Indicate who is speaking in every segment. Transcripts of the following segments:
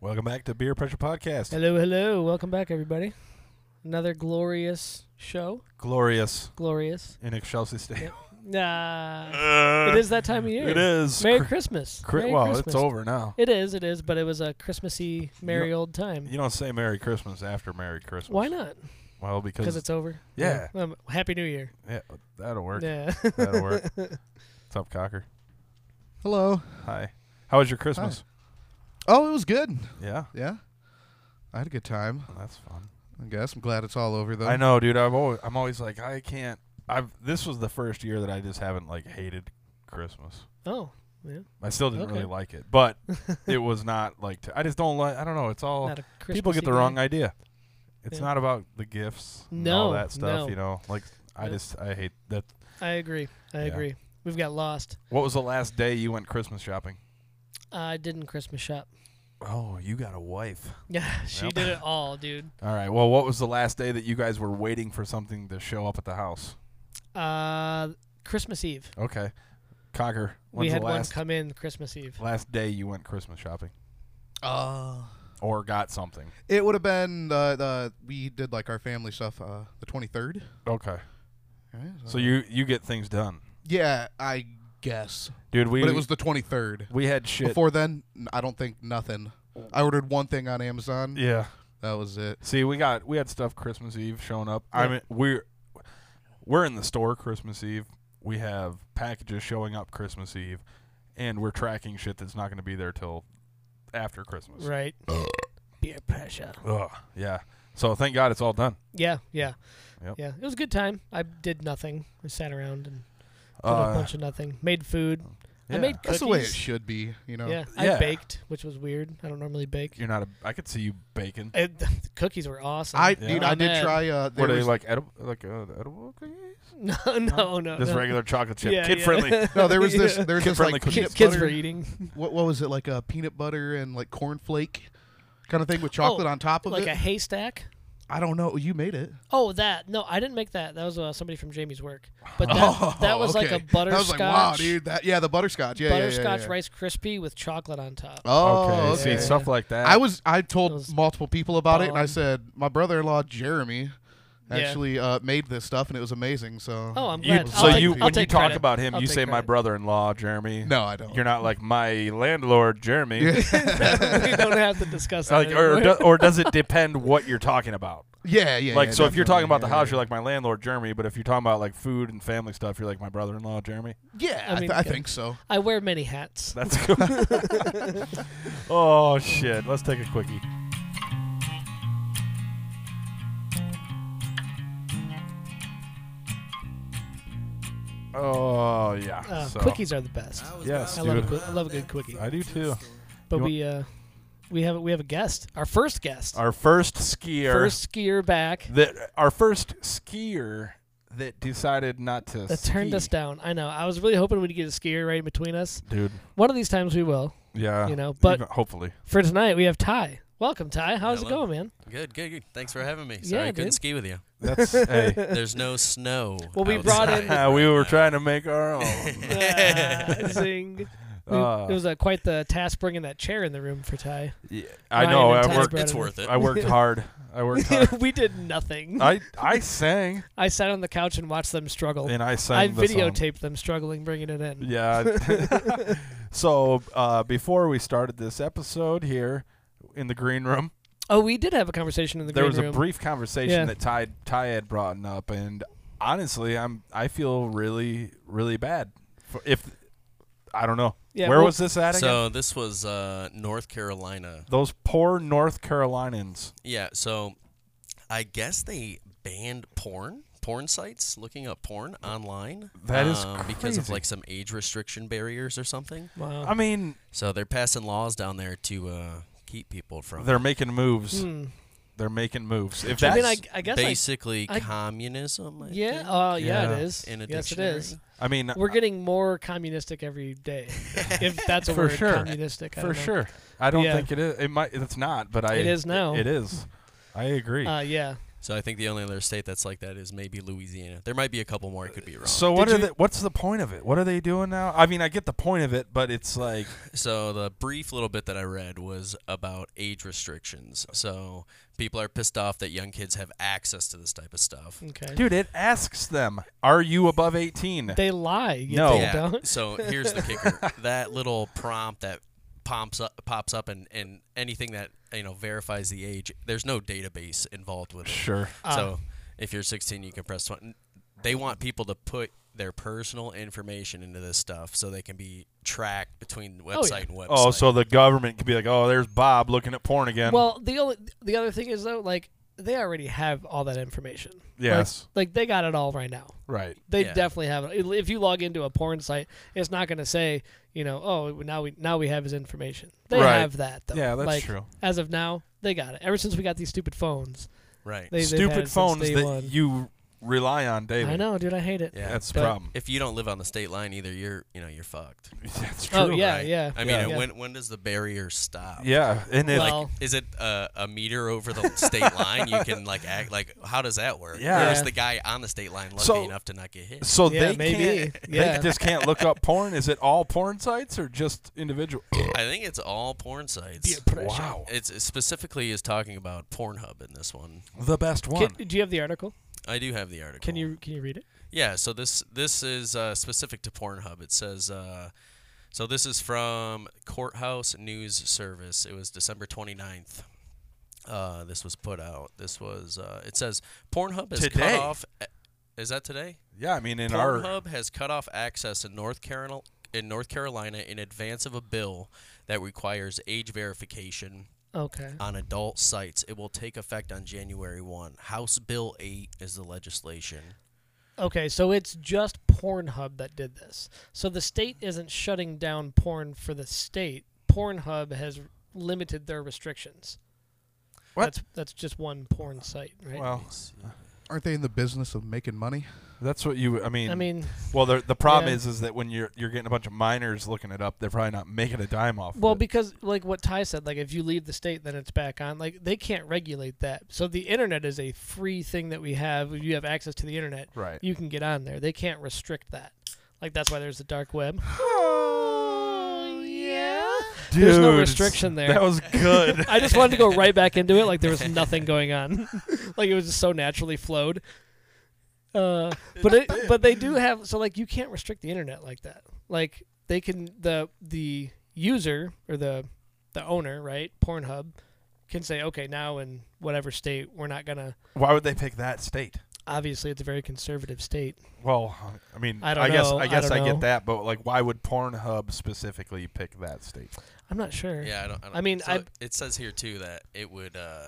Speaker 1: Welcome back to Beer Pressure Podcast.
Speaker 2: Hello, hello. Welcome back, everybody. Another glorious show.
Speaker 1: Glorious
Speaker 2: Glorious.
Speaker 1: in Excelsis State.
Speaker 2: Nah. it is that time of year.
Speaker 1: Uh, It is.
Speaker 2: Merry
Speaker 1: Cri-
Speaker 2: Christmas.
Speaker 1: cri-
Speaker 2: Merry
Speaker 1: well, it's
Speaker 2: Christmas.
Speaker 1: over now.
Speaker 2: It is, it is, but it was a Christmassy, merry old time.
Speaker 1: You don't say Merry Christmas after Merry Christmas.
Speaker 2: Why not?
Speaker 1: Well, because
Speaker 2: Because it's over.
Speaker 1: yeah.
Speaker 2: Um, Happy New Year.
Speaker 1: yeah, that'll work.
Speaker 2: Yeah.
Speaker 1: That'll work. What's up, Cocker?
Speaker 3: Hello.
Speaker 1: Hi. How was your Christmas?
Speaker 3: Oh, it was good.
Speaker 1: Yeah,
Speaker 3: Yeah. I had a good time,
Speaker 1: well, that's fun.
Speaker 3: I guess. I'm glad it's all over though.
Speaker 1: I know, dude. I've always, I'm always like, I can't. I've. This was the first year that I just haven't like hated Christmas.
Speaker 2: oh,
Speaker 1: I still didn't
Speaker 2: Okay.
Speaker 1: really like it, but it was not like. T- I just don't like. I don't know. It's all.
Speaker 2: not a Christmas.
Speaker 1: people get the wrong idea. It's
Speaker 2: Yeah.
Speaker 1: not about the gifts and all
Speaker 2: No,
Speaker 1: that stuff,
Speaker 2: no.
Speaker 1: you know. Like I
Speaker 2: Yeah.
Speaker 1: just I hate that.
Speaker 2: I agree. I
Speaker 1: Yeah.
Speaker 2: agree. We've got lost.
Speaker 1: What was the last day you went Christmas shopping?
Speaker 2: I didn't Christmas shop.
Speaker 1: Oh, you got a wife.
Speaker 2: Yeah, she
Speaker 1: Yep.
Speaker 2: did it all, dude.
Speaker 1: All right. Well, what was the last day that you guys were waiting for something to show up at the house?
Speaker 2: Uh, Christmas Eve.
Speaker 1: Okay. Cocker, when's
Speaker 2: we had
Speaker 1: the
Speaker 2: one
Speaker 1: last
Speaker 2: come in Christmas Eve.
Speaker 1: last day you went Christmas shopping
Speaker 3: Uh,
Speaker 1: or got something?
Speaker 3: it would have been the, the we did like our family stuff uh, the 23rd.
Speaker 1: Okay.
Speaker 3: Right?
Speaker 1: So you you get things done.
Speaker 3: Yeah, I guess.
Speaker 1: Dude, we
Speaker 3: But it was the 23rd.
Speaker 1: we had shit.
Speaker 3: Before then, n- I don't think nothing. I ordered one thing on Amazon.
Speaker 1: yeah.
Speaker 3: That was it.
Speaker 1: See, we got we had stuff Christmas Eve showing up. I
Speaker 2: Yeah.
Speaker 1: mean, we're we're in the store Christmas Eve. We have packages showing up Christmas Eve, and we're tracking shit that's not going to be there till after Christmas.
Speaker 2: Right. Beer pressure.
Speaker 1: Ugh, yeah. So thank God it's all done.
Speaker 2: Yeah, yeah.
Speaker 1: Yep.
Speaker 2: Yeah. It was a good time. I did nothing. I sat around and did a
Speaker 1: Uh,
Speaker 2: bunch of nothing. Made food.
Speaker 1: yeah.
Speaker 2: I made cookies.
Speaker 3: That's the way it should be, you know.
Speaker 2: Yeah.
Speaker 1: Yeah.
Speaker 2: I baked, which was weird. I don't normally bake.
Speaker 1: You're not. A, I could see you baking.
Speaker 2: It, the cookies were awesome.
Speaker 3: I
Speaker 1: Yeah.
Speaker 3: dude,
Speaker 2: Oh,
Speaker 3: I did
Speaker 2: man.
Speaker 3: try uh there
Speaker 1: Were they
Speaker 3: was-
Speaker 1: like edible, like uh, edible cookies?
Speaker 2: no, no, no.
Speaker 1: Just
Speaker 2: no.
Speaker 1: regular chocolate chip,
Speaker 2: Uh, Yeah,
Speaker 1: kid
Speaker 2: yeah.
Speaker 1: friendly.
Speaker 3: No, there was this
Speaker 2: Yeah.
Speaker 3: there was this
Speaker 1: Kid-friendly
Speaker 3: like
Speaker 1: cookies.
Speaker 3: peanut
Speaker 2: Kids, kids
Speaker 3: butter-
Speaker 2: were eating
Speaker 3: what, what was it like a peanut butter and like cornflake kind of thing with chocolate
Speaker 2: Oh,
Speaker 3: on top of
Speaker 2: like a
Speaker 3: it?
Speaker 2: haystack.
Speaker 3: I I don't know. You made it.
Speaker 2: Oh, that. No, I didn't make that. That was uh, somebody from Jamie's work. But that, that was
Speaker 3: Oh, okay.
Speaker 2: like a butterscotch.
Speaker 3: That was like wow, dude. That yeah, the butterscotch. Yeah, yeah, yeah,
Speaker 2: butterscotch
Speaker 3: yeah,
Speaker 2: Rice crispy with chocolate on top.
Speaker 3: Oh,
Speaker 1: okay,
Speaker 3: okay.
Speaker 1: see stuff like that.
Speaker 3: I was. I
Speaker 2: That was
Speaker 3: told multiple people about it, and I
Speaker 2: bomb.
Speaker 3: said my brother-in-law Jeremy
Speaker 2: Yeah.
Speaker 3: actually uh, made this stuff, and it was amazing. So
Speaker 2: Oh, I'm
Speaker 1: You-
Speaker 2: glad.
Speaker 1: so
Speaker 2: I'll take-
Speaker 1: you
Speaker 2: I'll
Speaker 1: when you
Speaker 2: take
Speaker 1: talk
Speaker 2: credit.
Speaker 1: about him,
Speaker 2: I'll
Speaker 1: you
Speaker 2: take
Speaker 1: say my
Speaker 2: credit.
Speaker 1: brother-in-law Jeremy.
Speaker 3: no, I don't.
Speaker 1: You're not like my landlord Jeremy.
Speaker 2: we don't have to discuss that.
Speaker 1: like or
Speaker 2: anymore.
Speaker 1: do, or does it depend what you're talking about?
Speaker 3: yeah, yeah.
Speaker 1: like
Speaker 3: yeah,
Speaker 1: so if you're talking
Speaker 3: definitely.
Speaker 1: about the house, you're like my landlord Jeremy, but if you're talking about like food and family stuff, you're like my brother-in-law Jeremy.
Speaker 3: yeah, yeah.
Speaker 2: I
Speaker 3: I,
Speaker 2: mean,
Speaker 3: th- I
Speaker 2: okay.
Speaker 3: think so.
Speaker 2: I wear many hats.
Speaker 1: That's cool. oh shit, let's take a quickie. Oh yeah.
Speaker 2: Uh,
Speaker 1: so-
Speaker 2: Quickies are the best.
Speaker 1: Yes,
Speaker 2: I love, a,
Speaker 1: dude.
Speaker 2: qui- I love a good quickie.
Speaker 1: I do too.
Speaker 2: But
Speaker 1: you
Speaker 2: we uh, we have we have a guest. Our first guest.
Speaker 1: Our first skier.
Speaker 2: first skier back
Speaker 1: that our first skier that decided not to
Speaker 2: that turned us down. I know. I was really hoping we'd get a skier right in between us.
Speaker 1: dude
Speaker 2: One of these times we will.
Speaker 1: yeah
Speaker 2: You know, but-
Speaker 1: even- hopefully
Speaker 2: For tonight we have Ty. Welcome Ty. How's
Speaker 4: Hello.
Speaker 2: it going, man?
Speaker 4: Good, good, good. Thanks for having me.
Speaker 2: Yeah,
Speaker 4: Sorry I couldn't
Speaker 2: dude.
Speaker 4: ski with you.
Speaker 1: that's hey
Speaker 4: There's no snow.
Speaker 2: Well, we brought in-
Speaker 4: outside.
Speaker 1: we were trying to make our own
Speaker 2: Ah, zing. We-
Speaker 1: Uh,
Speaker 2: it was uh, quite the task bringing that chair in the room for Ty.
Speaker 1: yeah, i
Speaker 2: Ryan
Speaker 1: know
Speaker 2: and
Speaker 1: i
Speaker 2: Ty
Speaker 1: worked
Speaker 2: brought
Speaker 4: It's
Speaker 2: in-
Speaker 4: worth it.
Speaker 1: i worked hard i worked hard
Speaker 2: we did nothing. I,
Speaker 1: i i sang
Speaker 2: sat on the couch and watched them struggle.
Speaker 1: and i sang
Speaker 2: Oh, I
Speaker 1: the song.
Speaker 2: videotaped them struggling bringing it in.
Speaker 1: yeah so uh before we started this episode here in the green room
Speaker 2: Oh, we did have a conversation in the
Speaker 1: there
Speaker 2: green
Speaker 1: was
Speaker 2: room.
Speaker 1: a brief conversation
Speaker 2: Yeah.
Speaker 1: that Ty Ty had brought up, and honestly, I'm I feel really really bad. For if I don't know
Speaker 2: Yeah,
Speaker 1: where
Speaker 2: well-
Speaker 1: was this at again?
Speaker 4: So this was uh, North Carolina.
Speaker 1: Those poor North Carolinians.
Speaker 4: Yeah. So I guess they banned porn, porn sites, looking up porn online.
Speaker 1: That is
Speaker 4: um, because of
Speaker 1: crazy.
Speaker 4: like some age restriction barriers or something.
Speaker 2: Wow.
Speaker 1: I mean,
Speaker 4: So they're passing laws down there to uh, keep people from.
Speaker 1: they're making moves.
Speaker 2: Hmm.
Speaker 1: They're making moves. If
Speaker 2: I
Speaker 1: that's, I,
Speaker 2: mean, I, I guess I,
Speaker 4: basically
Speaker 2: I-
Speaker 4: communism. I
Speaker 2: yeah,
Speaker 4: think,
Speaker 2: uh, yeah,
Speaker 1: Yeah.
Speaker 2: it is.
Speaker 4: in a
Speaker 2: yes, it
Speaker 4: dictionary.
Speaker 2: is.
Speaker 1: mean,
Speaker 2: We're getting more communistic every day, if that's a
Speaker 1: For
Speaker 2: word.
Speaker 1: sure.
Speaker 2: Communistic, I
Speaker 1: for
Speaker 2: don't know.
Speaker 1: sure. I don't
Speaker 2: Yeah.
Speaker 1: think it is. It might. It's not. But I.
Speaker 2: It is now.
Speaker 1: It is. I agree.
Speaker 2: Uh, yeah,
Speaker 4: So I think the only other state that's like that is maybe Louisiana. There might be a couple more. I could be wrong.
Speaker 1: So what
Speaker 3: Did
Speaker 1: are
Speaker 3: you-
Speaker 1: the, what's the point of it? What are they doing now? I mean, I get the point of it, but it's like
Speaker 4: So the brief little bit that I read was about age restrictions. So people are pissed off that young kids have access to this type of stuff.
Speaker 2: Okay.
Speaker 1: Dude, it asks them, "Are you above 18?"
Speaker 2: They lie. if
Speaker 1: No.
Speaker 2: They
Speaker 4: Yeah.
Speaker 2: Oh, don't.
Speaker 4: So here's the kicker. that little prompt that pops up pops up and, and anything that you know verifies the age, there's no database involved with it.
Speaker 1: Sure.
Speaker 4: So if you're 16, you can press 20. They want people to put their personal information into this stuff so they can be tracked between website
Speaker 2: yeah.
Speaker 4: and website.
Speaker 1: Oh, so the government could be like, "Oh, there's Bob looking at porn again."
Speaker 2: Well, the only the other thing is though, like they already have all that information. Like-
Speaker 1: Yes.
Speaker 2: Like, they got it all right now.
Speaker 1: right.
Speaker 2: They
Speaker 4: Yeah.
Speaker 2: definitely have it. If you log into a porn site, it's not going to say, you know, oh, now we now we have his information. They
Speaker 1: Right.
Speaker 2: have that though.
Speaker 1: Yeah, that's
Speaker 2: Like,
Speaker 1: true.
Speaker 2: As of now, they got it. Ever since we got these stupid phones,
Speaker 4: right.
Speaker 2: they they've had it
Speaker 1: Stupid
Speaker 2: since
Speaker 1: phones
Speaker 2: day
Speaker 1: that
Speaker 2: one.
Speaker 1: you rely on daily.
Speaker 2: I know, dude. I hate it.
Speaker 4: yeah.
Speaker 1: That's the
Speaker 2: But-
Speaker 1: problem.
Speaker 4: if you don't live on the state line either, you're you know you're fucked.
Speaker 1: That's true.
Speaker 2: Oh yeah,
Speaker 4: right?
Speaker 2: yeah.
Speaker 4: I mean,
Speaker 1: Yeah.
Speaker 4: and when when does the barrier stop?
Speaker 1: Yeah, and it,
Speaker 2: Well-
Speaker 4: Is it a, a meter over the state line? You can like act like how does that work?
Speaker 1: Yeah.
Speaker 4: Or is the guy on the state line lucky
Speaker 1: So-
Speaker 4: enough to not get hit?
Speaker 1: so
Speaker 2: Yeah,
Speaker 1: they
Speaker 2: maybe.
Speaker 1: can't.
Speaker 2: Yeah.
Speaker 1: They just can't look up porn. Is it all porn sites or just individual?
Speaker 4: I think it's all porn sites.
Speaker 1: wow,
Speaker 4: It's it specifically is talking about Pornhub in this one.
Speaker 1: the best one.
Speaker 2: Can, do you have the article?
Speaker 4: I do have the article.
Speaker 2: Can you can you read it?
Speaker 4: Yeah, so this this is uh, specific to Pornhub. It says, uh, so this is from Courthouse News Service. It was December 29th. Uh, this was put out. This was uh, it says Pornhub has
Speaker 1: Today.
Speaker 4: cut off. Is that today?
Speaker 1: yeah, I mean, in our
Speaker 4: Pornhub has cut off access in North Carolina in North Carolina in advance of a bill that requires age verification
Speaker 2: Okay.
Speaker 4: on adult sites. It will take effect on January 1. House Bill 8 is the legislation.
Speaker 2: Okay, so it's just Pornhub that did this. So the state isn't shutting down porn for the state. Pornhub has limited their restrictions.
Speaker 1: What?
Speaker 2: That's that's just one porn site, right?
Speaker 1: well,
Speaker 3: Aren't they in the business of making money?
Speaker 1: that's what you. I mean,
Speaker 2: I mean,
Speaker 1: well, the the problem
Speaker 2: yeah.
Speaker 1: is, is that when you're you're getting a bunch of minors looking it up, they're probably not making a dime off.
Speaker 2: well,
Speaker 1: of it.
Speaker 2: because like what Ty said, like if you leave the state, then it's back on. Like they can't regulate that. So the internet is a free thing that we have. If you have access to the internet,
Speaker 1: right.
Speaker 2: you can get on there. They can't restrict that. Like that's why there's the dark web. yeah. There's no
Speaker 1: Dude,
Speaker 2: restriction there.
Speaker 1: That was good.
Speaker 2: I just wanted to go right back into it like there was nothing going on. like it was just so naturally flowed. Uh, but it, but they do have so like you can't restrict the internet like that. Like they can the the user or the the owner, right? Pornhub can say okay, now in whatever state we're not going to
Speaker 1: Why would they pick that state?
Speaker 2: obviously it's a very conservative state.
Speaker 1: Well, I mean,
Speaker 2: I don't
Speaker 1: guess
Speaker 2: know.
Speaker 1: I
Speaker 2: I
Speaker 1: guess
Speaker 2: don't
Speaker 1: I,
Speaker 2: know.
Speaker 1: get that, but like, why would Pornhub specifically pick that state?
Speaker 2: I'm not sure.
Speaker 4: Yeah, I don't. I, don't,
Speaker 2: I mean,
Speaker 4: so
Speaker 2: I-
Speaker 4: it says here too that it would. Uh,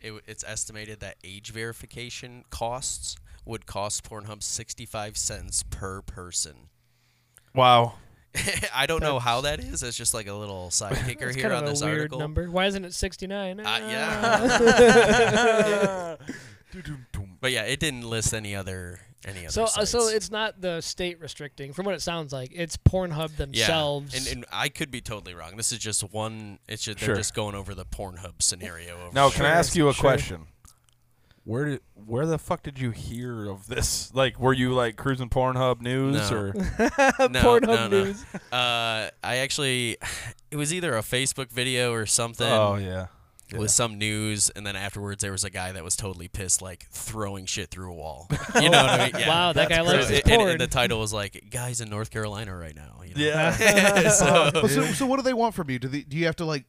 Speaker 4: it, w- it's estimated that age verification costs would cost Pornhub sixty-five cents per person.
Speaker 1: Wow.
Speaker 4: I don't know how that is. It's just like a little side kicker
Speaker 2: It's
Speaker 4: here
Speaker 2: kind of
Speaker 4: on
Speaker 2: a
Speaker 4: this
Speaker 2: weird
Speaker 4: article.
Speaker 2: number. Why isn't it Ah. 69?
Speaker 4: Uh, yeah, but yeah, it didn't list any other any other.
Speaker 2: So, uh, so
Speaker 4: sites.
Speaker 2: it's not the state restricting, from what it sounds like. It's Pornhub
Speaker 4: yeah,
Speaker 2: themselves.
Speaker 4: and, and I could be totally wrong. This is just one. It's just
Speaker 1: Sure.
Speaker 4: they're just going over the Pornhub scenario. Over
Speaker 1: Now,
Speaker 4: here.
Speaker 1: can I ask you a
Speaker 2: Sure.
Speaker 1: question? Where did where the fuck did you hear of this? Like, were you like cruising Pornhub news
Speaker 4: No.
Speaker 1: or?
Speaker 4: no,
Speaker 2: Pornhub
Speaker 4: no,
Speaker 2: news.
Speaker 4: No. Uh, I actually, it was either a Facebook video or something
Speaker 1: oh yeah.
Speaker 4: with some news, and then afterwards there was a guy that was totally pissed, like throwing shit through a wall. You know what I mean? Yeah.
Speaker 2: Wow, that guy
Speaker 4: So
Speaker 2: likes his
Speaker 4: it- and,
Speaker 2: porn.
Speaker 4: and the title was like, "Guys in North Carolina right now." You know?
Speaker 1: Yeah.
Speaker 3: Well, so, so what do they want from you? Do they, do you have to like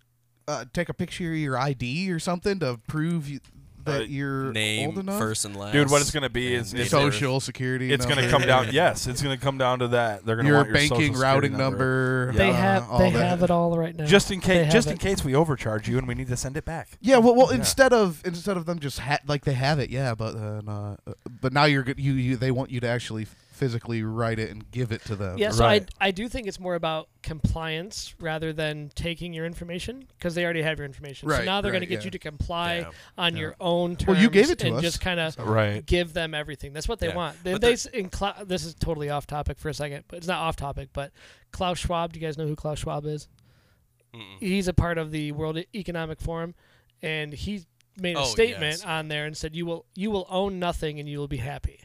Speaker 3: uh, take a picture of your ID or something to prove you, that
Speaker 4: Uh,
Speaker 3: you're
Speaker 4: Name
Speaker 3: old enough?
Speaker 4: first and last.
Speaker 1: Dude, what it's gonna be is
Speaker 4: and
Speaker 1: it's
Speaker 4: date of birth.
Speaker 3: Social security.
Speaker 1: It's gonna
Speaker 3: number.
Speaker 1: come down. Yes, it's gonna come down to that. They're gonna
Speaker 3: your
Speaker 1: want your social
Speaker 3: banking
Speaker 1: security
Speaker 3: routing number.
Speaker 1: Yeah.
Speaker 2: They
Speaker 3: uh,
Speaker 2: have
Speaker 3: all
Speaker 2: they
Speaker 3: that.
Speaker 2: have it all right now.
Speaker 1: Just in
Speaker 2: They
Speaker 1: case,
Speaker 2: have
Speaker 1: just
Speaker 2: it.
Speaker 1: in case we overcharge you and we need to send it back.
Speaker 3: Yeah, well, well,
Speaker 1: Yeah.
Speaker 3: instead of instead of them just ha- like they have it, yeah, but uh, no, uh, but now you're good. You, you they want you to actually physically write it and give it to them.
Speaker 2: yeah, so
Speaker 1: Right.
Speaker 2: I, I do think it's more about compliance rather than taking your information because they already have your information. so
Speaker 3: Right,
Speaker 2: now they're
Speaker 3: right,
Speaker 2: going to get
Speaker 3: yeah.
Speaker 2: you to comply
Speaker 4: Yeah.
Speaker 2: on
Speaker 3: Yeah.
Speaker 2: your own terms.
Speaker 3: Well, you gave it to
Speaker 2: and
Speaker 3: us,
Speaker 2: just kind of
Speaker 1: Right.
Speaker 2: give them everything. That's what they
Speaker 4: Yeah.
Speaker 2: want. They,
Speaker 4: But
Speaker 2: they
Speaker 4: the-
Speaker 2: s- in Cla- this is totally off topic for a second, but it's not off topic. But Klaus Schwab, do you guys know who Klaus Schwab is?
Speaker 4: Mm-mm.
Speaker 2: He's a part of the World Economic Forum, E- and he made a
Speaker 4: Oh,
Speaker 2: statement
Speaker 4: yes.
Speaker 2: on there and said you will you will own nothing and you will be happy.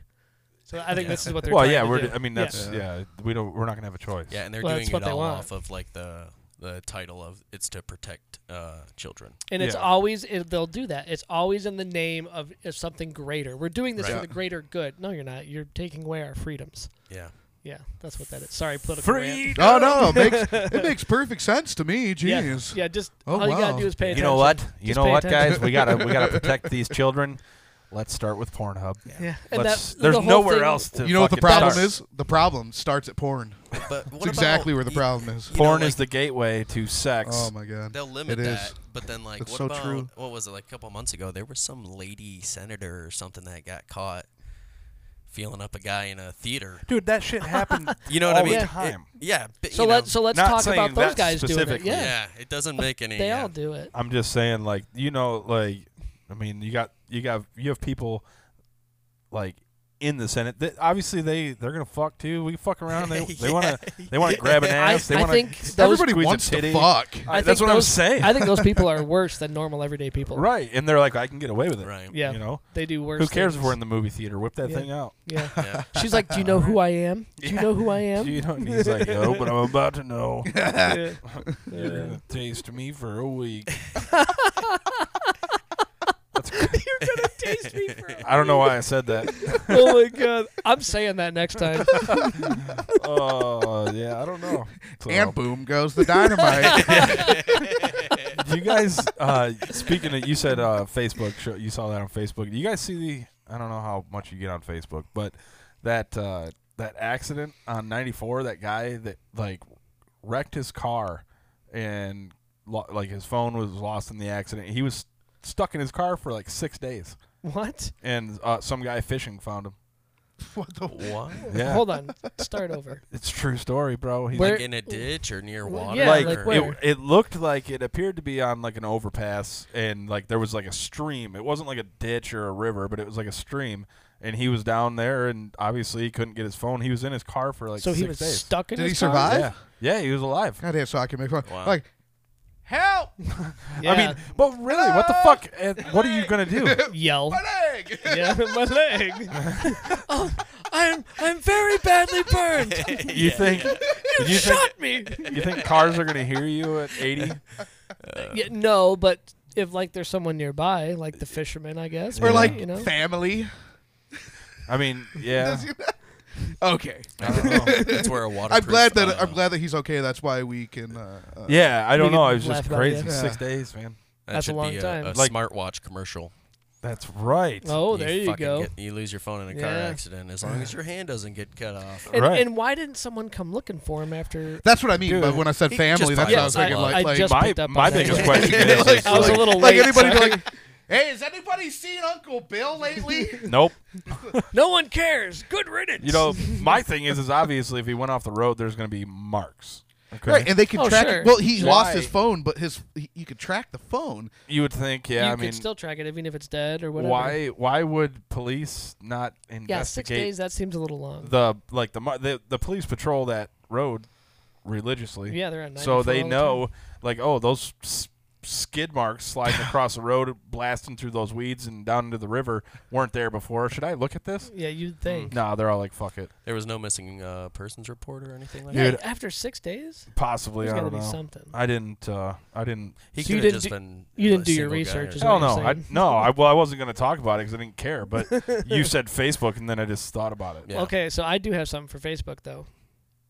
Speaker 2: So I think
Speaker 4: Yeah.
Speaker 2: this is what they're.
Speaker 1: well,
Speaker 2: trying
Speaker 1: yeah,
Speaker 2: to
Speaker 1: we're. uh,
Speaker 2: do.
Speaker 1: I mean,
Speaker 2: Yeah.
Speaker 1: that's yeah. We don't. We're not gonna have a choice.
Speaker 4: Yeah, and they're
Speaker 2: Well,
Speaker 4: doing
Speaker 2: that's what
Speaker 4: it
Speaker 2: they
Speaker 4: all
Speaker 2: want.
Speaker 4: off of like the the title of it's to protect uh, children.
Speaker 2: and it's
Speaker 1: Yeah.
Speaker 2: always it, they'll do that. It's always in the name of, of something greater. We're doing this for
Speaker 3: Right.
Speaker 2: the greater good. No, you're not. You're taking away our freedoms.
Speaker 4: Yeah.
Speaker 2: Yeah, that's what that is. Sorry, political
Speaker 1: Free.
Speaker 2: rant.
Speaker 3: Oh no, it makes it makes perfect sense to me.
Speaker 2: Yeah,
Speaker 3: Jeez.
Speaker 2: Yeah, just
Speaker 3: Oh,
Speaker 2: all you gotta
Speaker 3: wow.
Speaker 2: do is pay attention.
Speaker 1: You know what? You
Speaker 2: Just
Speaker 1: know
Speaker 2: pay
Speaker 1: what,
Speaker 2: attention.
Speaker 1: guys? We gotta we gotta protect these children. Let's start with Pornhub.
Speaker 2: Yeah, and
Speaker 1: Let's-
Speaker 2: that,
Speaker 1: there's
Speaker 2: the whole
Speaker 1: nowhere
Speaker 2: thing-
Speaker 1: else to.
Speaker 3: You know what the
Speaker 1: fucking
Speaker 3: problem
Speaker 1: start.
Speaker 3: is? The problem starts at porn.
Speaker 4: But what
Speaker 3: That's exactly
Speaker 4: about-
Speaker 3: where the
Speaker 4: y-
Speaker 3: problem is.
Speaker 4: you know,
Speaker 1: Porn is
Speaker 4: like,
Speaker 1: the gateway to sex.
Speaker 3: Oh my god.
Speaker 4: They'll limit
Speaker 3: It is.
Speaker 4: that, but then like
Speaker 3: That's
Speaker 4: what
Speaker 3: so
Speaker 4: about
Speaker 3: true.
Speaker 4: what was it like a couple months ago? There was some lady senator or something that got caught feeling up a guy in a theater.
Speaker 1: Dude, that shit happened.
Speaker 4: You know what
Speaker 1: all
Speaker 4: I mean?
Speaker 1: The
Speaker 4: It-
Speaker 1: time.
Speaker 4: yeah. But,
Speaker 2: Oh, So
Speaker 4: you
Speaker 2: let's
Speaker 4: know,
Speaker 2: so let's
Speaker 1: Not
Speaker 2: talk
Speaker 1: saying
Speaker 2: about those
Speaker 1: that
Speaker 2: guys doing it.
Speaker 1: specifically.
Speaker 2: Yeah,
Speaker 4: yeah. It doesn't make any.
Speaker 2: they
Speaker 4: yeah.
Speaker 2: all do it.
Speaker 1: I'm just saying, like you know, like I mean, you got you got you have people like in the Senate. That obviously they they're gonna fuck too. We fuck around. They they wanna they wanna grab an
Speaker 2: I,
Speaker 1: ass. they
Speaker 2: I
Speaker 1: wanna.
Speaker 2: think those
Speaker 3: Everybody
Speaker 1: squeeze a
Speaker 3: wants to
Speaker 1: titty.
Speaker 3: fuck.
Speaker 1: I-
Speaker 2: I think
Speaker 1: that's what I'm
Speaker 2: those-
Speaker 1: saying.
Speaker 2: I think those people are worse than normal everyday people.
Speaker 1: right, and they're like, I can get away with it.
Speaker 4: Right.
Speaker 2: Yeah.
Speaker 1: You know,
Speaker 2: They do worse.
Speaker 1: who cares if
Speaker 2: things.
Speaker 1: we're in the movie theater? Whip that
Speaker 2: Yeah.
Speaker 1: thing out.
Speaker 2: Yeah.
Speaker 4: Yeah.
Speaker 2: She's like, "Do you know who I am? Do you
Speaker 1: Yeah.
Speaker 2: know who I
Speaker 1: Do
Speaker 2: am?"
Speaker 1: You know, and he's like, no, but I'm about to know.
Speaker 2: Yeah.
Speaker 1: You're gonna taste me for a week. That's cr-
Speaker 2: You're gonna taste me for.
Speaker 1: I don't know why I said that.
Speaker 2: oh my god! I'm saying that next time.
Speaker 1: Oh yeah, I don't know. So-
Speaker 3: And boom goes the dynamite.
Speaker 1: Do you guys uh speaking of you said uh facebook show, you saw that on facebook do you guys see the i don't know how much you get on facebook but that uh that accident on 94 that guy that like wrecked his car and lo- like his phone was lost in the accident he was stuck in his car for like six days
Speaker 2: what?
Speaker 1: and uh, some guy fishing found him
Speaker 3: what the
Speaker 4: What?
Speaker 1: yeah
Speaker 2: Hold on. Start over.
Speaker 1: it's a true story bro he's
Speaker 2: Where-
Speaker 4: Like in a ditch or near
Speaker 2: Well,
Speaker 4: water?
Speaker 2: yeah,
Speaker 1: like,
Speaker 2: like
Speaker 4: or-
Speaker 2: where?
Speaker 1: it, it looked like it appeared to be on like an overpass and like there was like a stream it wasn't like a ditch or a river but it was like a stream and he was down there and obviously he couldn't get his phone he was in his car for like
Speaker 2: so
Speaker 1: six
Speaker 2: he was
Speaker 1: days
Speaker 2: stuck in.
Speaker 3: Did he
Speaker 2: his car?
Speaker 3: survive?
Speaker 1: yeah yeah he was alive
Speaker 3: God damn, so I can make fun.
Speaker 4: Wow.
Speaker 3: Like, help!
Speaker 2: Yeah.
Speaker 1: i mean but really what the fuck eh, what are you gonna do
Speaker 2: yell.
Speaker 3: leg!
Speaker 2: yeah, my leg. oh, I'm I'm very badly burned.
Speaker 1: you think
Speaker 2: You,
Speaker 1: you think-
Speaker 2: shot me.
Speaker 1: you think cars are gonna hear you at 80
Speaker 2: Yeah, no, but if like there's someone nearby, like the fisherman, I guess,
Speaker 3: Or
Speaker 2: maybe,
Speaker 3: like
Speaker 2: you know,
Speaker 3: family.
Speaker 1: i mean yeah
Speaker 3: Okay.
Speaker 1: i don't know
Speaker 4: That's where a water.
Speaker 3: I'm glad that I'm glad that he's okay. That's why we can. Uh, uh,
Speaker 1: yeah i don't
Speaker 2: We
Speaker 1: know
Speaker 2: can
Speaker 1: it was
Speaker 2: laugh
Speaker 1: just
Speaker 2: about
Speaker 1: crazy
Speaker 3: it.
Speaker 1: six days man
Speaker 4: that
Speaker 2: That's a
Speaker 4: should
Speaker 2: long
Speaker 4: be a,
Speaker 2: time.
Speaker 4: A
Speaker 1: Like-
Speaker 4: smartwatch commercial.
Speaker 1: that's right
Speaker 2: oh, there you,
Speaker 4: fucking
Speaker 2: go.
Speaker 4: get- you lose your phone in a car
Speaker 2: Yeah.
Speaker 4: accident as long as your hand doesn't get cut off.
Speaker 2: and,
Speaker 1: Right.
Speaker 2: and why didn't someone come looking for him after?
Speaker 3: That's what I mean.
Speaker 1: Dude.
Speaker 3: But when I said
Speaker 4: He just
Speaker 3: family, that's what I was
Speaker 4: finds
Speaker 3: thinking.
Speaker 4: out.
Speaker 3: Like,
Speaker 2: I
Speaker 3: like,
Speaker 2: just
Speaker 1: my-
Speaker 2: picked up
Speaker 1: my
Speaker 2: on that.
Speaker 1: biggest question
Speaker 3: is,
Speaker 1: is,
Speaker 2: I was a
Speaker 1: like-
Speaker 2: little
Speaker 3: like
Speaker 2: late.
Speaker 3: anybody be
Speaker 2: sorry.
Speaker 3: like, "Hey, has anybody seen Uncle Bill lately?"
Speaker 1: nope
Speaker 2: no one cares. Good riddance.
Speaker 1: You know, my thing is, is obviously if he went off the road, there's going to be marks. Okay.
Speaker 3: Right, and they can
Speaker 2: Oh,
Speaker 3: track.
Speaker 2: sure.
Speaker 3: Well, he lost his
Speaker 1: Why?
Speaker 3: phone, but his he, you could track the phone.
Speaker 1: you would think, yeah.
Speaker 2: you
Speaker 1: I
Speaker 2: could
Speaker 1: mean,
Speaker 2: still track it even if it's dead or whatever.
Speaker 1: why? Why would police not investigate
Speaker 2: Yeah, six days. That seems a little long.
Speaker 1: the like the, mar- the the police patrol that road religiously?
Speaker 2: yeah, they're at night.
Speaker 1: So they know, like, oh, those s- skid marks sliding across the road, blasting through those weeds and down into the river, weren't there before. Should I look at this?
Speaker 2: Yeah, you'd think.
Speaker 1: Nah, they're all like, fuck it.
Speaker 4: There was no missing uh, persons report or anything like
Speaker 2: Yeah,
Speaker 1: Dude.
Speaker 2: after six days,
Speaker 1: Possibly,
Speaker 2: there's
Speaker 1: I
Speaker 2: got to
Speaker 1: don't
Speaker 2: be
Speaker 1: know.
Speaker 2: something.
Speaker 1: I didn't. uh I didn't
Speaker 4: that. He
Speaker 2: So you
Speaker 4: could have
Speaker 2: didn't
Speaker 4: just
Speaker 2: do-
Speaker 4: been.
Speaker 2: you didn't
Speaker 4: a
Speaker 2: do your
Speaker 4: single guy
Speaker 2: research
Speaker 4: or
Speaker 2: as
Speaker 1: Hell
Speaker 2: well.
Speaker 4: something.
Speaker 1: no,
Speaker 2: what
Speaker 1: I
Speaker 2: I'm
Speaker 1: no. I
Speaker 2: saying.
Speaker 1: well, I wasn't gonna talk about it because I didn't care. But you said Facebook, and then I just thought about it.
Speaker 4: Yeah.
Speaker 2: Okay, so I do have something for Facebook though.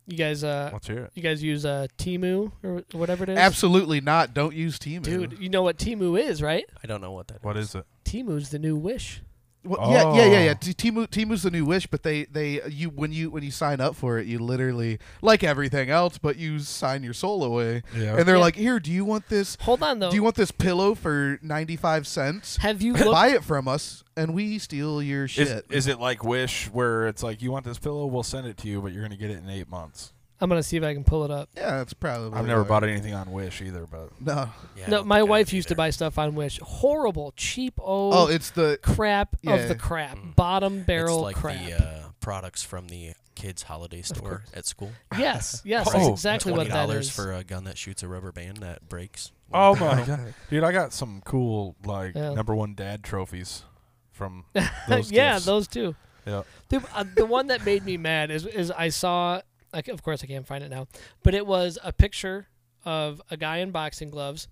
Speaker 2: You guys, uh,
Speaker 1: Let's hear it.
Speaker 2: you guys use uh, Timu or wh- whatever it is.
Speaker 3: Absolutely not. Don't use Team.
Speaker 2: dude. You know what Timu is, right?
Speaker 4: I don't know what that.
Speaker 1: What is it?
Speaker 2: Timu's the new Wish.
Speaker 3: Well, Yeah, yeah, yeah, yeah.
Speaker 1: Oh.
Speaker 3: T- Timu, Timu's the new wish, but they, they, you when you when you sign up for it, you literally like everything else, but you sign your soul away,
Speaker 1: Yeah.
Speaker 3: and they're
Speaker 2: Yeah.
Speaker 3: like, "Here, do you want this?
Speaker 2: Hold on though.
Speaker 3: Do you want this pillow for ninety five cents?
Speaker 2: have you looked?
Speaker 3: Buy it from us, and we steal your shit."
Speaker 1: Is, is it like Wish, where it's like you want this pillow, we'll send it to you, but you're gonna get it in eight months?
Speaker 2: I'm gonna see if I can pull it up.
Speaker 3: yeah, it's probably.
Speaker 1: I've never bought anything on Wish either, but
Speaker 3: No.
Speaker 4: Yeah, I
Speaker 2: no,
Speaker 4: don't
Speaker 2: my
Speaker 4: think I
Speaker 2: wife
Speaker 4: did
Speaker 2: used to
Speaker 4: either.
Speaker 2: buy stuff on Wish. Horrible, cheap old
Speaker 3: Oh, it's the
Speaker 2: crap of
Speaker 3: yeah.
Speaker 2: the crap,
Speaker 4: Mm.
Speaker 2: bottom barrel
Speaker 4: it's like
Speaker 2: crap.
Speaker 4: the uh, products from the kids' holiday store
Speaker 2: course.
Speaker 4: at school.
Speaker 2: yes, yes,
Speaker 1: Oh,
Speaker 2: that's exactly
Speaker 4: Twenty
Speaker 2: what that
Speaker 4: dollars
Speaker 2: is.
Speaker 4: for a gun that shoots a rubber band that breaks.
Speaker 1: Oh my god, dude! I got some cool like
Speaker 2: Yeah.
Speaker 1: number one dad trophies from those.
Speaker 2: yeah,
Speaker 1: gifts.
Speaker 2: those two.
Speaker 1: Yeah.
Speaker 2: The, uh, the one that made me mad is is I saw, like, of course I can't find it now, but it was a picture of a guy in boxing gloves,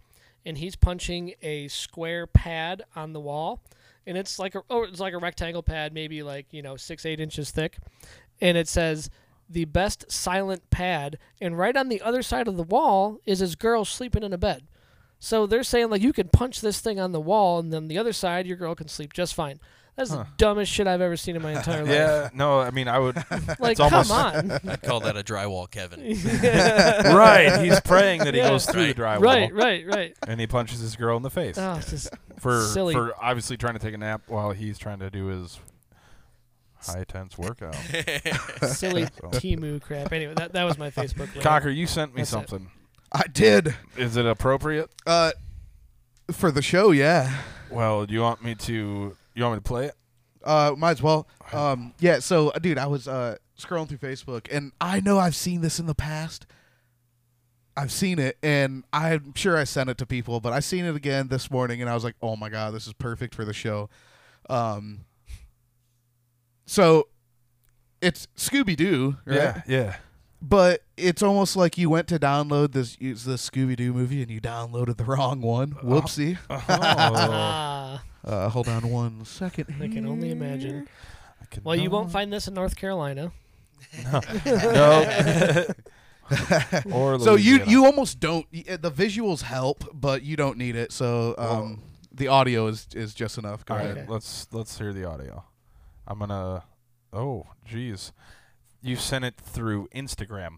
Speaker 2: and he's punching a square pad on the wall, and it's like a oh it's like a rectangle pad, maybe like you know six eight inches thick, and it says the best silent pad, and right on the other side of the wall is his girl sleeping in a bed. So they're saying like you can punch this thing on the wall, and then the other side your girl can sleep just fine. That's the dumbest shit I've ever seen in my entire life.
Speaker 1: Yeah, no, I mean I would. it's
Speaker 2: like
Speaker 1: almost-
Speaker 2: come on,
Speaker 4: I'd call that a drywall, Kevin.
Speaker 1: right, he's praying that he
Speaker 2: Yeah.
Speaker 1: goes through the drywall,
Speaker 2: right, right, right.
Speaker 1: and he punches this girl in the face
Speaker 2: Oh, it's just
Speaker 1: for
Speaker 2: silly.
Speaker 1: for obviously trying to take a nap while he's trying to do his high tense workout.
Speaker 2: silly
Speaker 1: So.
Speaker 2: Timu crap. Anyway, that, that was my Facebook. rant.
Speaker 1: Cocker, you sent me
Speaker 2: That's it.
Speaker 1: something.
Speaker 3: I did.
Speaker 1: Is it appropriate?
Speaker 3: Uh, for the show, yeah.
Speaker 1: Well, do you want me to? You want me to play it?
Speaker 3: Uh, might as well. Um, yeah. So, uh, dude, I was uh scrolling through Facebook, and I know I've seen this in the past. I've seen it, and I'm sure I sent it to people, but I seen it again this morning, and I was like, "Oh my god, this is perfect for the show." Um. So, it's Scooby Doo, right?
Speaker 1: Yeah, yeah.
Speaker 3: But it's almost like you went to download this use this Scooby Doo movie, and you downloaded the wrong one. Whoopsie.
Speaker 1: Oh,
Speaker 2: Ah,
Speaker 3: Uh, hold on one second.
Speaker 2: I can only imagine.
Speaker 1: I could
Speaker 2: Well, you won't
Speaker 1: not-
Speaker 2: find this in North Carolina.
Speaker 1: No. or
Speaker 3: So you
Speaker 1: Louisiana.
Speaker 3: you almost don't. y- uh, The visuals help, but you don't need it. So um, the audio is is just enough. Go
Speaker 1: All
Speaker 3: ahead.
Speaker 1: right, let's let's hear the audio. I'm gonna. Oh, jeez, you sent it through Instagram.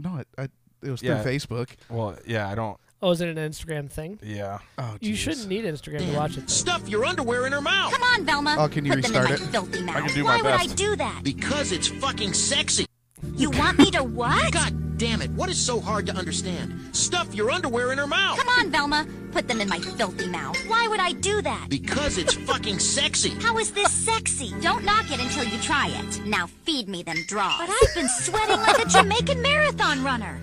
Speaker 3: No, it, I, it was
Speaker 1: Yeah.
Speaker 3: through Facebook.
Speaker 1: Well, yeah, I don't.
Speaker 2: Oh, is it an Instagram thing?
Speaker 1: Yeah,
Speaker 3: Oh,
Speaker 2: You
Speaker 3: jeez.
Speaker 2: shouldn't need Instagram to watch it. though.
Speaker 5: Stuff your underwear in her mouth
Speaker 6: Come on, Velma.
Speaker 3: Oh, can you
Speaker 6: Put
Speaker 3: restart
Speaker 6: them
Speaker 3: it?
Speaker 6: in my filthy mouth.
Speaker 1: can do
Speaker 6: Why
Speaker 1: my
Speaker 6: would I
Speaker 1: best.
Speaker 6: do that?
Speaker 5: because it's fucking sexy.
Speaker 6: You want me to what?
Speaker 5: God damn it, what is so hard to understand? Stuff your underwear in her mouth
Speaker 6: Come on, Velma. Put them in my filthy mouth. Why would I do that?
Speaker 5: because it's fucking sexy.
Speaker 6: How is this sexy? Don't knock it until you try it. Now feed me them draws. But I've been sweating like a Jamaican marathon runner.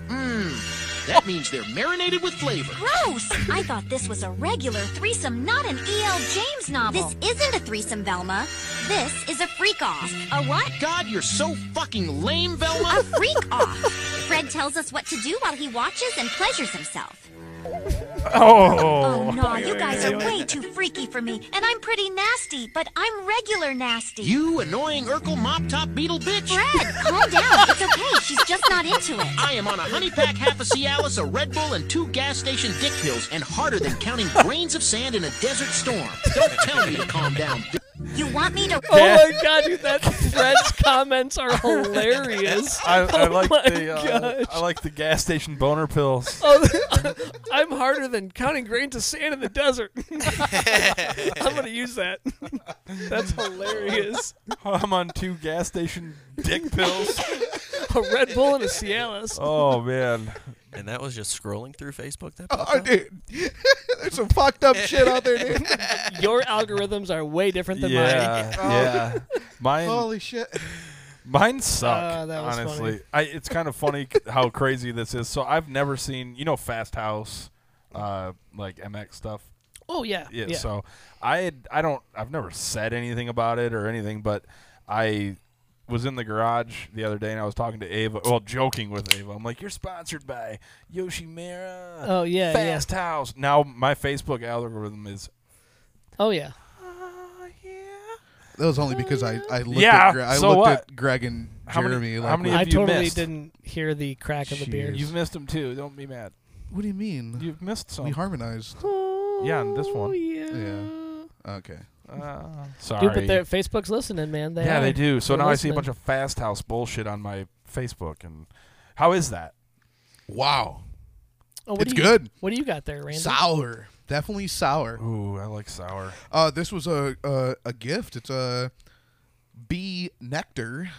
Speaker 5: That means they're marinated with flavor.
Speaker 6: Gross! I thought this was a regular threesome, not an E.L. James novel. This isn't a threesome, Velma. This is a freak off. A what?
Speaker 5: God, you're so fucking lame, Velma.
Speaker 6: A freak off. Fred tells us what to do while he watches and pleasures himself. Oh, no, you guys are way too freaky for me, and I'm pretty nasty, but I'm regular nasty.
Speaker 5: You annoying Urkel mop top beetle bitch.
Speaker 6: Fred, calm down. It's okay. She's just not into it.
Speaker 5: I am on a honey pack, half a Cialis, a Red Bull, and two gas station dick pills, and harder than counting grains of sand in a desert storm. Don't tell me to calm down.
Speaker 6: You want me to?
Speaker 2: Oh my god, dude, that Fred's comments are hilarious.
Speaker 1: I, I like
Speaker 2: Oh my
Speaker 1: the uh,
Speaker 2: gosh.
Speaker 1: I like the gas station boner pills.
Speaker 2: Oh, I'm harder than counting grains of sand in the desert. I'm gonna use that. That's hilarious.
Speaker 1: I'm on two gas station dick pills.
Speaker 2: A Red Bull and a Cialis.
Speaker 1: Oh man,
Speaker 4: and that was just scrolling through Facebook. That
Speaker 3: Oh, dude, there's some fucked up shit out there, dude.
Speaker 2: Your algorithms are way different than mine.
Speaker 1: Oh. yeah, yeah. Mine
Speaker 3: Holy shit.
Speaker 1: Mine suck.
Speaker 2: Oh. Ah, that was
Speaker 1: honestly,
Speaker 2: funny.
Speaker 1: I, it's kind of funny c- how crazy this is. So I've never seen, you know, Fast House, uh, like MX stuff.
Speaker 2: Oh yeah.
Speaker 1: Yeah. So I had, I don't I've never said anything about it or anything, but I was in the garage the other day and I was talking to Ava, well, joking with Ava. I'm like, "You're sponsored by Yoshimura."
Speaker 2: Oh, yeah, yeah.
Speaker 1: Fast House. Now my Facebook algorithm is
Speaker 2: oh yeah. Ah,
Speaker 3: That was only because I I looked
Speaker 1: Yeah,
Speaker 3: at Gre- I
Speaker 1: so
Speaker 3: looked
Speaker 1: what?
Speaker 3: at Greg and
Speaker 1: How many-
Speaker 3: Jeremy.
Speaker 1: how
Speaker 3: like,
Speaker 1: many-
Speaker 3: what-
Speaker 2: I
Speaker 1: you
Speaker 2: totally
Speaker 1: missed.
Speaker 2: didn't hear the crack of the beer.
Speaker 1: You've missed them too. Don't be mad.
Speaker 3: what do you mean?
Speaker 1: You've missed some.
Speaker 3: we harmonized.
Speaker 1: yeah, and this one.
Speaker 2: Yeah.
Speaker 3: Yeah. Okay.
Speaker 1: Uh, sorry.
Speaker 2: Dude, but their Facebook's listening, man. They
Speaker 1: yeah,
Speaker 2: are.
Speaker 1: they do. So
Speaker 2: They're
Speaker 1: now I see a bunch
Speaker 2: listening.
Speaker 1: of fast house bullshit on my Facebook, and how is that?
Speaker 3: Wow.
Speaker 2: Oh, what
Speaker 3: It's
Speaker 2: do you-
Speaker 3: good.
Speaker 2: What do you got there, Randy?
Speaker 3: Sour. Definitely sour.
Speaker 1: Ooh, I like sour.
Speaker 3: Uh, this was a, a a gift. It's a bee nectar,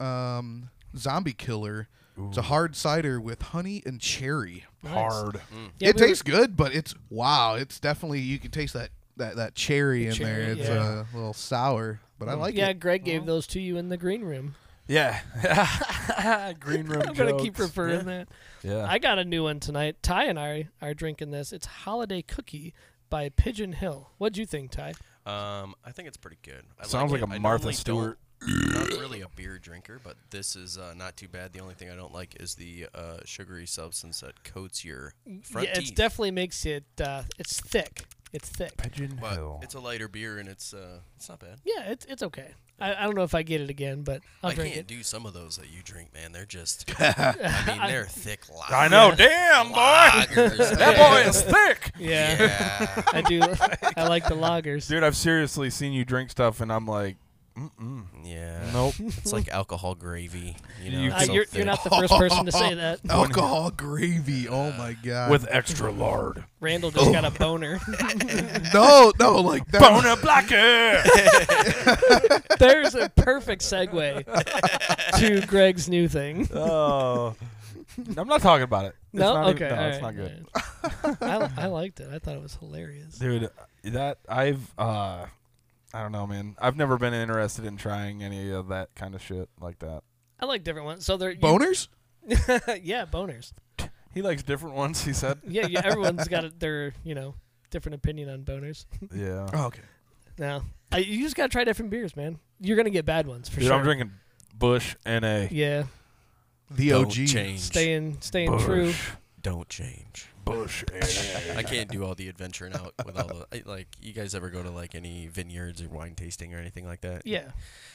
Speaker 3: um, zombie killer. It's a hard cider with honey and cherry.
Speaker 1: Hard.
Speaker 4: Mm.
Speaker 2: Yeah,
Speaker 3: it
Speaker 2: we were-
Speaker 3: tastes good, but it's wow. It's definitely you can taste that that, that cherry in
Speaker 2: cherry,
Speaker 3: there. It's
Speaker 2: yeah. Mm.
Speaker 3: a little sour, but I like
Speaker 2: yeah,
Speaker 3: it.
Speaker 2: Greg gave those to you in the green room.
Speaker 1: Yeah. Green room.
Speaker 2: I'm gonna keep
Speaker 1: jokes.
Speaker 2: referring that.
Speaker 1: Yeah.
Speaker 2: I got a new one tonight. Ty and I are drinking this. It's Holiday Cookie by Pigeon Hill. What'd you think, Ty?
Speaker 4: Um, I think it's pretty good. I
Speaker 1: Sounds
Speaker 4: like,
Speaker 1: like
Speaker 4: it.
Speaker 1: a
Speaker 4: I
Speaker 1: Martha
Speaker 4: normally
Speaker 1: Stewart.
Speaker 4: don't- I'm not really a beer drinker, but this is uh, not too bad. The only thing I don't like is the uh, sugary substance that coats your front
Speaker 2: yeah, it
Speaker 4: teeth.
Speaker 2: definitely makes it. Uh, it's thick. It's thick.
Speaker 1: Pigeon
Speaker 4: but
Speaker 1: Hill.
Speaker 4: it's a lighter beer and it's uh, it's not bad.
Speaker 2: Yeah, it's it's okay. I, I don't know if I get it again, but I'll
Speaker 4: I
Speaker 2: drink
Speaker 4: can't
Speaker 2: it.
Speaker 4: do some of those that you drink, man. They're just. I mean, they're thick. Lagers.
Speaker 1: I know. Damn, boy. That boy is thick.
Speaker 2: yeah,
Speaker 4: Yeah.
Speaker 2: I do. I like the lagers.
Speaker 1: Dude, I've seriously seen you drink stuff, and I'm like, mm-mm.
Speaker 4: Yeah.
Speaker 1: Nope.
Speaker 4: It's like alcohol gravy. You know,
Speaker 1: You
Speaker 4: it's
Speaker 2: Uh,
Speaker 1: so
Speaker 2: you're, you're not the first person to say that.
Speaker 3: Alcohol gravy. Oh my god.
Speaker 1: With extra lard.
Speaker 2: Randall
Speaker 3: Oh.
Speaker 2: just got a boner.
Speaker 3: no, no, like that.
Speaker 1: Bona Blacker.
Speaker 2: There's a perfect segue to Greg's new thing.
Speaker 1: oh. I'm not talking about it. It's
Speaker 2: No,
Speaker 1: not
Speaker 2: okay,
Speaker 1: Even, no,
Speaker 2: all
Speaker 1: it's not
Speaker 2: right,
Speaker 1: good.
Speaker 2: all right. I, I liked it. I thought it was hilarious.
Speaker 1: Dude, that I've uh I don't know, man. I've never been interested in trying any of that kind of shit like that.
Speaker 2: I like different ones. So they're you-
Speaker 3: boners?
Speaker 2: yeah, boners.
Speaker 1: He likes different ones, he said.
Speaker 2: Yeah, yeah. Everyone's got a, their you know different opinion on boners.
Speaker 1: yeah.
Speaker 3: Oh, okay.
Speaker 2: No, I, you just gotta try different beers, man. You're gonna get bad ones for
Speaker 1: Dude,
Speaker 2: sure.
Speaker 1: I'm drinking Bush NA.
Speaker 2: Yeah,
Speaker 3: The
Speaker 4: Don't
Speaker 3: OG.
Speaker 4: change.
Speaker 2: staying staying true.
Speaker 4: Don't change.
Speaker 1: Bush NA.
Speaker 4: I can't do all the adventuring out with all the I- like. You guys ever go to like any vineyards or wine tasting or anything like that?
Speaker 2: Yeah,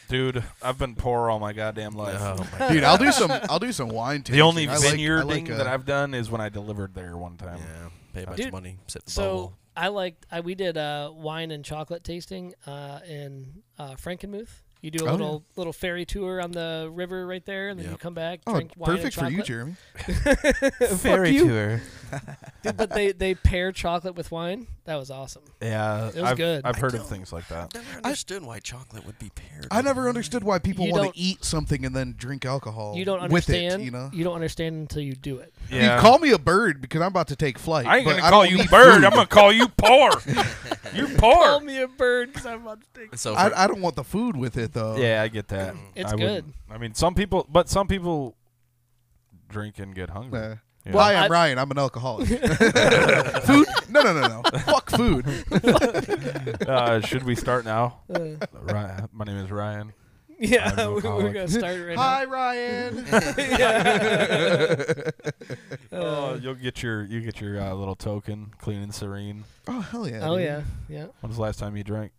Speaker 1: Dude, I've been poor all my goddamn life.
Speaker 4: Oh my
Speaker 3: Dude, I'll do some. I'll do some wine.
Speaker 1: The only
Speaker 3: tasting. I like-
Speaker 1: vineyarding
Speaker 3: I like, uh,
Speaker 1: that I've done is when I delivered there one time.
Speaker 4: Yeah. Pay a bunch
Speaker 2: Dude,
Speaker 4: of money. Sit in the
Speaker 2: so
Speaker 4: bubble.
Speaker 2: I liked. I we did uh, wine and chocolate tasting uh, in uh, Frankenmuth. You do a
Speaker 3: Oh,
Speaker 2: little little ferry tour on the river right there, and then you
Speaker 4: Yep.
Speaker 2: come back,
Speaker 3: Oh,
Speaker 2: drink wine and
Speaker 3: perfect for you,
Speaker 2: chocolate.
Speaker 3: Jeremy.
Speaker 1: Fairy
Speaker 2: you.
Speaker 1: tour.
Speaker 2: Dude, but they they pair chocolate with wine. That was awesome.
Speaker 1: Yeah.
Speaker 2: was
Speaker 1: I've,
Speaker 2: good.
Speaker 1: I've
Speaker 4: I
Speaker 1: heard of
Speaker 4: don't-
Speaker 1: things like that.
Speaker 4: Never understood why chocolate would be paired.
Speaker 3: I
Speaker 4: with
Speaker 3: never
Speaker 4: wine.
Speaker 3: understood why people
Speaker 2: You
Speaker 3: want
Speaker 2: don't-
Speaker 3: to eat something and then drink alcohol.
Speaker 2: You don't
Speaker 3: Oh, with
Speaker 2: understand.
Speaker 3: it, you know.
Speaker 2: don't understand until you do it.
Speaker 1: Yeah.
Speaker 3: You call me a bird because I'm about to take flight.
Speaker 1: I ain't
Speaker 3: but
Speaker 1: gonna
Speaker 3: don't
Speaker 1: call you
Speaker 3: need
Speaker 1: bird.
Speaker 3: food.
Speaker 1: I'm gonna call you poor. You're
Speaker 2: Call
Speaker 1: poor.
Speaker 2: me a bird because I'm about to take.
Speaker 4: So for-
Speaker 3: I, I don't want the food with it though.
Speaker 1: Yeah, I get that.
Speaker 2: It's
Speaker 1: I wouldn't-
Speaker 2: good.
Speaker 1: I mean, some people, but some people drink and get hungry.
Speaker 3: Uh,
Speaker 1: Yeah.
Speaker 3: Hi, I'm
Speaker 2: I-
Speaker 3: Ryan. I'm an alcoholic. food? No, no, no, no. Fuck food.
Speaker 1: uh, should we start now?
Speaker 2: Uh,
Speaker 1: Ryan, my name is Ryan. I'm
Speaker 2: yeah,
Speaker 1: an
Speaker 2: we, are
Speaker 1: alcoholic.
Speaker 2: gonna start right
Speaker 3: Hi, Ryan.
Speaker 2: now. Yeah.
Speaker 1: Oh, you'll get your you get your uh, little token, clean and serene.
Speaker 3: oh hell yeah.
Speaker 2: oh
Speaker 3: dude.
Speaker 2: yeah, yeah.
Speaker 1: When was the last time you drank?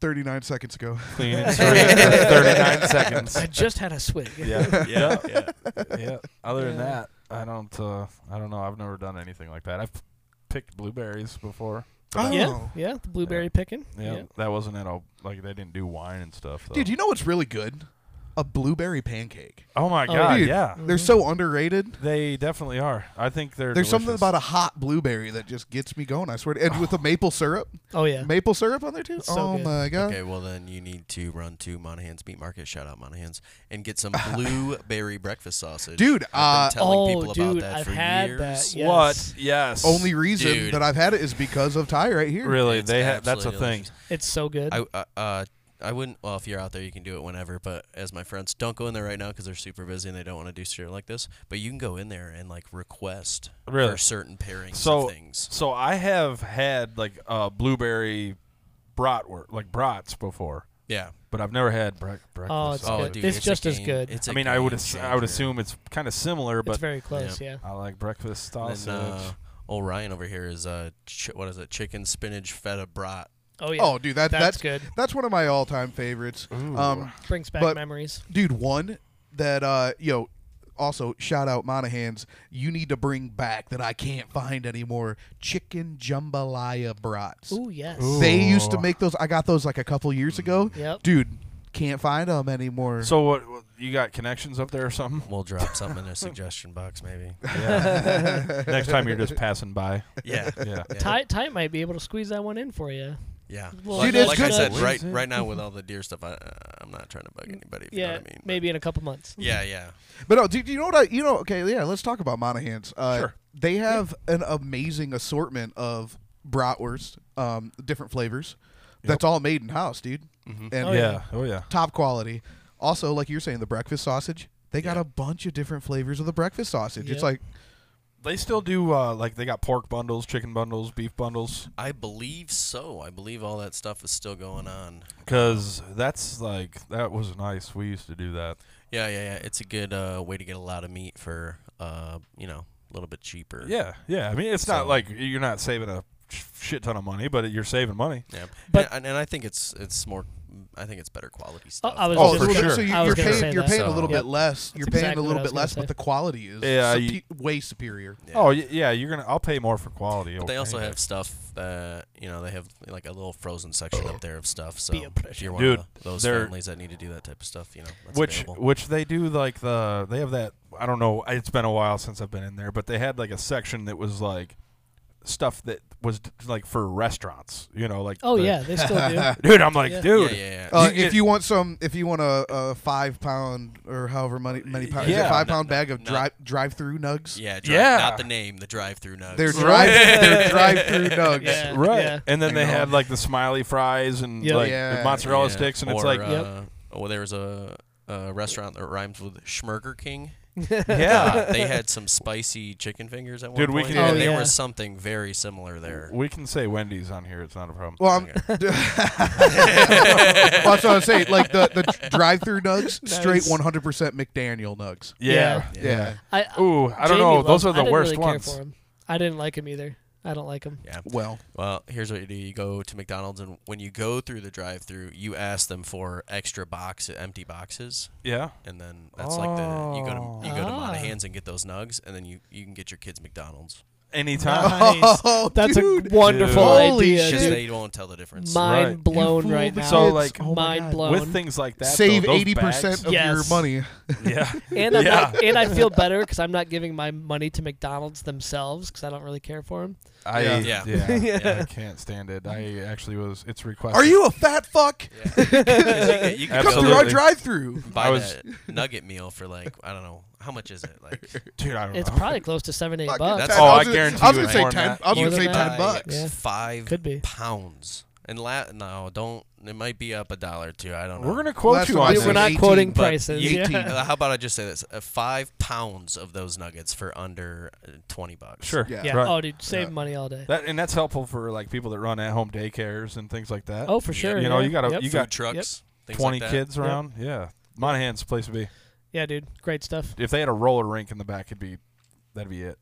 Speaker 3: Thirty-nine seconds ago.
Speaker 1: Clean and serene. for Thirty-nine seconds.
Speaker 2: I just had a swig.
Speaker 1: Yeah,
Speaker 4: yeah, yeah.
Speaker 1: yeah. Other than
Speaker 2: Yeah.
Speaker 1: that, I don't. Uh, I don't know. I've never done anything like that. I've picked blueberries before.
Speaker 3: Oh.
Speaker 2: Yeah, yeah, the blueberry picking.
Speaker 1: Yeah,
Speaker 2: Yeah.
Speaker 1: that wasn't at all. Like they didn't do wine and stuff. Though.
Speaker 3: Dude, you know what's really good? A blueberry pancake.
Speaker 1: oh my
Speaker 2: Oh,
Speaker 1: god,
Speaker 3: Dude,
Speaker 1: yeah.
Speaker 3: They're so underrated.
Speaker 1: They definitely are. I think they're.
Speaker 3: There's something
Speaker 1: delicious.
Speaker 3: about a hot blueberry that just gets me going. I swear. To, and with the maple syrup,
Speaker 2: Oh yeah.
Speaker 3: maple syrup on there too.
Speaker 2: It's so
Speaker 3: oh
Speaker 2: good.
Speaker 3: my god.
Speaker 4: Okay, well then you need to run to Monahan's Meat Market. Shout out Monahan's and get some blueberry breakfast sausage.
Speaker 3: Dude,
Speaker 4: I've
Speaker 3: uh,
Speaker 4: been telling people
Speaker 2: Oh
Speaker 4: about
Speaker 2: dude,
Speaker 4: that
Speaker 2: I've
Speaker 4: for
Speaker 2: had
Speaker 4: years.
Speaker 2: that. Yes.
Speaker 1: What? Yes.
Speaker 3: Only reason
Speaker 4: Dude.
Speaker 3: that I've had it is because of Ty right here.
Speaker 1: Really,
Speaker 4: It's
Speaker 1: they ha- that's a
Speaker 4: absolutely
Speaker 1: thing.
Speaker 2: It's so good.
Speaker 4: I uh, uh, I wouldn't. Well, if you're out there, you can do it whenever. But as my friends, don't go in there right now because they're super busy and they don't want to do shit like this. But you can go in there and like request
Speaker 1: Really?
Speaker 4: for certain pairings
Speaker 1: So
Speaker 4: of things.
Speaker 1: so I have had like uh, blueberry bratwurst, like brats before,
Speaker 4: Yeah.
Speaker 1: but I've never had bre- breakfast.
Speaker 2: Oh, it's
Speaker 4: Oh,
Speaker 2: good.
Speaker 4: dude,
Speaker 2: it's,
Speaker 4: a
Speaker 2: just as
Speaker 4: game-
Speaker 2: good. It's,
Speaker 4: It's
Speaker 1: I
Speaker 4: a
Speaker 1: mean, I would
Speaker 4: game
Speaker 1: assu- I would
Speaker 4: changer.
Speaker 1: assume it's kind of similar, but
Speaker 2: very close. Yeah.
Speaker 1: I like breakfast
Speaker 4: And
Speaker 1: sausage.
Speaker 4: Then, uh, old Ryan over here is uh, ch- what is it? Chicken spinach feta brat.
Speaker 2: Oh yeah.
Speaker 3: Oh, dude, that,
Speaker 2: That's
Speaker 3: that's
Speaker 2: good.
Speaker 3: That's one of my all-time favorites. Um,
Speaker 2: Brings back
Speaker 3: but-
Speaker 2: memories.
Speaker 3: dude, one that uh, yo, also shout out Monahan's. You need to bring back that I can't find anymore. Chicken jambalaya brats.
Speaker 2: Ooh yes.
Speaker 3: They used to make those. I got those like a couple years ago.
Speaker 2: Yep.
Speaker 3: Dude, can't find them anymore.
Speaker 1: so what, what? You got connections up there or something?
Speaker 4: We'll drop something in a suggestion box maybe.
Speaker 1: Next time you're just passing by.
Speaker 4: Yeah.
Speaker 1: Yeah.
Speaker 4: Yeah.
Speaker 2: Ty, Ty might be able to squeeze that one in for you.
Speaker 4: Yeah.
Speaker 2: Well,
Speaker 4: like
Speaker 3: Dude, it's
Speaker 4: like I
Speaker 3: good.
Speaker 4: said,
Speaker 1: What
Speaker 4: right
Speaker 1: is it?
Speaker 4: right now with all the deer stuff, I, I'm not trying to bug anybody. If
Speaker 2: yeah,
Speaker 4: You know what I mean? But-
Speaker 2: maybe in a couple months.
Speaker 4: Yeah, yeah.
Speaker 3: But no, do, do you know what I? You know, okay, yeah. Let's talk about Monahan's. Uh,
Speaker 1: Sure.
Speaker 3: They have an amazing assortment of bratwurst, um, different flavors. That's all made in house, dude. and
Speaker 2: Oh,
Speaker 1: yeah. Oh yeah.
Speaker 3: top quality. Also, like you're saying, the breakfast sausage. They got a bunch of different flavors of the breakfast sausage. It's
Speaker 2: Yep.
Speaker 3: like
Speaker 1: They still do uh, like they got pork bundles, chicken bundles, beef bundles.
Speaker 4: I believe so. I believe all that stuff is still going on.
Speaker 1: Cause that's like that was nice. We used to do that.
Speaker 4: Yeah, yeah, yeah. It's a good uh, way to get a lot of meat for, uh, you know, a little bit cheaper.
Speaker 1: Yeah, yeah. I mean, it's
Speaker 4: So-
Speaker 1: not like you're not saving a sh- shit ton of money, but you're saving money.
Speaker 4: Yeah.
Speaker 2: But-
Speaker 4: and, and I think it's it's more. I think it's better quality
Speaker 2: Oh,
Speaker 4: stuff.
Speaker 2: I was
Speaker 1: Oh,
Speaker 2: just
Speaker 1: for
Speaker 2: gonna-
Speaker 1: sure.
Speaker 3: So you,
Speaker 2: I was
Speaker 3: are
Speaker 2: gonna say
Speaker 3: paying, you're
Speaker 2: that.
Speaker 3: paying a
Speaker 4: So-
Speaker 3: little
Speaker 2: Yep.
Speaker 3: bit less. You're paying
Speaker 2: exactly
Speaker 3: a
Speaker 2: what I
Speaker 3: little
Speaker 2: was
Speaker 3: bit
Speaker 2: gonna
Speaker 3: less,
Speaker 2: say.
Speaker 3: but the quality is
Speaker 1: Yeah,
Speaker 3: supe-
Speaker 1: you-
Speaker 3: way superior.
Speaker 4: Yeah.
Speaker 1: Oh y- yeah, you're gonna. I'll pay more for quality.
Speaker 4: But they
Speaker 1: over
Speaker 4: also
Speaker 1: anything.
Speaker 4: have stuff that you know they have like a little frozen section up there of stuff. So
Speaker 2: Be a
Speaker 4: if you're one
Speaker 1: Dude,
Speaker 4: of the- those
Speaker 1: they're-
Speaker 4: families that need to do that type of stuff, you know, that's
Speaker 1: which
Speaker 4: available.
Speaker 1: which they do like the they have that I don't know it's been a while since I've been in there but they had like a section that was like stuff that was d- like for restaurants you know like
Speaker 2: Oh
Speaker 1: the-
Speaker 2: yeah, they still do.
Speaker 1: dude I'm like
Speaker 2: Yeah.
Speaker 1: dude
Speaker 4: yeah, yeah, yeah.
Speaker 3: Uh,
Speaker 1: You
Speaker 3: if
Speaker 1: get-
Speaker 3: you want some, if you want a, a five pound or however many many pounds, is it
Speaker 1: Yeah.
Speaker 3: five pound bag of
Speaker 4: no.
Speaker 3: drive drive through nugs.
Speaker 4: yeah, dri-
Speaker 1: Yeah.
Speaker 4: Not the name, the drive-through nugs.
Speaker 3: They're drive they're drive through nugs.
Speaker 2: Yeah.
Speaker 1: right
Speaker 2: Yeah.
Speaker 1: and then they had like the smiley fries and
Speaker 2: Yeah.
Speaker 1: like
Speaker 3: Yeah.
Speaker 1: the mozzarella
Speaker 4: Yeah.
Speaker 1: sticks and it's
Speaker 4: Or,
Speaker 1: like
Speaker 4: uh,
Speaker 2: Yep.
Speaker 4: oh, there was a, a restaurant that rhymes with Schmurger King.
Speaker 1: yeah
Speaker 4: they had some spicy chicken fingers at one
Speaker 1: Dude, we
Speaker 4: point,
Speaker 1: can-
Speaker 4: and
Speaker 2: Oh,
Speaker 4: they
Speaker 2: yeah.
Speaker 4: were something very similar there.
Speaker 1: we can say Wendy's on here it's not a problem
Speaker 3: Well, I'm, well, that's what I was saying. Like the, the drive through nugs, straight
Speaker 2: Nice.
Speaker 3: 100% McDaniel nugs.
Speaker 1: yeah
Speaker 4: Yeah.
Speaker 1: yeah,
Speaker 2: I,
Speaker 1: ooh I don't
Speaker 2: Jamie
Speaker 1: know
Speaker 2: loved
Speaker 1: those
Speaker 2: him.
Speaker 1: are the
Speaker 2: I didn't
Speaker 1: worst
Speaker 2: really
Speaker 1: ones
Speaker 2: Care for him. I didn't like him either. I don't like him.
Speaker 4: Yeah.
Speaker 3: Well,
Speaker 4: Well, here's what you do: you go to McDonald's, and when you go through the drive-through, you ask them for extra box, empty boxes,
Speaker 1: yeah
Speaker 4: and then that's like the you go to you go to
Speaker 2: Ah.
Speaker 4: Monahan's and get those nugs, and then you you can get your kids McDonald's
Speaker 1: anytime
Speaker 2: Nice.
Speaker 3: Oh,
Speaker 2: That's
Speaker 3: dude.
Speaker 2: a wonderful
Speaker 1: Dude.
Speaker 3: Holy
Speaker 2: idea.
Speaker 3: shit.
Speaker 4: because
Speaker 2: dude.
Speaker 4: they won't tell the difference.
Speaker 2: Mind
Speaker 1: Right.
Speaker 2: blown
Speaker 3: You
Speaker 2: right
Speaker 3: fooled
Speaker 2: now.
Speaker 1: So, the like- kids.
Speaker 3: Oh my
Speaker 2: mind
Speaker 3: God.
Speaker 2: blown.
Speaker 1: with things like that
Speaker 3: save
Speaker 1: though, those
Speaker 3: 80%
Speaker 1: bags-
Speaker 3: of your
Speaker 2: Yes.
Speaker 3: money.
Speaker 1: yeah
Speaker 2: and I'm
Speaker 1: Yeah.
Speaker 2: not- and I feel better because I'm not giving my money to McDonald's themselves because I don't really care for them.
Speaker 1: I
Speaker 3: Yeah.
Speaker 1: yeah.
Speaker 4: Yeah.
Speaker 1: I can't stand it. I actually was. It's requested.
Speaker 3: Are you a fat fuck?
Speaker 4: You can- you can
Speaker 3: Come
Speaker 4: go
Speaker 3: through our
Speaker 1: Absolutely.
Speaker 3: drive through.
Speaker 4: buy
Speaker 1: I was-
Speaker 4: that nugget meal for like I don't know how much is it like
Speaker 1: dude? I don't
Speaker 2: It's
Speaker 1: know.
Speaker 2: probably close to seven eight bucks.
Speaker 4: that's-
Speaker 1: Oh,
Speaker 4: I
Speaker 1: I,
Speaker 4: was
Speaker 3: gonna-
Speaker 1: guarantee
Speaker 3: I was
Speaker 1: you
Speaker 3: gonna
Speaker 1: it's
Speaker 3: say
Speaker 1: more than
Speaker 3: 10
Speaker 1: that.
Speaker 3: I was
Speaker 2: More
Speaker 3: going to
Speaker 2: than
Speaker 3: say
Speaker 2: that.
Speaker 3: 10 bucks.
Speaker 2: Yeah.
Speaker 4: five
Speaker 2: Could be.
Speaker 4: pounds and la- no don't it might be up a dollar too I don't know
Speaker 1: We're gonna quote
Speaker 3: Last
Speaker 1: you
Speaker 3: one
Speaker 1: on
Speaker 3: I
Speaker 2: We-
Speaker 1: this.
Speaker 2: We're not
Speaker 3: 18,
Speaker 2: quoting
Speaker 3: but
Speaker 4: But
Speaker 2: prices.
Speaker 4: you-
Speaker 2: Yeah.
Speaker 4: uh, How about I just say this? Uh, five pounds of those nuggets for under uh, twenty bucks.
Speaker 1: sure.
Speaker 3: Yeah.
Speaker 2: Yeah.
Speaker 1: Right.
Speaker 2: Oh, dude, save
Speaker 3: Yeah.
Speaker 2: money all day.
Speaker 1: That and that's helpful for like people that run at home daycares and things like that.
Speaker 2: Oh, for sure.
Speaker 1: you know,
Speaker 2: yeah.
Speaker 1: you gotta-
Speaker 2: Yep.
Speaker 1: you
Speaker 4: Food
Speaker 1: got
Speaker 4: trucks. things
Speaker 1: twenty
Speaker 4: like that.
Speaker 1: kids around. Yeah, Monahan's the place to be.
Speaker 2: Yeah, dude, great stuff.
Speaker 1: If they had a roller rink in the back, it'd be that'd be it.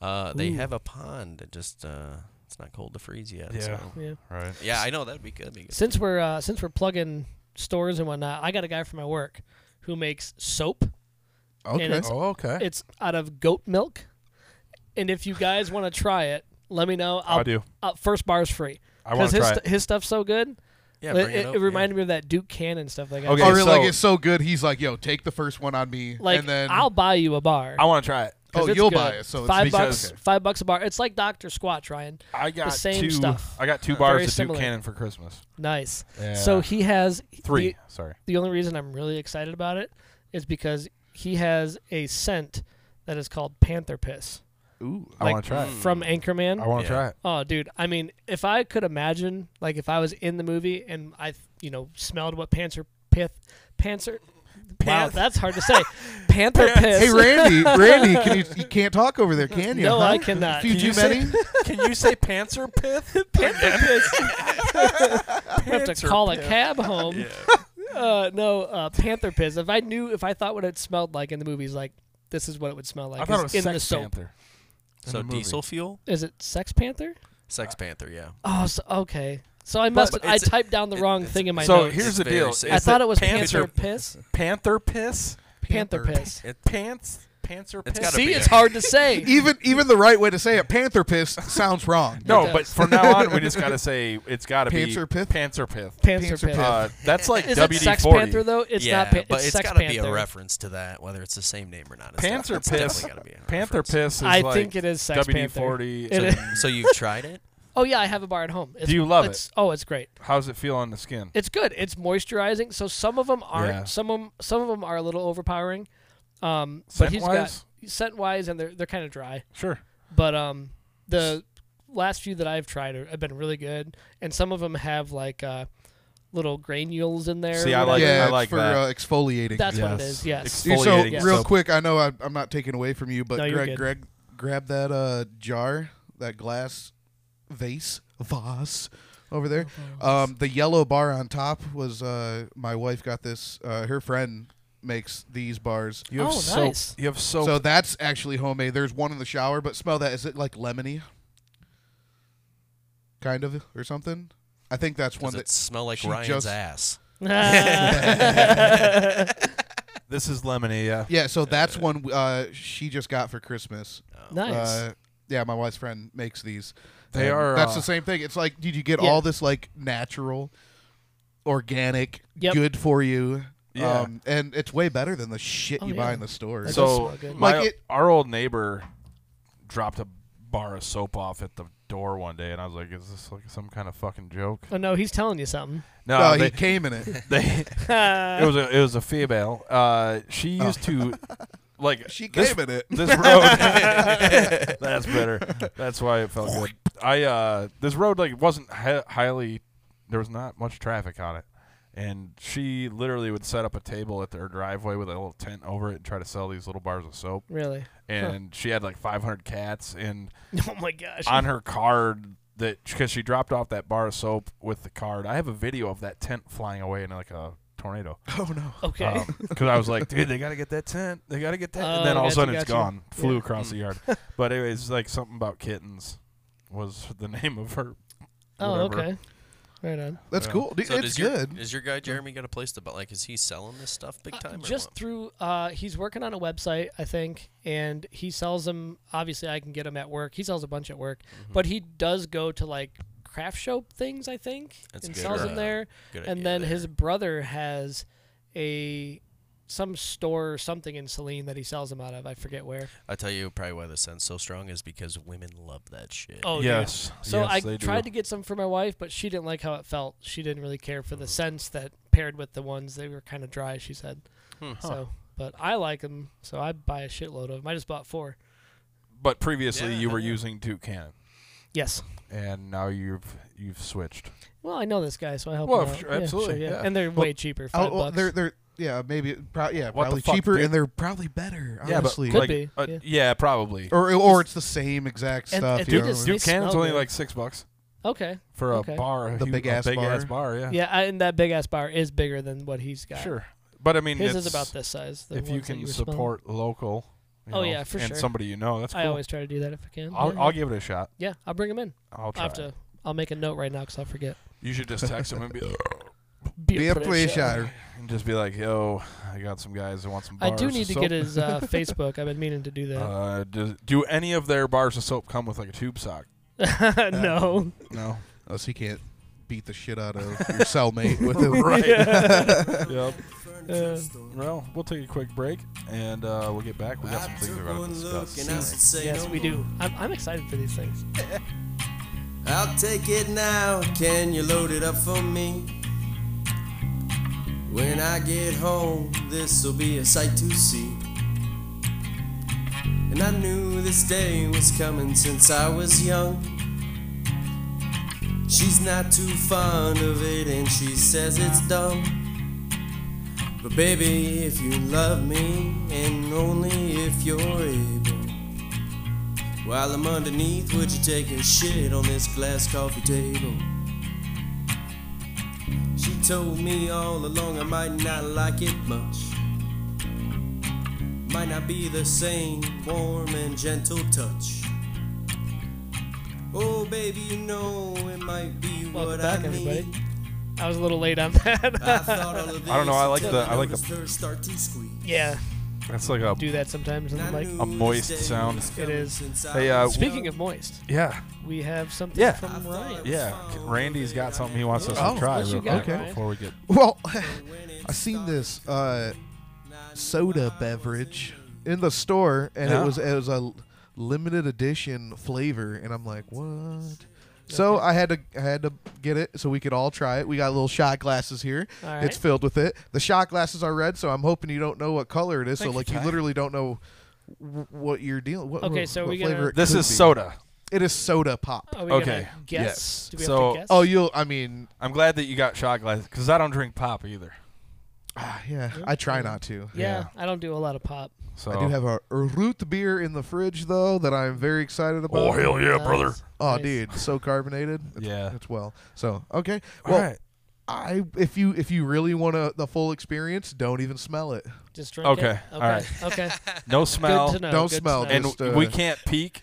Speaker 4: Uh, they
Speaker 2: Ooh.
Speaker 4: have a pond. It just uh, it's not cold to freeze yet.
Speaker 1: Yeah.
Speaker 4: So.
Speaker 2: Yeah.
Speaker 1: Right.
Speaker 4: Yeah, I know that'd be good. that'd be good.
Speaker 2: Since we're uh, since we're plugging stores and whatnot, I got a guy from my work who makes soap. And
Speaker 3: Okay.
Speaker 2: it's-
Speaker 1: Oh, okay.
Speaker 2: It's out of goat milk, and if you guys want to try it, let me know. I'll,
Speaker 1: I do.
Speaker 2: Uh, first bar's free.
Speaker 1: I want to
Speaker 2: his
Speaker 1: try
Speaker 2: st-
Speaker 1: it.
Speaker 2: his stuff's so good.
Speaker 4: Yeah,
Speaker 2: Like,
Speaker 4: bring it, up.
Speaker 2: reminded me of that Duke Cannon stuff they got.
Speaker 1: Okay,
Speaker 3: Oh, really? like
Speaker 1: so-
Speaker 3: it's so good. He's like, yo, take the first one on me.
Speaker 2: Like
Speaker 3: and then,
Speaker 2: I'll buy you a bar.
Speaker 1: I want to try it.
Speaker 2: 'cause
Speaker 3: oh,
Speaker 2: it's
Speaker 3: you'll
Speaker 2: good.
Speaker 3: buy it. So it's
Speaker 2: five
Speaker 3: because-
Speaker 2: bucks, five bucks a bar. It's like Doctor Squatch, Ryan.
Speaker 1: I got
Speaker 2: same
Speaker 1: two.
Speaker 2: stuff.
Speaker 1: I got two
Speaker 2: Very
Speaker 1: bars of Duke
Speaker 2: similar.
Speaker 1: Cannon for Christmas.
Speaker 2: Nice. So
Speaker 1: Yeah.
Speaker 2: he has
Speaker 1: three.
Speaker 2: The,
Speaker 1: Sorry.
Speaker 2: the only reason I'm really excited about it is because he has a scent that is called Panther Piss.
Speaker 3: Ooh.
Speaker 1: I
Speaker 2: like,
Speaker 1: want to try it.
Speaker 2: From Anchorman.
Speaker 1: I want
Speaker 4: Yeah.
Speaker 1: to try it.
Speaker 2: Oh, dude! I mean, if I could imagine, like, if I was in the movie and I, you know, smelled what Panther Pith, Panther, wow,
Speaker 1: Panth-
Speaker 2: that's hard to say, Panther Piss.
Speaker 3: Hey, Randy, Randy, can you, you can't talk over there, can you?
Speaker 2: No,
Speaker 3: huh?
Speaker 2: I cannot.
Speaker 3: Few
Speaker 1: Can you
Speaker 3: too
Speaker 1: say-
Speaker 3: many?
Speaker 1: Can you say pantser pith?
Speaker 2: We have to call a cab home. Uh, no, uh, panther piss. If I knew, if I thought what it smelled like in the movies, like this is what it would smell like.
Speaker 1: I thought it was
Speaker 2: is in
Speaker 1: sex
Speaker 2: the soap.
Speaker 1: panther. in
Speaker 4: so
Speaker 1: the movie.
Speaker 4: diesel fuel,
Speaker 2: Is it sex panther?
Speaker 4: Sex Panther. Yeah.
Speaker 2: Oh, so, okay. So I must.
Speaker 4: But
Speaker 2: I
Speaker 4: it's-
Speaker 2: typed down the
Speaker 4: it-
Speaker 2: wrong
Speaker 4: it's-
Speaker 2: thing in my
Speaker 1: So
Speaker 2: notes.
Speaker 1: here's the
Speaker 4: It's
Speaker 1: deal.
Speaker 4: very safe.
Speaker 2: I
Speaker 1: Is
Speaker 2: thought
Speaker 1: it
Speaker 2: it was
Speaker 1: panther-
Speaker 2: panther, piss.
Speaker 1: Panther piss.
Speaker 2: Panther piss.
Speaker 4: It,
Speaker 1: Pants. Panther
Speaker 4: It's
Speaker 1: piss.
Speaker 4: gotta
Speaker 2: See,
Speaker 4: be
Speaker 2: it's
Speaker 4: a-
Speaker 2: hard to say.
Speaker 3: Even even the right way to say it, panther piss, sounds wrong.
Speaker 1: no,
Speaker 2: It
Speaker 1: but
Speaker 2: does.
Speaker 1: from now on, we just gotta say it's gotta
Speaker 3: Panther
Speaker 1: be
Speaker 3: pith?
Speaker 1: Panther pith.
Speaker 2: Panther
Speaker 3: Panther
Speaker 2: piss.
Speaker 3: piss.
Speaker 1: Uh, that's like
Speaker 2: is
Speaker 1: WD
Speaker 2: it sex
Speaker 1: forty.
Speaker 2: panther though? It's
Speaker 4: yeah,
Speaker 2: not. Pa-
Speaker 4: but it's
Speaker 2: sex
Speaker 4: gotta be
Speaker 2: panther.
Speaker 4: a reference to that, whether it's the same name or not. It's
Speaker 1: Panther
Speaker 4: def-
Speaker 1: piss.
Speaker 4: It's definitely gotta be a
Speaker 1: Panther
Speaker 4: reference.
Speaker 1: piss is
Speaker 2: I
Speaker 1: like
Speaker 2: think it is sex
Speaker 1: WD
Speaker 2: panther.
Speaker 1: forty.
Speaker 2: It is.
Speaker 4: So you've tried it?
Speaker 2: Oh yeah, I have a bar at home. It's,
Speaker 1: you love
Speaker 2: it's, it? Oh, it's great.
Speaker 1: How's it feel on the skin?
Speaker 2: It's good. It's moisturizing. So some of them aren't.
Speaker 1: Yeah.
Speaker 2: Some of them, some of them are a little overpowering. Um, but he's
Speaker 1: Scent-wise?
Speaker 2: got scent wise, and they're they're kind of dry.
Speaker 1: Sure.
Speaker 2: But um, the last few that I've tried are, have been really good, and some of them have like uh, little granules in there. or
Speaker 1: See, I
Speaker 2: whatever.
Speaker 1: like-
Speaker 3: yeah,
Speaker 1: like
Speaker 3: for
Speaker 1: that.
Speaker 3: Uh, exfoliating.
Speaker 2: That's what it
Speaker 1: Yes.
Speaker 2: is. Yes.
Speaker 1: Exfoliating
Speaker 3: so
Speaker 1: soap.
Speaker 3: real quick, I know I, I'm not taking away from you, but
Speaker 2: No, you're
Speaker 3: Greg,
Speaker 2: good.
Speaker 3: Greg, grab that uh, jar, that glass vase, vase over there.
Speaker 2: Oh,
Speaker 3: Um, the yellow bar on top was uh, my wife got this. Uh, her friend makes these bars.
Speaker 1: You have
Speaker 2: Oh,
Speaker 1: soap.
Speaker 2: nice.
Speaker 1: You have soap.
Speaker 3: So that's actually homemade. There's one in the shower, but smell that. Is it like lemony? Kind of, or something? I think that's one
Speaker 4: Does it
Speaker 3: that.
Speaker 4: smell like
Speaker 3: she
Speaker 4: Ryan's
Speaker 3: just-
Speaker 4: ass?
Speaker 1: this is lemony. Yeah.
Speaker 3: Yeah, so that's one uh, she just got for Christmas.
Speaker 2: nice.
Speaker 3: Uh, yeah, my wife's friend makes these.
Speaker 1: They
Speaker 3: And
Speaker 1: are,
Speaker 3: That's
Speaker 1: uh,
Speaker 3: the same thing. It's like, did you get
Speaker 2: Yeah.
Speaker 3: all this like natural, organic,
Speaker 2: Yep.
Speaker 3: good for you?
Speaker 1: Yeah.
Speaker 3: Um, and it's way better than the shit
Speaker 2: Oh,
Speaker 3: you
Speaker 2: yeah.
Speaker 3: buy in the store.
Speaker 2: That does
Speaker 1: So
Speaker 2: smell good.
Speaker 1: my
Speaker 3: Like it-
Speaker 1: our old neighbor dropped a bar of soap off at the door one day, and I was like, "Is this like some kind of fucking joke?"
Speaker 2: oh no, he's telling you something.
Speaker 1: No,
Speaker 3: no,
Speaker 1: uh, they,
Speaker 3: oh, he came in it.
Speaker 1: they it was a it was a female. Uh, she used to like
Speaker 3: Oh. She came
Speaker 1: this,
Speaker 3: in it.
Speaker 1: this road. that's better. That's why it felt good. I uh, this road like wasn't hi- highly. There was not much traffic on it, and she literally would set up a table at their driveway with a little tent over it and try to sell these little bars of soap.
Speaker 2: really?
Speaker 1: And she had like 500 cats, and
Speaker 2: Oh my gosh.
Speaker 1: on her card that because she dropped off that bar of soap with the card. I have a video of that tent flying away in like a tornado.
Speaker 3: Oh no.
Speaker 2: okay.
Speaker 1: Because I was like, dude, they gotta get that tent. They gotta get that.
Speaker 2: Oh,
Speaker 1: and then all of a
Speaker 2: gotcha,
Speaker 1: sudden it's
Speaker 2: gotcha.
Speaker 1: gone. Flew
Speaker 2: Yeah. Mm.
Speaker 1: across the yard. But anyways, like something about kittens was the name of her.
Speaker 2: oh
Speaker 1: whatever.
Speaker 2: okay. Right on.
Speaker 3: That's cool. Dude,
Speaker 4: So
Speaker 3: it's
Speaker 4: does your
Speaker 3: good.
Speaker 4: is your guy Jeremy got a place to buy? Like, is he selling this stuff big
Speaker 2: Uh,
Speaker 4: time? or
Speaker 2: just
Speaker 4: what?
Speaker 2: through uh, he's working on a website i think and he sells them obviously i can get them at work he sells a bunch at work
Speaker 4: Mm-hmm.
Speaker 2: but he does go to like craft show things i think
Speaker 4: That's
Speaker 2: and
Speaker 4: good,
Speaker 2: sells
Speaker 4: uh,
Speaker 2: them there
Speaker 4: good
Speaker 2: and
Speaker 4: idea
Speaker 2: then
Speaker 4: there.
Speaker 2: his brother has a some store or something in Celine that he sells them out of i forget where
Speaker 4: I tell you, probably why the scent's so strong is because women love that shit.
Speaker 2: oh dude.
Speaker 1: yes.
Speaker 2: So
Speaker 1: Yes,
Speaker 2: I
Speaker 1: they do.
Speaker 2: tried to get some for my wife, but she didn't like how it felt. She didn't really care
Speaker 1: Mm.
Speaker 2: for the scents that paired with the ones they were kind of dry. She said.
Speaker 1: Hmm.
Speaker 2: So, but I like them, so I buy a shitload of them. I just bought four.
Speaker 1: But previously
Speaker 4: Yeah,
Speaker 1: you were
Speaker 4: yeah.
Speaker 1: using Duke Cannon,
Speaker 2: Yes.
Speaker 1: and now you've you've switched.
Speaker 2: Well, I know this guy, so I help.
Speaker 1: Well,
Speaker 2: him out.
Speaker 1: sure,
Speaker 2: Yeah,
Speaker 1: absolutely,
Speaker 2: sure,
Speaker 1: yeah.
Speaker 2: And they're way cheaper.
Speaker 3: Oh,
Speaker 2: Five
Speaker 3: well,
Speaker 2: bucks.
Speaker 3: they're they're yeah maybe pro- yeah
Speaker 1: What the
Speaker 3: probably
Speaker 1: fuck,
Speaker 3: cheaper
Speaker 1: dude?
Speaker 3: and they're probably better. Honestly,
Speaker 1: Yeah,
Speaker 2: Could
Speaker 1: but like,
Speaker 2: be,
Speaker 1: uh,
Speaker 2: yeah.
Speaker 1: probably.
Speaker 3: or or it's the same exact
Speaker 2: And-
Speaker 3: stuff.
Speaker 2: and
Speaker 3: you
Speaker 2: dude,
Speaker 3: know?
Speaker 2: it's-
Speaker 1: Duke
Speaker 2: They smell
Speaker 1: Cannon's only
Speaker 2: good.
Speaker 1: like six bucks
Speaker 2: okay.
Speaker 1: for a
Speaker 2: Okay.
Speaker 1: bar. a
Speaker 3: The
Speaker 1: hu-
Speaker 3: big
Speaker 1: a
Speaker 3: ass
Speaker 1: big
Speaker 3: bar.
Speaker 1: ass bar. Yeah.
Speaker 2: Yeah, I, and that big ass bar is bigger than what he's got.
Speaker 1: Sure. But I mean,
Speaker 2: His
Speaker 1: it's-
Speaker 2: is about this size. the
Speaker 1: if you
Speaker 2: ones that
Speaker 1: can
Speaker 2: were smelling.
Speaker 1: support local. you
Speaker 2: Oh,
Speaker 1: know,
Speaker 2: yeah, for
Speaker 1: and
Speaker 2: sure.
Speaker 1: somebody you know, that's cool.
Speaker 2: I always try to do that if I can.
Speaker 1: I'll,
Speaker 2: yeah,
Speaker 1: I'll give it a shot.
Speaker 2: yeah, I'll bring them in.
Speaker 1: I'll
Speaker 2: I'll
Speaker 1: try.
Speaker 2: have to. I'll make a note right now because I'll forget.
Speaker 1: You should just text him and be like,
Speaker 3: be a play shot.
Speaker 1: and just be like, "Yo, I got some guys that want some
Speaker 2: I
Speaker 1: bars."
Speaker 2: do need
Speaker 1: of
Speaker 2: to
Speaker 1: soap.
Speaker 2: get his uh, Facebook. I've been meaning to do that.
Speaker 1: Uh, do, do any of their bars of soap come with like a tube sock? Uh,
Speaker 2: no.
Speaker 1: No.
Speaker 3: Unless he can't beat the shit out of your cellmate with it.
Speaker 1: Right. yep. Well, we'll take a quick break and uh, we'll get back. We got some things we're going to discuss.
Speaker 2: yes, we do. I'm, I'm excited for these things.
Speaker 7: I'll take it now. Can you load it up for me? When I get home, this'll be a sight to see. And I knew this day was coming since I was young. She's not too fond of it and she says it's dumb. But baby, if you love me, and only if you're able. While I'm underneath, would you take a shit on this glass coffee table? She told me all along I might not like it much. Might not be the same warm and gentle touch. Oh, baby, you know it might be
Speaker 2: Welcome
Speaker 7: what
Speaker 2: back,
Speaker 7: I need.
Speaker 2: everybody. I was a little late on that.
Speaker 4: Ah,
Speaker 7: I thought all of
Speaker 1: I don't know, I like
Speaker 7: this
Speaker 1: the-
Speaker 7: until
Speaker 1: I like the-
Speaker 7: noticed her start to squeak.
Speaker 2: yeah,
Speaker 1: That's like a
Speaker 2: do that sometimes. And
Speaker 7: And
Speaker 2: I'm
Speaker 7: I
Speaker 2: like,
Speaker 7: knew
Speaker 1: a moist
Speaker 7: this day
Speaker 1: sound.
Speaker 7: was
Speaker 1: It
Speaker 7: coming
Speaker 2: is.
Speaker 7: since I
Speaker 1: Hey, uh,
Speaker 7: was
Speaker 2: speaking
Speaker 7: young.
Speaker 2: of moist,
Speaker 1: yeah,
Speaker 2: we have something
Speaker 1: Yeah.
Speaker 2: from Ryan.
Speaker 1: yeah. Randy's got something he wants us
Speaker 3: Oh,
Speaker 1: to try
Speaker 2: what you
Speaker 1: real
Speaker 2: got,
Speaker 1: quick
Speaker 2: Ryan?
Speaker 1: before we get.
Speaker 3: Well, I seen this uh, soda beverage in the store, and
Speaker 2: Uh-huh.
Speaker 1: Yeah.
Speaker 3: it was it was a limited edition flavor, and I'm like, what? So I had to I had to get it so we could all try it. We got little shot glasses here.
Speaker 2: All right.
Speaker 3: It's filled with it. The shot glasses are red, so I'm hoping you don't know what color it is. so like you literally don't know wh- what you're dealing. What,
Speaker 2: Okay,
Speaker 3: what-
Speaker 2: so
Speaker 3: what
Speaker 2: we gotta-
Speaker 3: flavor it
Speaker 1: This
Speaker 3: could
Speaker 1: is
Speaker 3: be.
Speaker 1: soda.
Speaker 3: It is soda pop.
Speaker 2: Are we
Speaker 1: Okay,
Speaker 2: Gonna
Speaker 1: yes.
Speaker 2: guess? Do we have
Speaker 1: So-
Speaker 2: to guess?
Speaker 3: Oh, you'll. I mean,
Speaker 1: I'm glad that you got shot glasses because I don't drink pop either.
Speaker 3: ah, yeah. I try not to.
Speaker 2: yeah, I don't do a lot of pop.
Speaker 1: So
Speaker 3: I do have a root beer in the fridge though that I'm very excited about.
Speaker 1: Oh hell yeah,
Speaker 2: Nice.
Speaker 1: brother!
Speaker 3: Oh,
Speaker 2: Nice.
Speaker 3: dude, so carbonated. It's,
Speaker 1: Yeah.
Speaker 3: it's well. So okay.
Speaker 1: All
Speaker 3: Well,
Speaker 1: right.
Speaker 3: I if you if you really want a, the full experience, don't even smell it.
Speaker 2: Just drink it.
Speaker 1: Okay, all right.
Speaker 2: Okay.
Speaker 1: No
Speaker 2: Good
Speaker 1: smell,
Speaker 2: to know.
Speaker 3: Don't
Speaker 2: good to
Speaker 3: smell,
Speaker 2: know.
Speaker 1: and
Speaker 3: Just, uh,
Speaker 1: we can't peek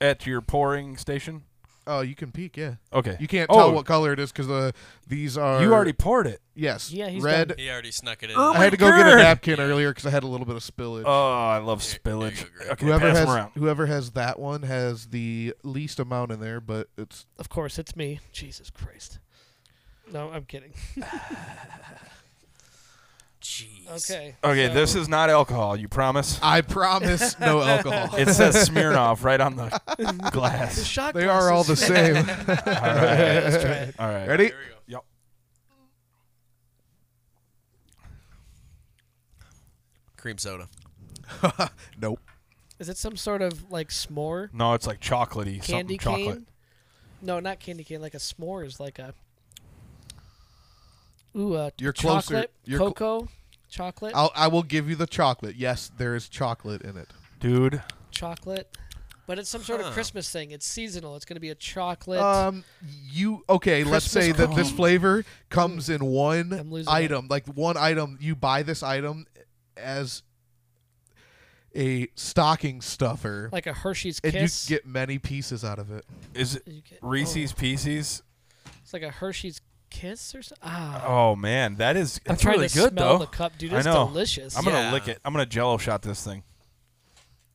Speaker 1: at your pouring station.
Speaker 3: Oh, you can peek, yeah.
Speaker 1: Okay,
Speaker 3: You can't
Speaker 1: Oh,
Speaker 3: tell what color it is because uh, these are.
Speaker 1: You already poured it.
Speaker 3: yes.
Speaker 2: Yeah, he's
Speaker 3: red.
Speaker 4: He already snuck it in.
Speaker 1: Oh
Speaker 3: I had to go
Speaker 1: my
Speaker 3: get a
Speaker 1: God.
Speaker 3: napkin earlier because I had a little bit of spillage.
Speaker 1: Oh, I love
Speaker 4: there you
Speaker 1: spillage.
Speaker 4: go, Greg.
Speaker 1: Okay,
Speaker 3: whoever
Speaker 1: pass 'em
Speaker 3: has
Speaker 1: around.
Speaker 3: whoever has that one has the least amount in there, but it's
Speaker 2: Of course, it's me. Jesus Christ. No, I'm kidding.
Speaker 4: Jeez.
Speaker 2: Okay.
Speaker 1: Okay,
Speaker 2: so-
Speaker 1: this is not alcohol. You promise?
Speaker 3: I promise no alcohol.
Speaker 1: It says Smirnoff right on the
Speaker 2: The
Speaker 1: glass.
Speaker 2: shot
Speaker 3: they are all the
Speaker 2: glasses.
Speaker 3: same.
Speaker 1: All right.
Speaker 2: Let's try it.
Speaker 1: All right.
Speaker 3: Ready?
Speaker 4: Here we go.
Speaker 1: Yep.
Speaker 4: Cream soda.
Speaker 3: Nope.
Speaker 2: Is it some sort of like s'more
Speaker 1: No, it's like chocolatey. something
Speaker 2: candy
Speaker 1: chocolate.
Speaker 2: cane? No, not candy cane. Like a s'more is like a. Ooh, uh,
Speaker 3: You're
Speaker 2: chocolate,
Speaker 3: closer- you're cl-
Speaker 2: cocoa, chocolate,
Speaker 3: I'll, I will give you the chocolate. Yes, there is chocolate in it.
Speaker 1: Dude.
Speaker 2: chocolate. But it's some sort of Christmas thing. It's seasonal. It's going to be a chocolate.
Speaker 3: Um, you okay? let's
Speaker 2: Christmas
Speaker 3: say that this
Speaker 2: cookie.
Speaker 3: flavor comes in
Speaker 2: I'm
Speaker 3: one
Speaker 2: losing it.
Speaker 3: item, like one item. You buy this item as a stocking stuffer,
Speaker 2: like a Hershey's
Speaker 3: and
Speaker 2: kiss.
Speaker 3: you get many pieces out of it.
Speaker 1: Is it
Speaker 2: You get-
Speaker 1: Reese's Pieces?
Speaker 2: oh, it's like a Hershey's kiss or something. Ah,
Speaker 1: Oh man, that is
Speaker 2: I'm
Speaker 1: that's
Speaker 2: trying
Speaker 1: really
Speaker 2: to
Speaker 1: good
Speaker 2: smell
Speaker 1: though.
Speaker 2: the cup, dude.
Speaker 1: I
Speaker 2: It's
Speaker 1: know.
Speaker 2: delicious.
Speaker 1: I'm
Speaker 4: Yeah.
Speaker 1: gonna lick it. I'm gonna Jello shot this thing.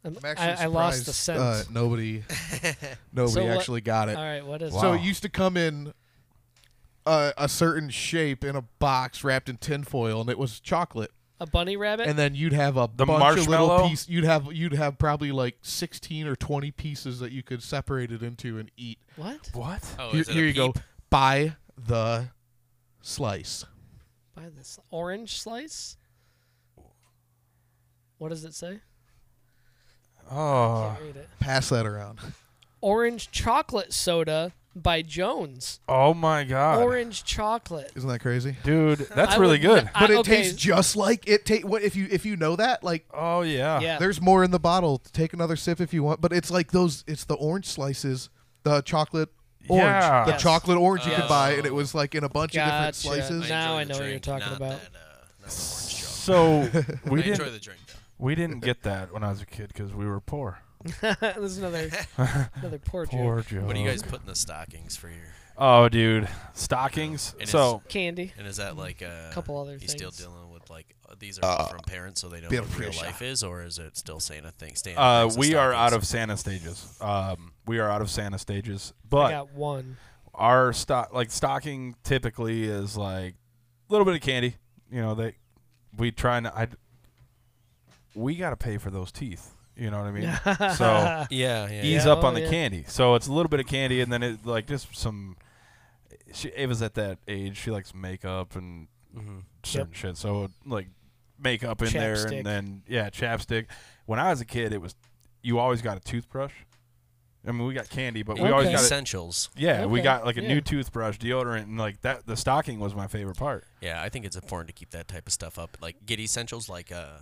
Speaker 2: I'm-
Speaker 3: I'm actually
Speaker 2: I, I lost the
Speaker 3: surprised,
Speaker 2: scent.
Speaker 3: Uh, nobody, nobody
Speaker 2: So what-
Speaker 3: actually got it.
Speaker 2: All right, what is
Speaker 3: So
Speaker 1: Wow.
Speaker 3: it used to come in a, a certain shape in a box wrapped in tinfoil, and it was chocolate.
Speaker 2: a bunny rabbit?
Speaker 3: and then you'd have a
Speaker 1: The
Speaker 3: bunch of
Speaker 1: marshmallow?
Speaker 3: little piece. You'd have you'd have probably like sixteen or twenty pieces that you could separate it into and eat.
Speaker 2: what?
Speaker 1: What?
Speaker 4: Oh,
Speaker 3: here
Speaker 4: is it a
Speaker 3: here you go.
Speaker 4: peep?
Speaker 3: Buy the slice.
Speaker 2: Buy this orange slice. What does it say?
Speaker 1: Oh.
Speaker 2: Can't read it.
Speaker 3: Pass that around.
Speaker 2: Orange chocolate soda by Jones.
Speaker 1: Oh my god.
Speaker 2: Orange chocolate.
Speaker 3: Isn't that crazy?
Speaker 1: Dude, that's
Speaker 2: I
Speaker 1: really
Speaker 2: would-
Speaker 1: good.
Speaker 2: I-
Speaker 3: But it
Speaker 2: Uh, okay,
Speaker 3: tastes just like it. Ta- what if you if you know that like.
Speaker 1: Oh yeah.
Speaker 2: Yeah.
Speaker 3: There's more in the bottle. Take another sip if you want, but it's like those. It's the orange slices, the chocolate orange,
Speaker 1: Yeah.
Speaker 3: the
Speaker 2: Yes.
Speaker 3: chocolate orange you could buy, and it
Speaker 4: Oh.
Speaker 3: was like in a bunch of different
Speaker 2: Gotcha.
Speaker 3: slices.
Speaker 2: Now
Speaker 4: enjoy
Speaker 2: I
Speaker 4: the
Speaker 2: know what you're
Speaker 4: drink,
Speaker 2: talking
Speaker 4: not
Speaker 2: about.
Speaker 4: That, uh, not the orange chocolate.
Speaker 1: So we
Speaker 4: I enjoy
Speaker 1: didn't
Speaker 4: the drink though.
Speaker 1: we didn't get that when I was a kid because we were poor.
Speaker 2: There's another another poor,
Speaker 1: Poor
Speaker 2: joke.
Speaker 1: Joe.
Speaker 4: What do you guys put in the stockings for your?
Speaker 1: Oh, dude, stockings.
Speaker 4: It is-
Speaker 1: so
Speaker 2: Candy.
Speaker 4: And is that like a
Speaker 2: mm, Couple other
Speaker 4: Uh, You still
Speaker 2: things.
Speaker 4: dealing with like uh, these are from parents, so they know
Speaker 3: peer
Speaker 4: what real
Speaker 3: pressure.
Speaker 4: life is, or is it still saying a thing? Staying
Speaker 1: uh, we are out of Santa stages. Um, we are out of Santa stages,
Speaker 2: I
Speaker 1: but
Speaker 2: got one.
Speaker 1: our stock like stocking typically is like a little bit of candy. You know, they we try and I we got to pay for those teeth. You know what I mean? so
Speaker 4: Yeah, yeah.
Speaker 1: ease
Speaker 2: Yeah.
Speaker 1: up on
Speaker 2: Oh,
Speaker 1: the
Speaker 2: yeah.
Speaker 1: candy. So it's a little bit of candy, and then it like just some. She Ava's at that age. She likes makeup and
Speaker 2: Mm-hmm.
Speaker 1: certain shit. So like makeup in there,
Speaker 2: Chapstick.
Speaker 1: and then yeah, chapstick. When I was a kid, it was you always got a toothbrush. I mean, we got candy, but we always
Speaker 2: Okay.
Speaker 1: got. A,
Speaker 4: essentials.
Speaker 1: yeah, we
Speaker 2: Okay,
Speaker 1: got like a
Speaker 2: yeah.
Speaker 1: new toothbrush, deodorant, and like that. The stocking was my favorite part.
Speaker 4: Yeah, I think it's important to keep that type of stuff up. Like get essentials, like uh,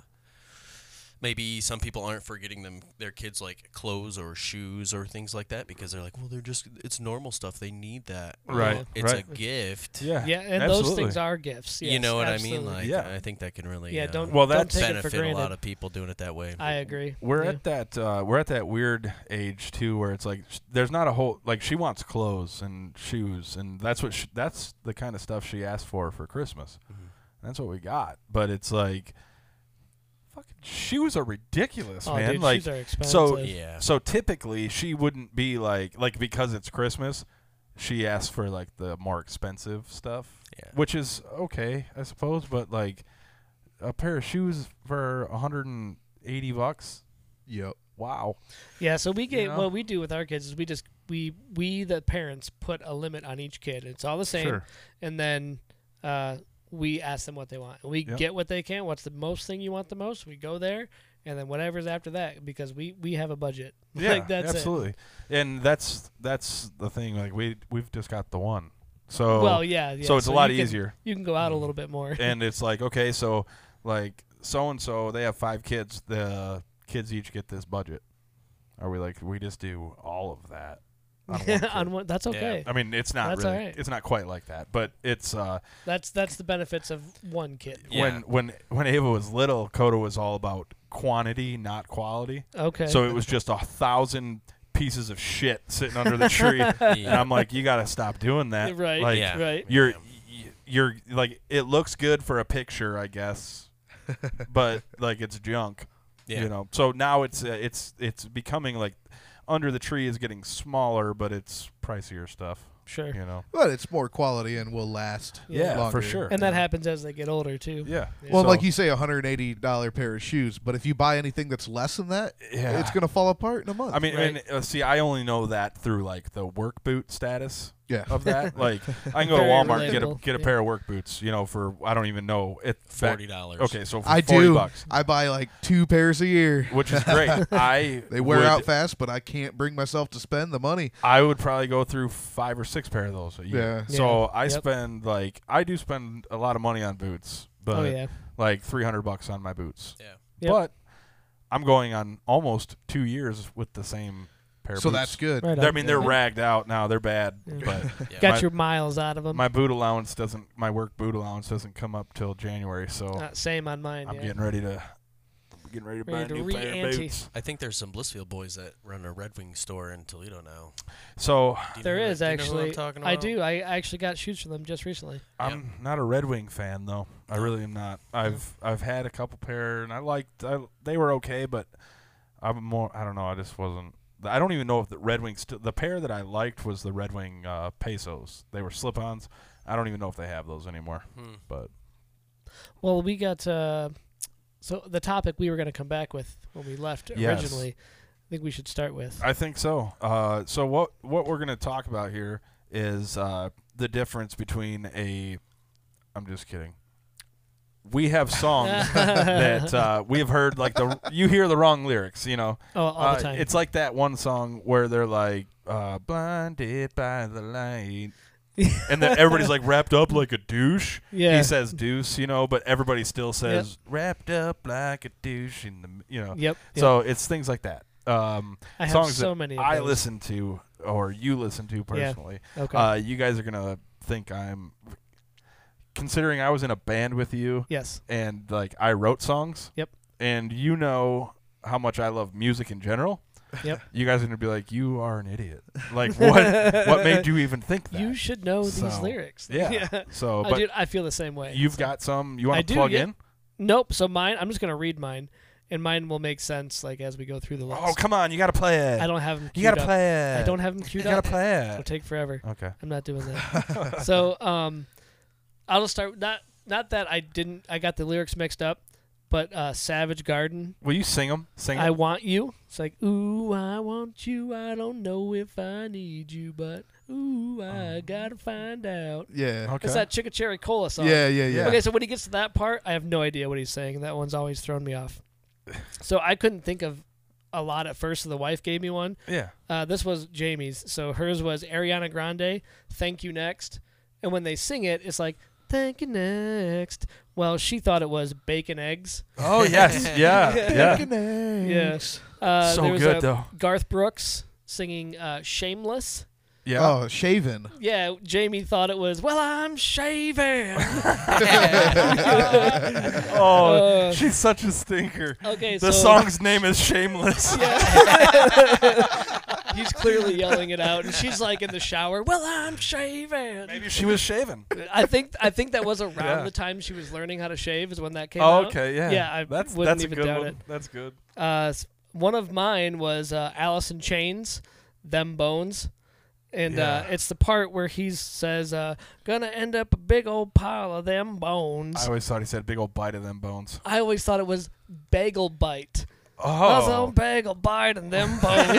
Speaker 4: maybe some people aren't for getting them their kids like clothes or shoes or things like that because they're like, well, they're just it's normal stuff. They need that.
Speaker 1: Right,
Speaker 4: Well, It's
Speaker 1: right.
Speaker 4: a gift.
Speaker 1: Yeah,
Speaker 2: Yeah, and those things are gifts.
Speaker 4: you
Speaker 2: yes,
Speaker 4: know what I
Speaker 2: absolutely.
Speaker 4: mean? Like,
Speaker 1: Yeah.
Speaker 4: I think that can really
Speaker 2: yeah,
Speaker 4: uh,
Speaker 2: don't
Speaker 1: Well,
Speaker 2: don't
Speaker 1: that's-
Speaker 2: take it for
Speaker 4: benefit a
Speaker 2: granted.
Speaker 4: lot of people doing it that way.
Speaker 2: I agree.
Speaker 1: We're
Speaker 2: yeah.
Speaker 1: at that uh, we're at that weird age too, where it's like sh- there's not a whole like she wants clothes and shoes, and that's what sh that's the kind of stuff she asked for for Christmas.
Speaker 2: Mm-hmm.
Speaker 1: That's what we got, but it's like fucking shoes are ridiculous,
Speaker 2: Oh,
Speaker 1: man.
Speaker 2: dude,
Speaker 1: like
Speaker 2: shoes are expensive.
Speaker 1: so
Speaker 4: Yeah.
Speaker 1: so typically she wouldn't be like like because it's Christmas, she asks for like the more expensive stuff,
Speaker 4: Yeah.
Speaker 1: which is okay, I suppose, but like a pair of shoes for 180 bucks.
Speaker 3: Yep.
Speaker 1: Wow.
Speaker 2: Yeah, so we get
Speaker 1: know?
Speaker 2: what we do with our kids is we just we we the parents put a limit on each kid. It's all the same,
Speaker 1: Sure.
Speaker 2: and then uh, we ask them what they want. We
Speaker 1: Yep.
Speaker 2: get what they can. What's the most thing you want the most? We go there, and then whatever's after that because we we have a budget.
Speaker 1: Yeah,
Speaker 2: like that's it.
Speaker 1: absolutely. And that's that's the thing. Like we we've just got the one. So
Speaker 2: Well, yeah, yeah.
Speaker 1: so it's a lot
Speaker 2: you can-
Speaker 1: easier.
Speaker 2: You can go out a little bit more.
Speaker 1: and it's like okay, so like so and so they have five kids. The kids each get this budget. Are we like we just do all of that? On one kid?
Speaker 2: on one, that's okay.
Speaker 1: I mean, it's not
Speaker 2: That's
Speaker 1: really.
Speaker 2: alright.
Speaker 1: It's not quite like that, but it's uh,
Speaker 2: That's that's the benefits of one kid.
Speaker 1: when
Speaker 4: Yeah.
Speaker 1: when when Ava was little, Coda was all about quantity, not quality.
Speaker 2: Okay.
Speaker 1: So it was just a thousand pieces of shit sitting under the tree, and I'm like, you got to stop doing that.
Speaker 2: right.
Speaker 1: Like,
Speaker 4: Yeah.
Speaker 2: Right.
Speaker 1: You're y- you're like it looks good for a picture, I guess, but like it's junk.
Speaker 4: Yeah.
Speaker 1: You know. So now it's uh, it's it's becoming like under the tree is getting smaller, but it's pricier stuff.
Speaker 2: Sure.
Speaker 1: You know.
Speaker 3: But it's more quality and will last.
Speaker 1: Yeah,
Speaker 3: longer.
Speaker 1: for sure.
Speaker 2: And that happens as they get older too.
Speaker 1: Yeah.
Speaker 3: Well,
Speaker 1: So-
Speaker 3: like you say, a hundred eighty dollar pair of shoes, but if you buy anything that's less than that,
Speaker 1: Yeah.
Speaker 3: it's gonna fall apart in a month.
Speaker 1: I mean,
Speaker 2: Right.
Speaker 1: and, uh, see, I only know that through like the work boot status
Speaker 3: yeah,
Speaker 1: of that. like, I can go to
Speaker 2: Very
Speaker 1: Walmart and get a
Speaker 2: relatable.
Speaker 1: get a
Speaker 2: Yeah.
Speaker 1: pair of work boots, you know, for I don't even know it back-
Speaker 4: $40.
Speaker 1: Okay, so for
Speaker 3: I
Speaker 1: forty
Speaker 3: do.
Speaker 1: bucks,
Speaker 3: I buy like two pairs a year.
Speaker 1: which is great. I
Speaker 3: They wear
Speaker 1: would,
Speaker 3: out fast, but I can't bring myself to spend the money.
Speaker 1: I would probably go through five or six pair of those a year.
Speaker 2: Yeah.
Speaker 1: So
Speaker 2: Yeah.
Speaker 1: I
Speaker 2: Yep.
Speaker 1: spend like I do spend a lot of money on boots, but
Speaker 2: Oh yeah.
Speaker 1: like three hundred bucks on my boots.
Speaker 4: Yeah.
Speaker 2: Yep.
Speaker 1: But I'm going on almost two years with the same pair. of
Speaker 3: So
Speaker 1: boots.
Speaker 3: that's good.
Speaker 2: Right.
Speaker 1: They're- I
Speaker 2: on.
Speaker 1: mean, they're ragged out now. They're bad, but
Speaker 4: Yeah.
Speaker 2: Got
Speaker 1: my-
Speaker 2: your miles out of them.
Speaker 1: my boot allowance doesn't. My work boot allowance doesn't come up till January, so
Speaker 2: Uh, same on mine.
Speaker 1: I'm
Speaker 2: yeah.
Speaker 1: getting ready to. I'm getting ready to buy
Speaker 2: Ready
Speaker 1: a
Speaker 2: to
Speaker 1: new pair of
Speaker 2: re-ante.
Speaker 1: boots.
Speaker 4: I think there's some Blissfield boys that run a Red Wing store in Toledo now.
Speaker 1: So
Speaker 4: Do you
Speaker 2: There
Speaker 4: know who-
Speaker 2: is
Speaker 4: do you know who
Speaker 2: actually.
Speaker 4: I'm talking
Speaker 2: I
Speaker 4: about?
Speaker 2: do. I actually got shoes from them just recently.
Speaker 1: I'm not a Red Wing fan though. I really am not. I've I've had a couple pair and I liked. I, they were okay, but I'm more. I don't know. I just wasn't. I don't even know if the Red Wing. St- the pair that I liked was the Red Wing uh, pesos. They were slip-ons. I don't even know if they have those anymore.
Speaker 4: Hmm.
Speaker 1: But
Speaker 2: Well, we got uh, so the topic we were going to come back with when we left
Speaker 1: Yes.
Speaker 2: originally. I think we should start with.
Speaker 1: I think so. Uh, so what what we're gonna talk about here is uh, the difference between a. I'm just kidding. We have songs that uh, we have heard like the you hear the wrong lyrics, you know.
Speaker 2: Oh, all
Speaker 1: Uh,
Speaker 2: the time.
Speaker 1: It's like that one song where they're like uh, blinded by the light. and then everybody's like wrapped up like a douche.
Speaker 2: Yeah.
Speaker 1: He says deuce, you know, but everybody still says wrapped up like a douche in the, m-" you know.
Speaker 2: Yep,
Speaker 1: uh, So it's things like that. Um,
Speaker 2: I have
Speaker 1: songs
Speaker 2: so
Speaker 1: that
Speaker 2: many of
Speaker 1: I
Speaker 2: those.
Speaker 1: listen to or you listen to personally.
Speaker 2: okay.
Speaker 1: Uh, you guys are gonna think I'm considering I was in a band with you
Speaker 2: yes.
Speaker 1: and like I wrote songs.
Speaker 2: Yep.
Speaker 1: And you know how much I love music in general.
Speaker 2: Yep.
Speaker 1: You guys are gonna be like, you are an idiot. Like what? what made you even think that?
Speaker 2: You should know these
Speaker 1: So,
Speaker 2: lyrics.
Speaker 1: yeah. So,
Speaker 2: I,
Speaker 1: but
Speaker 2: dude, I feel the same way.
Speaker 1: you've got some. You
Speaker 2: I
Speaker 1: want to
Speaker 2: do,
Speaker 1: plug
Speaker 2: yeah.
Speaker 1: in?
Speaker 2: Nope. So mine, I'm just gonna read mine, and mine will make sense like as we go through the list.
Speaker 1: Oh, come on! You gotta play it.
Speaker 2: I don't have them.
Speaker 1: you gotta
Speaker 2: up.
Speaker 1: play it.
Speaker 2: I don't have them queued
Speaker 1: You gotta
Speaker 2: up.
Speaker 1: play
Speaker 2: It'll
Speaker 1: it.
Speaker 2: take forever.
Speaker 1: Okay.
Speaker 2: I'm not doing that. so um, I'll just start. Not not that I didn't. I got the lyrics mixed up, but uh, Savage Garden.
Speaker 1: Will you sing them? Sing
Speaker 2: I
Speaker 1: 'em?
Speaker 2: want you. It's like ooh, I want you. I don't know if I need you, but ooh, I gotta find out.
Speaker 3: Yeah.
Speaker 1: Oh. Okay.
Speaker 2: It's that Chicka Cherry Cola song.
Speaker 3: Yeah, yeah, yeah.
Speaker 2: Okay, so when he gets to that part, I have no idea what he's saying. That one's always thrown me off. So I couldn't think of a lot at first. So the wife gave me one.
Speaker 1: yeah.
Speaker 2: Uh, this was Jamie's. So hers was Ariana Grande, Thank You Next. And when they sing it, it's like, Thank You Next. Well, she thought it was Bacon Eggs.
Speaker 1: Oh yes. Yeah. yeah.
Speaker 2: Yes. Uh,
Speaker 1: So
Speaker 2: there was
Speaker 1: good,
Speaker 2: a
Speaker 1: though.
Speaker 2: Garth Brooks singing uh, Shameless.
Speaker 1: Yeah.
Speaker 3: Oh, shaven.
Speaker 2: Yeah, Jamie thought it was, Well, I'm shaving.
Speaker 1: Oh,
Speaker 2: Uh,
Speaker 1: she's such a stinker.
Speaker 2: okay,
Speaker 1: The
Speaker 2: so
Speaker 1: song's name is Shameless.
Speaker 2: he's clearly yelling it out, and she's like in the shower. Well, I'm shaving.
Speaker 1: Maybe she was shaven.
Speaker 2: I think I think that was around
Speaker 1: Yeah.
Speaker 2: the time she was learning how to shave is when that came
Speaker 1: Oh,
Speaker 2: out.
Speaker 1: okay. Yeah.
Speaker 2: Yeah, I
Speaker 1: that's
Speaker 2: wouldn't
Speaker 1: that's
Speaker 2: even
Speaker 1: a good
Speaker 2: doubt
Speaker 1: one.
Speaker 2: it.
Speaker 1: That's good.
Speaker 2: Uh, s- one of mine was uh, Alice in Chains, Them Bones. And uh,
Speaker 1: Yeah.
Speaker 2: it's the part where he says, uh, gonna end up a big old pile of them bones.
Speaker 1: I always thought he said big old bite of them bones.
Speaker 2: I always thought it was bagel bite. Us on
Speaker 1: Oh,
Speaker 2: bagel bite and them bones.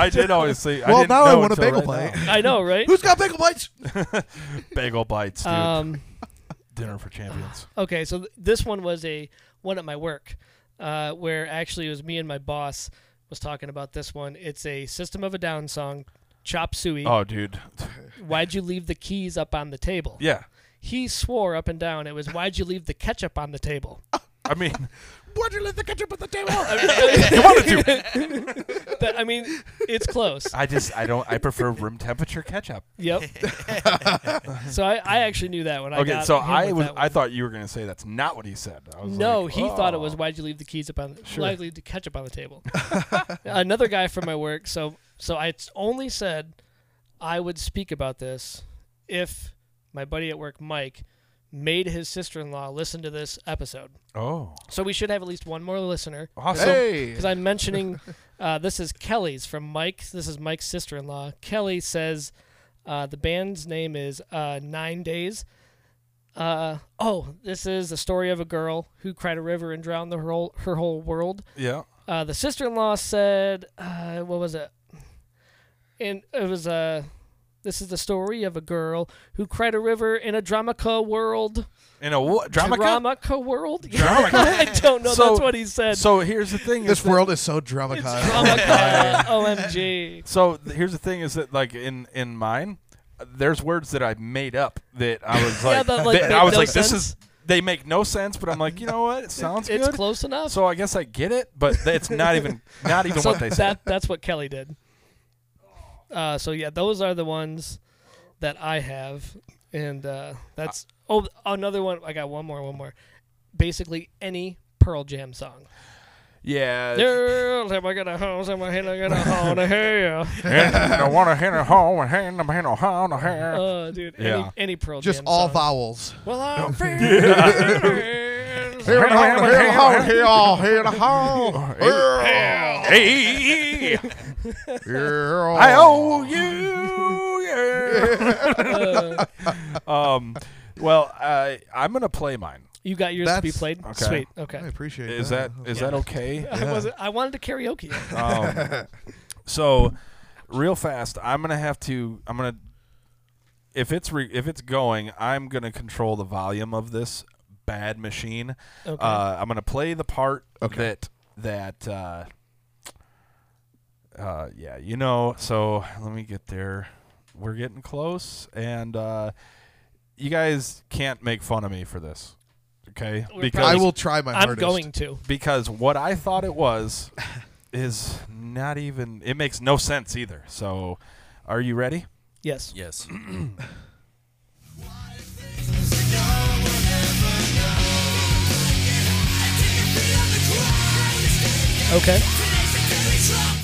Speaker 1: I did always see.
Speaker 3: Well,
Speaker 1: I didn't
Speaker 3: now I
Speaker 1: know
Speaker 3: want a
Speaker 1: until
Speaker 3: bagel
Speaker 1: right
Speaker 3: bite.
Speaker 1: now.
Speaker 2: I know, right?
Speaker 3: Who's got bagel bites?
Speaker 1: Bagel bites, dude.
Speaker 2: Um,
Speaker 1: Dinner for champions.
Speaker 2: okay, so th- this one was a one at my work, uh, where actually it was me and my boss was talking about this one. It's a System of a Down song, Chop Suey.
Speaker 1: Oh, dude.
Speaker 2: Why'd you leave the keys up on the table?
Speaker 1: Yeah.
Speaker 2: He swore up and down it was why'd you leave the ketchup on the table?
Speaker 1: I mean, why'd you let the ketchup at the table?
Speaker 2: you wanted to. but, I mean, it's close.
Speaker 1: I just, I don't, I prefer room temperature ketchup.
Speaker 2: Yep. so I, I actually knew that when I
Speaker 1: Okay,
Speaker 2: got
Speaker 1: so
Speaker 2: him
Speaker 1: I
Speaker 2: with
Speaker 1: was,
Speaker 2: that one.
Speaker 1: I thought you were gonna say that's not what he said. I was
Speaker 2: no,
Speaker 1: like,
Speaker 2: he thought it was
Speaker 1: "Oh."
Speaker 2: why'd you leave the keys up on the
Speaker 1: Sure.
Speaker 2: why'd you leave the ketchup on the table? Another guy from my work, so so I t- only said I would speak about this if my buddy at work, Mike, made his sister in law listen to this episode.
Speaker 1: Oh,
Speaker 2: So we should have at least one more listener.
Speaker 1: awesome.
Speaker 3: Hey,
Speaker 2: because I'm mentioning uh, this is Kelly's from Mike. This is Mike's sister-in-law. Kelly says uh, the band's name is uh, Nine Days. Uh, oh, this is the story of a girl who cried a river and drowned the her whole, her whole world.
Speaker 1: Yeah.
Speaker 2: Uh, the sister-in-law said, uh, "What was it?" And it was Uh, this is the story of a girl who cried a river in a dramaca world.
Speaker 1: In a what? Drama.
Speaker 2: Dramaca world?
Speaker 1: Dramaca?
Speaker 2: I don't know.
Speaker 1: So-
Speaker 2: That's what he said.
Speaker 1: So here's the thing.
Speaker 3: this
Speaker 1: is that-
Speaker 3: world is so dramatic.
Speaker 2: Dramaca. OMG.
Speaker 1: So th- here's the thing: is that like in in mine, uh, there's words that I made up that I was like,
Speaker 2: Yeah, that, like,
Speaker 1: that
Speaker 2: make
Speaker 1: I was
Speaker 2: no
Speaker 1: like, this
Speaker 2: sense.
Speaker 1: is they make no sense, but I'm like, you know what? It sounds
Speaker 2: It's
Speaker 1: good.
Speaker 2: close enough.
Speaker 1: So I guess I get it, but th- it's not even not even
Speaker 2: So
Speaker 1: what they said.
Speaker 2: that that's what Kelly did. Uh, so yeah, those are the ones that I have, and uh, that's oh another one. I got one more, one more. Basically, any Pearl Jam song.
Speaker 1: Yeah.
Speaker 2: Girls, have I got a house in my head? I got a hole in the hair.
Speaker 1: I want to hand a home and hand a hand a hand a hand.
Speaker 2: Oh, dude,
Speaker 1: Yeah.
Speaker 2: any, any Pearl
Speaker 3: Just
Speaker 2: Jam.
Speaker 3: all
Speaker 2: song.
Speaker 3: vowels.
Speaker 2: Well, I'm friends.
Speaker 3: Here,
Speaker 1: Here,
Speaker 3: here,
Speaker 1: here, here,
Speaker 3: here,
Speaker 1: here,
Speaker 3: here,
Speaker 1: Hey,
Speaker 3: here.
Speaker 1: I owe you.
Speaker 2: Uh,
Speaker 1: Yeah. um, well, I I'm gonna play mine.
Speaker 2: you got yours to be
Speaker 3: That's-
Speaker 2: played.
Speaker 1: okay.
Speaker 2: Sweet.
Speaker 3: I
Speaker 2: Okay.
Speaker 3: appreciate
Speaker 1: Is that is that okay?
Speaker 2: I wasn't. I wanted to karaoke. it.
Speaker 1: Um, so, real fast, I'm gonna have to. I'm gonna. If it's re- if it's going, I'm gonna control the volume of this bad machine.
Speaker 2: Okay.
Speaker 1: Uh, I'm gonna play the part that that. Uh, uh, yeah, you know. So let me get there. We're getting close, and uh, you guys can't make fun of me for this, okay?
Speaker 2: We're
Speaker 1: because
Speaker 3: I will try my
Speaker 2: I'm
Speaker 3: hardest.
Speaker 2: going to.
Speaker 1: because what I thought it was is not even. It makes no sense either. So, are you ready?
Speaker 2: Yes.
Speaker 4: Yes.
Speaker 2: Okay.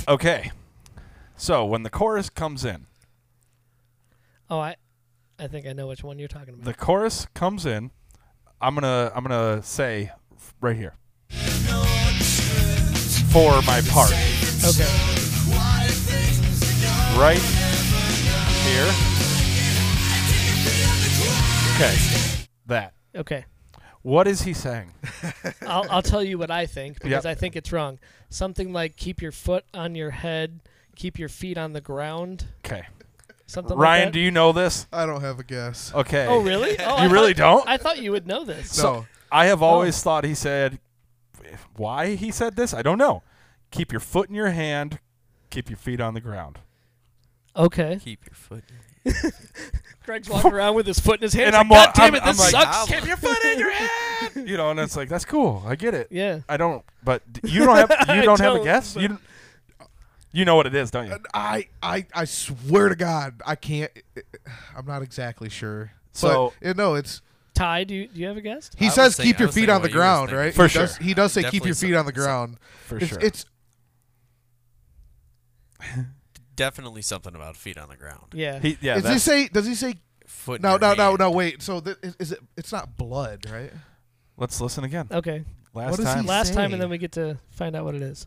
Speaker 1: Okay. So when the chorus comes in,
Speaker 2: Oh, I, I think I know which one you're talking about.
Speaker 1: the chorus comes in. I'm gonna I'm gonna say right here for my part
Speaker 2: okay.
Speaker 1: right here. Okay, that.
Speaker 2: Okay.
Speaker 1: What is he saying?
Speaker 2: I'll, I'll tell you what I think because
Speaker 1: Yep.
Speaker 2: I think it's wrong. Something like keep your foot on your head, keep your feet on the ground.
Speaker 1: Okay,
Speaker 2: Something
Speaker 1: Ryan,
Speaker 2: like that.
Speaker 1: do you know this?
Speaker 3: I don't have a guess.
Speaker 1: Okay.
Speaker 2: Oh, really? Oh,
Speaker 1: You
Speaker 2: I
Speaker 1: really
Speaker 2: thought-
Speaker 1: don't?
Speaker 2: I Oh. thought you would know this.
Speaker 1: So
Speaker 3: No.
Speaker 1: I have always thought he said why he said this. I don't know. Keep your foot in your hand. Keep your feet on the ground.
Speaker 2: Okay.
Speaker 4: Keep your foot. in your-
Speaker 2: Greg's walking around with his foot in his hand.
Speaker 1: And
Speaker 2: And
Speaker 1: I'm
Speaker 2: I'm
Speaker 1: wa-
Speaker 2: like, God damn it,
Speaker 1: I'm-
Speaker 2: this
Speaker 1: I'm like,
Speaker 2: sucks.
Speaker 4: Keep your foot in your hand.
Speaker 1: You know, and it's like that's cool. I get it.
Speaker 2: Yeah.
Speaker 1: I don't. But d- you don't have. You
Speaker 2: I
Speaker 1: don't, have a
Speaker 2: don't,
Speaker 1: guess. You. don't- You know what it is,
Speaker 3: Uh,
Speaker 1: don't you?
Speaker 3: I, I I swear to God, I can't. I'm not exactly sure.
Speaker 1: So-
Speaker 3: but, you know, it's
Speaker 2: Ty, do you, do you have a guess?
Speaker 3: he
Speaker 4: I
Speaker 3: says
Speaker 4: was think-
Speaker 3: keep
Speaker 4: I
Speaker 3: your
Speaker 4: was
Speaker 3: feet
Speaker 4: thinking
Speaker 3: on the
Speaker 4: what you was
Speaker 3: ground,
Speaker 4: thinking.
Speaker 3: right?
Speaker 1: For
Speaker 3: he Does,
Speaker 1: sure.
Speaker 3: he does say keep
Speaker 4: Definitely
Speaker 3: your feet on the
Speaker 4: something-
Speaker 3: ground.
Speaker 1: For
Speaker 3: it's,
Speaker 1: sure.
Speaker 3: it's
Speaker 4: Definitely something about feet on the ground.
Speaker 2: Yeah.
Speaker 1: he, yeah.
Speaker 3: is he
Speaker 1: that's-
Speaker 3: say? Does he say?
Speaker 4: Foot. in
Speaker 3: No,
Speaker 4: your
Speaker 3: no, no,
Speaker 4: hand.
Speaker 3: no. Wait. So th- is, is it? It's not blood, right?
Speaker 1: let's listen again.
Speaker 2: okay.
Speaker 1: Last
Speaker 3: is he
Speaker 1: time.
Speaker 3: I'm
Speaker 2: Uh, Last time,
Speaker 3: saying.
Speaker 2: and then we get to find out what it is.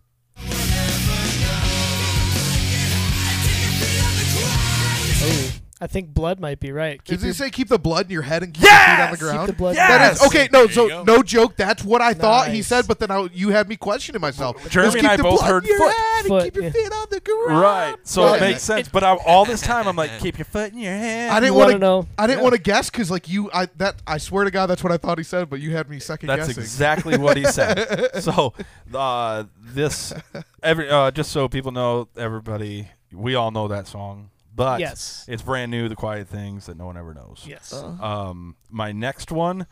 Speaker 2: Oh, I think blood might be right. Keep
Speaker 3: Does he
Speaker 2: your-
Speaker 3: say keep the blood in your head and keep your feet on the
Speaker 1: Yes!
Speaker 3: ground?
Speaker 2: Keep the blood-
Speaker 3: That is
Speaker 1: Yes!
Speaker 3: okay. No,
Speaker 4: There
Speaker 3: so
Speaker 4: you go.
Speaker 3: no joke. That's what I thought he
Speaker 2: Nice.
Speaker 3: said, but then I, you had me questioning myself.
Speaker 1: Jeremy
Speaker 3: Just
Speaker 1: and
Speaker 3: keep
Speaker 1: I
Speaker 3: the
Speaker 1: both
Speaker 3: blood
Speaker 1: heard
Speaker 3: in your
Speaker 1: foot.
Speaker 3: head and
Speaker 2: Foot,
Speaker 3: keep your
Speaker 2: yeah.
Speaker 3: feet on the ground.
Speaker 1: Right. So
Speaker 3: Well,
Speaker 1: it makes sense. But I, all this time, I'm like, keep your foot in your hand.
Speaker 3: I Oh, didn't
Speaker 2: You
Speaker 3: want to
Speaker 2: wanna know.
Speaker 3: I didn't
Speaker 1: Yeah.
Speaker 3: want to guess because like you, I that I swear to God, that's what I thought he said, but you had me second
Speaker 1: That's
Speaker 3: guessing.
Speaker 1: exactly what he said. so uh, this, every uh, just so people know, everybody, we all know that song, but
Speaker 2: Yes.
Speaker 1: it's brand new. The quiet things that no one ever knows.
Speaker 2: Yes.
Speaker 1: Um, my next one,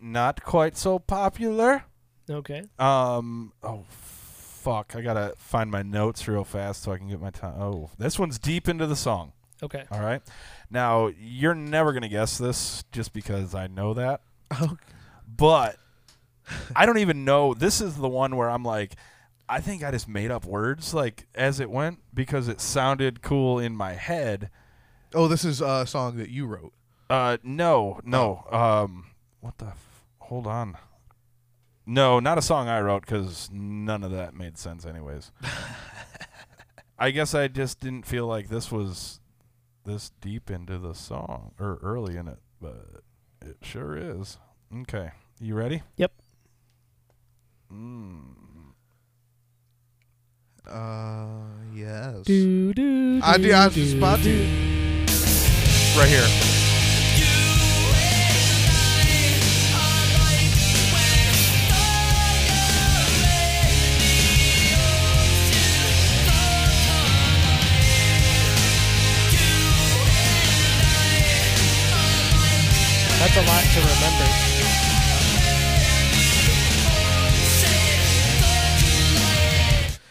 Speaker 1: not quite so popular.
Speaker 2: okay.
Speaker 1: Um, oh fuck, I gotta find my notes real fast so I can get my time. Oh, this one's deep into the song.
Speaker 2: Okay.
Speaker 1: All right. Now, you're never going to guess this just because I know that. But I don't even know. This is the one where I'm like, I think I just made up words like as it went because it sounded cool in my head.
Speaker 3: Oh, this is a song that you wrote.
Speaker 1: Uh, no, no. Um, what the? F- hold on. No, not a song I wrote because none of that made sense, anyways. I guess I just didn't feel like this was this deep into the song or early in it, but it sure is. Okay, you ready?
Speaker 2: Yep.
Speaker 3: Uh, yes.
Speaker 2: Do, do,
Speaker 3: I do. I was
Speaker 2: do,
Speaker 3: just about
Speaker 2: do.
Speaker 3: to.
Speaker 1: Right here.
Speaker 2: That's a lot to remember.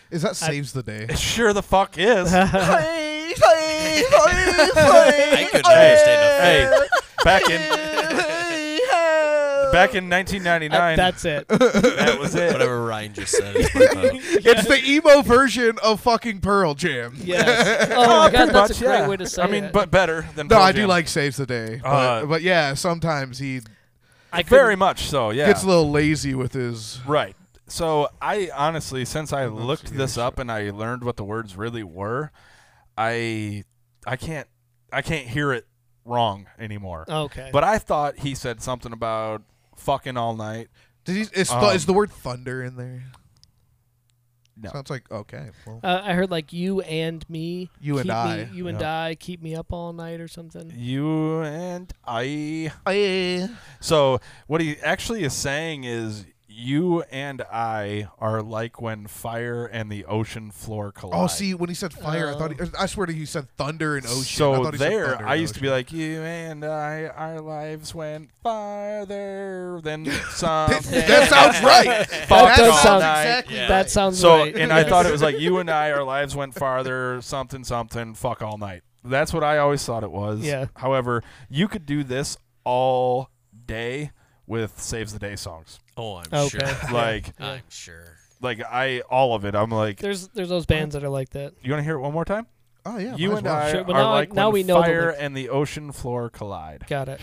Speaker 3: Is that saves the day?
Speaker 1: It sure the fuck is.
Speaker 4: I couldn't understand
Speaker 1: hey, back in back in 1999.
Speaker 2: Uh, that's it.
Speaker 1: that was
Speaker 4: a
Speaker 1: it.
Speaker 4: thing. Whatever Ryan just said. is my vote.
Speaker 3: It's the emo version of fucking Pearl Jam.
Speaker 2: Yes. Oh my god,
Speaker 1: Pretty
Speaker 2: that's
Speaker 1: much,
Speaker 2: a great
Speaker 1: yeah.
Speaker 2: way to say
Speaker 1: I mean,
Speaker 2: it.
Speaker 1: but better than.
Speaker 3: No,
Speaker 1: Pearl
Speaker 3: I do
Speaker 1: Jam.
Speaker 3: like saves the day, but,
Speaker 1: Uh,
Speaker 3: but yeah, sometimes he
Speaker 2: I
Speaker 1: very
Speaker 2: couldn't-
Speaker 1: much so. Yeah,
Speaker 3: gets a little lazy with his.
Speaker 1: right. So I honestly, since I looked
Speaker 3: see,
Speaker 1: this
Speaker 3: yeah,
Speaker 1: up and I learned what the words really were, I I can't I can't hear it wrong anymore.
Speaker 2: Okay.
Speaker 1: But I thought he said something about fucking all night.
Speaker 3: Did he, is, th-
Speaker 1: Um,
Speaker 3: is the word thunder in there?
Speaker 1: No.
Speaker 3: Sounds like okay. Well,
Speaker 2: uh, I heard like you and me.
Speaker 3: You and
Speaker 2: keep me-
Speaker 3: I.
Speaker 2: you and
Speaker 1: Yeah.
Speaker 2: I. Keep me up all night or something.
Speaker 1: You and I.
Speaker 2: Uh,
Speaker 1: So what he actually is saying is. You and I are like when fire and the ocean floor collide.
Speaker 3: oh, see, when he said fire, I thought
Speaker 2: Uh,
Speaker 3: he, I swear to you, he said thunder and ocean. I
Speaker 1: So
Speaker 3: thought he said
Speaker 1: there,
Speaker 3: thunder
Speaker 1: I
Speaker 3: and
Speaker 1: used to be
Speaker 3: ocean.
Speaker 1: like, you and I, our lives went farther than some.
Speaker 3: that sounds right.
Speaker 1: Fuck
Speaker 3: that
Speaker 2: does sound-
Speaker 3: sounds exactly
Speaker 4: Yeah.
Speaker 3: right.
Speaker 2: That sounds
Speaker 1: so,
Speaker 2: right.
Speaker 1: and I thought it was like, you and I, our lives went farther, something, something, fuck all night. That's what I always thought it was.
Speaker 2: Yeah.
Speaker 1: However, you could do this all day with Saves the Day songs.
Speaker 4: Oh, I'm
Speaker 2: Okay.
Speaker 4: sure.
Speaker 1: Like,
Speaker 4: I'm sure.
Speaker 1: like I, all of it. I'm like,
Speaker 2: There's there's those bands that are like that.
Speaker 1: you want to hear it one more time?
Speaker 3: Oh yeah,
Speaker 1: you
Speaker 3: might
Speaker 1: and
Speaker 3: as well.
Speaker 1: I
Speaker 2: Sure, but
Speaker 1: are
Speaker 2: now I-
Speaker 1: like
Speaker 2: now
Speaker 1: when
Speaker 2: we know the
Speaker 1: fire
Speaker 2: lyrics.
Speaker 1: and the ocean floor collide.
Speaker 2: Got it.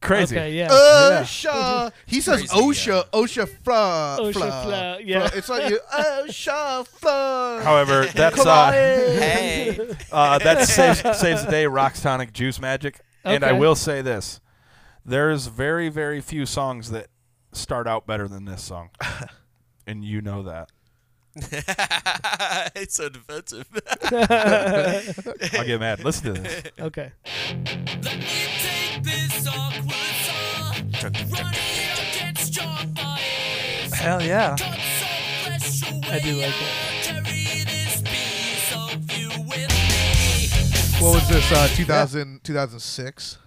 Speaker 1: Crazy. Uh,
Speaker 2: Okay. Yeah.
Speaker 3: OSHA. He says
Speaker 4: Crazy,
Speaker 3: OSHA, OSHA fra,
Speaker 2: OSHA
Speaker 3: fra,
Speaker 2: fra, yeah.
Speaker 3: fra. It's like you, OSHA fra.
Speaker 1: However, that's
Speaker 3: Come
Speaker 1: uh,
Speaker 3: on in.
Speaker 4: Hey.
Speaker 1: Uh, that saves, saves the day. Rock's tonic juice magic. And I
Speaker 2: Okay.
Speaker 1: will say this: there's very, very few songs that start out better than this song, and you know that.
Speaker 4: it's so defensive.
Speaker 1: I'll get mad. Listen to this.
Speaker 2: Okay.
Speaker 3: Oh,
Speaker 1: Hell yeah!
Speaker 2: I do like it.
Speaker 3: What was this? Uh, 2000, 2006.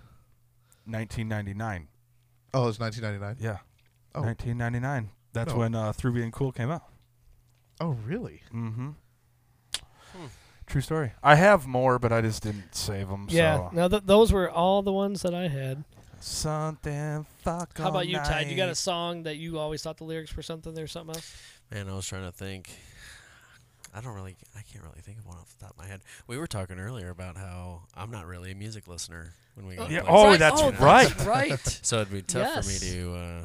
Speaker 1: 1999.
Speaker 3: Oh, it was 1999.
Speaker 1: Yeah.
Speaker 3: Oh.
Speaker 1: 1999. That's
Speaker 3: No.
Speaker 1: when uh, Through Being Cool came out. Mm-hmm.
Speaker 3: Oh, really? Hmm.
Speaker 1: True story. I have more, but I just didn't save them.
Speaker 2: Yeah.
Speaker 1: So.
Speaker 2: Now th- those were all the ones that I had.
Speaker 1: Something fuck.
Speaker 2: How about you,
Speaker 1: all
Speaker 2: Todd? You got a
Speaker 1: night.
Speaker 2: song that you always thought the lyrics were something or something else?
Speaker 4: Man, I was trying to think. I don't really, I can't really think of one off the top of my head. We were talking earlier about how I'm not really a music listener when we. go
Speaker 1: yeah,
Speaker 4: places.
Speaker 1: oh, that's
Speaker 2: oh,
Speaker 1: right.
Speaker 2: That's right.
Speaker 4: So it'd be tough
Speaker 2: Yes.
Speaker 4: for me to. Uh,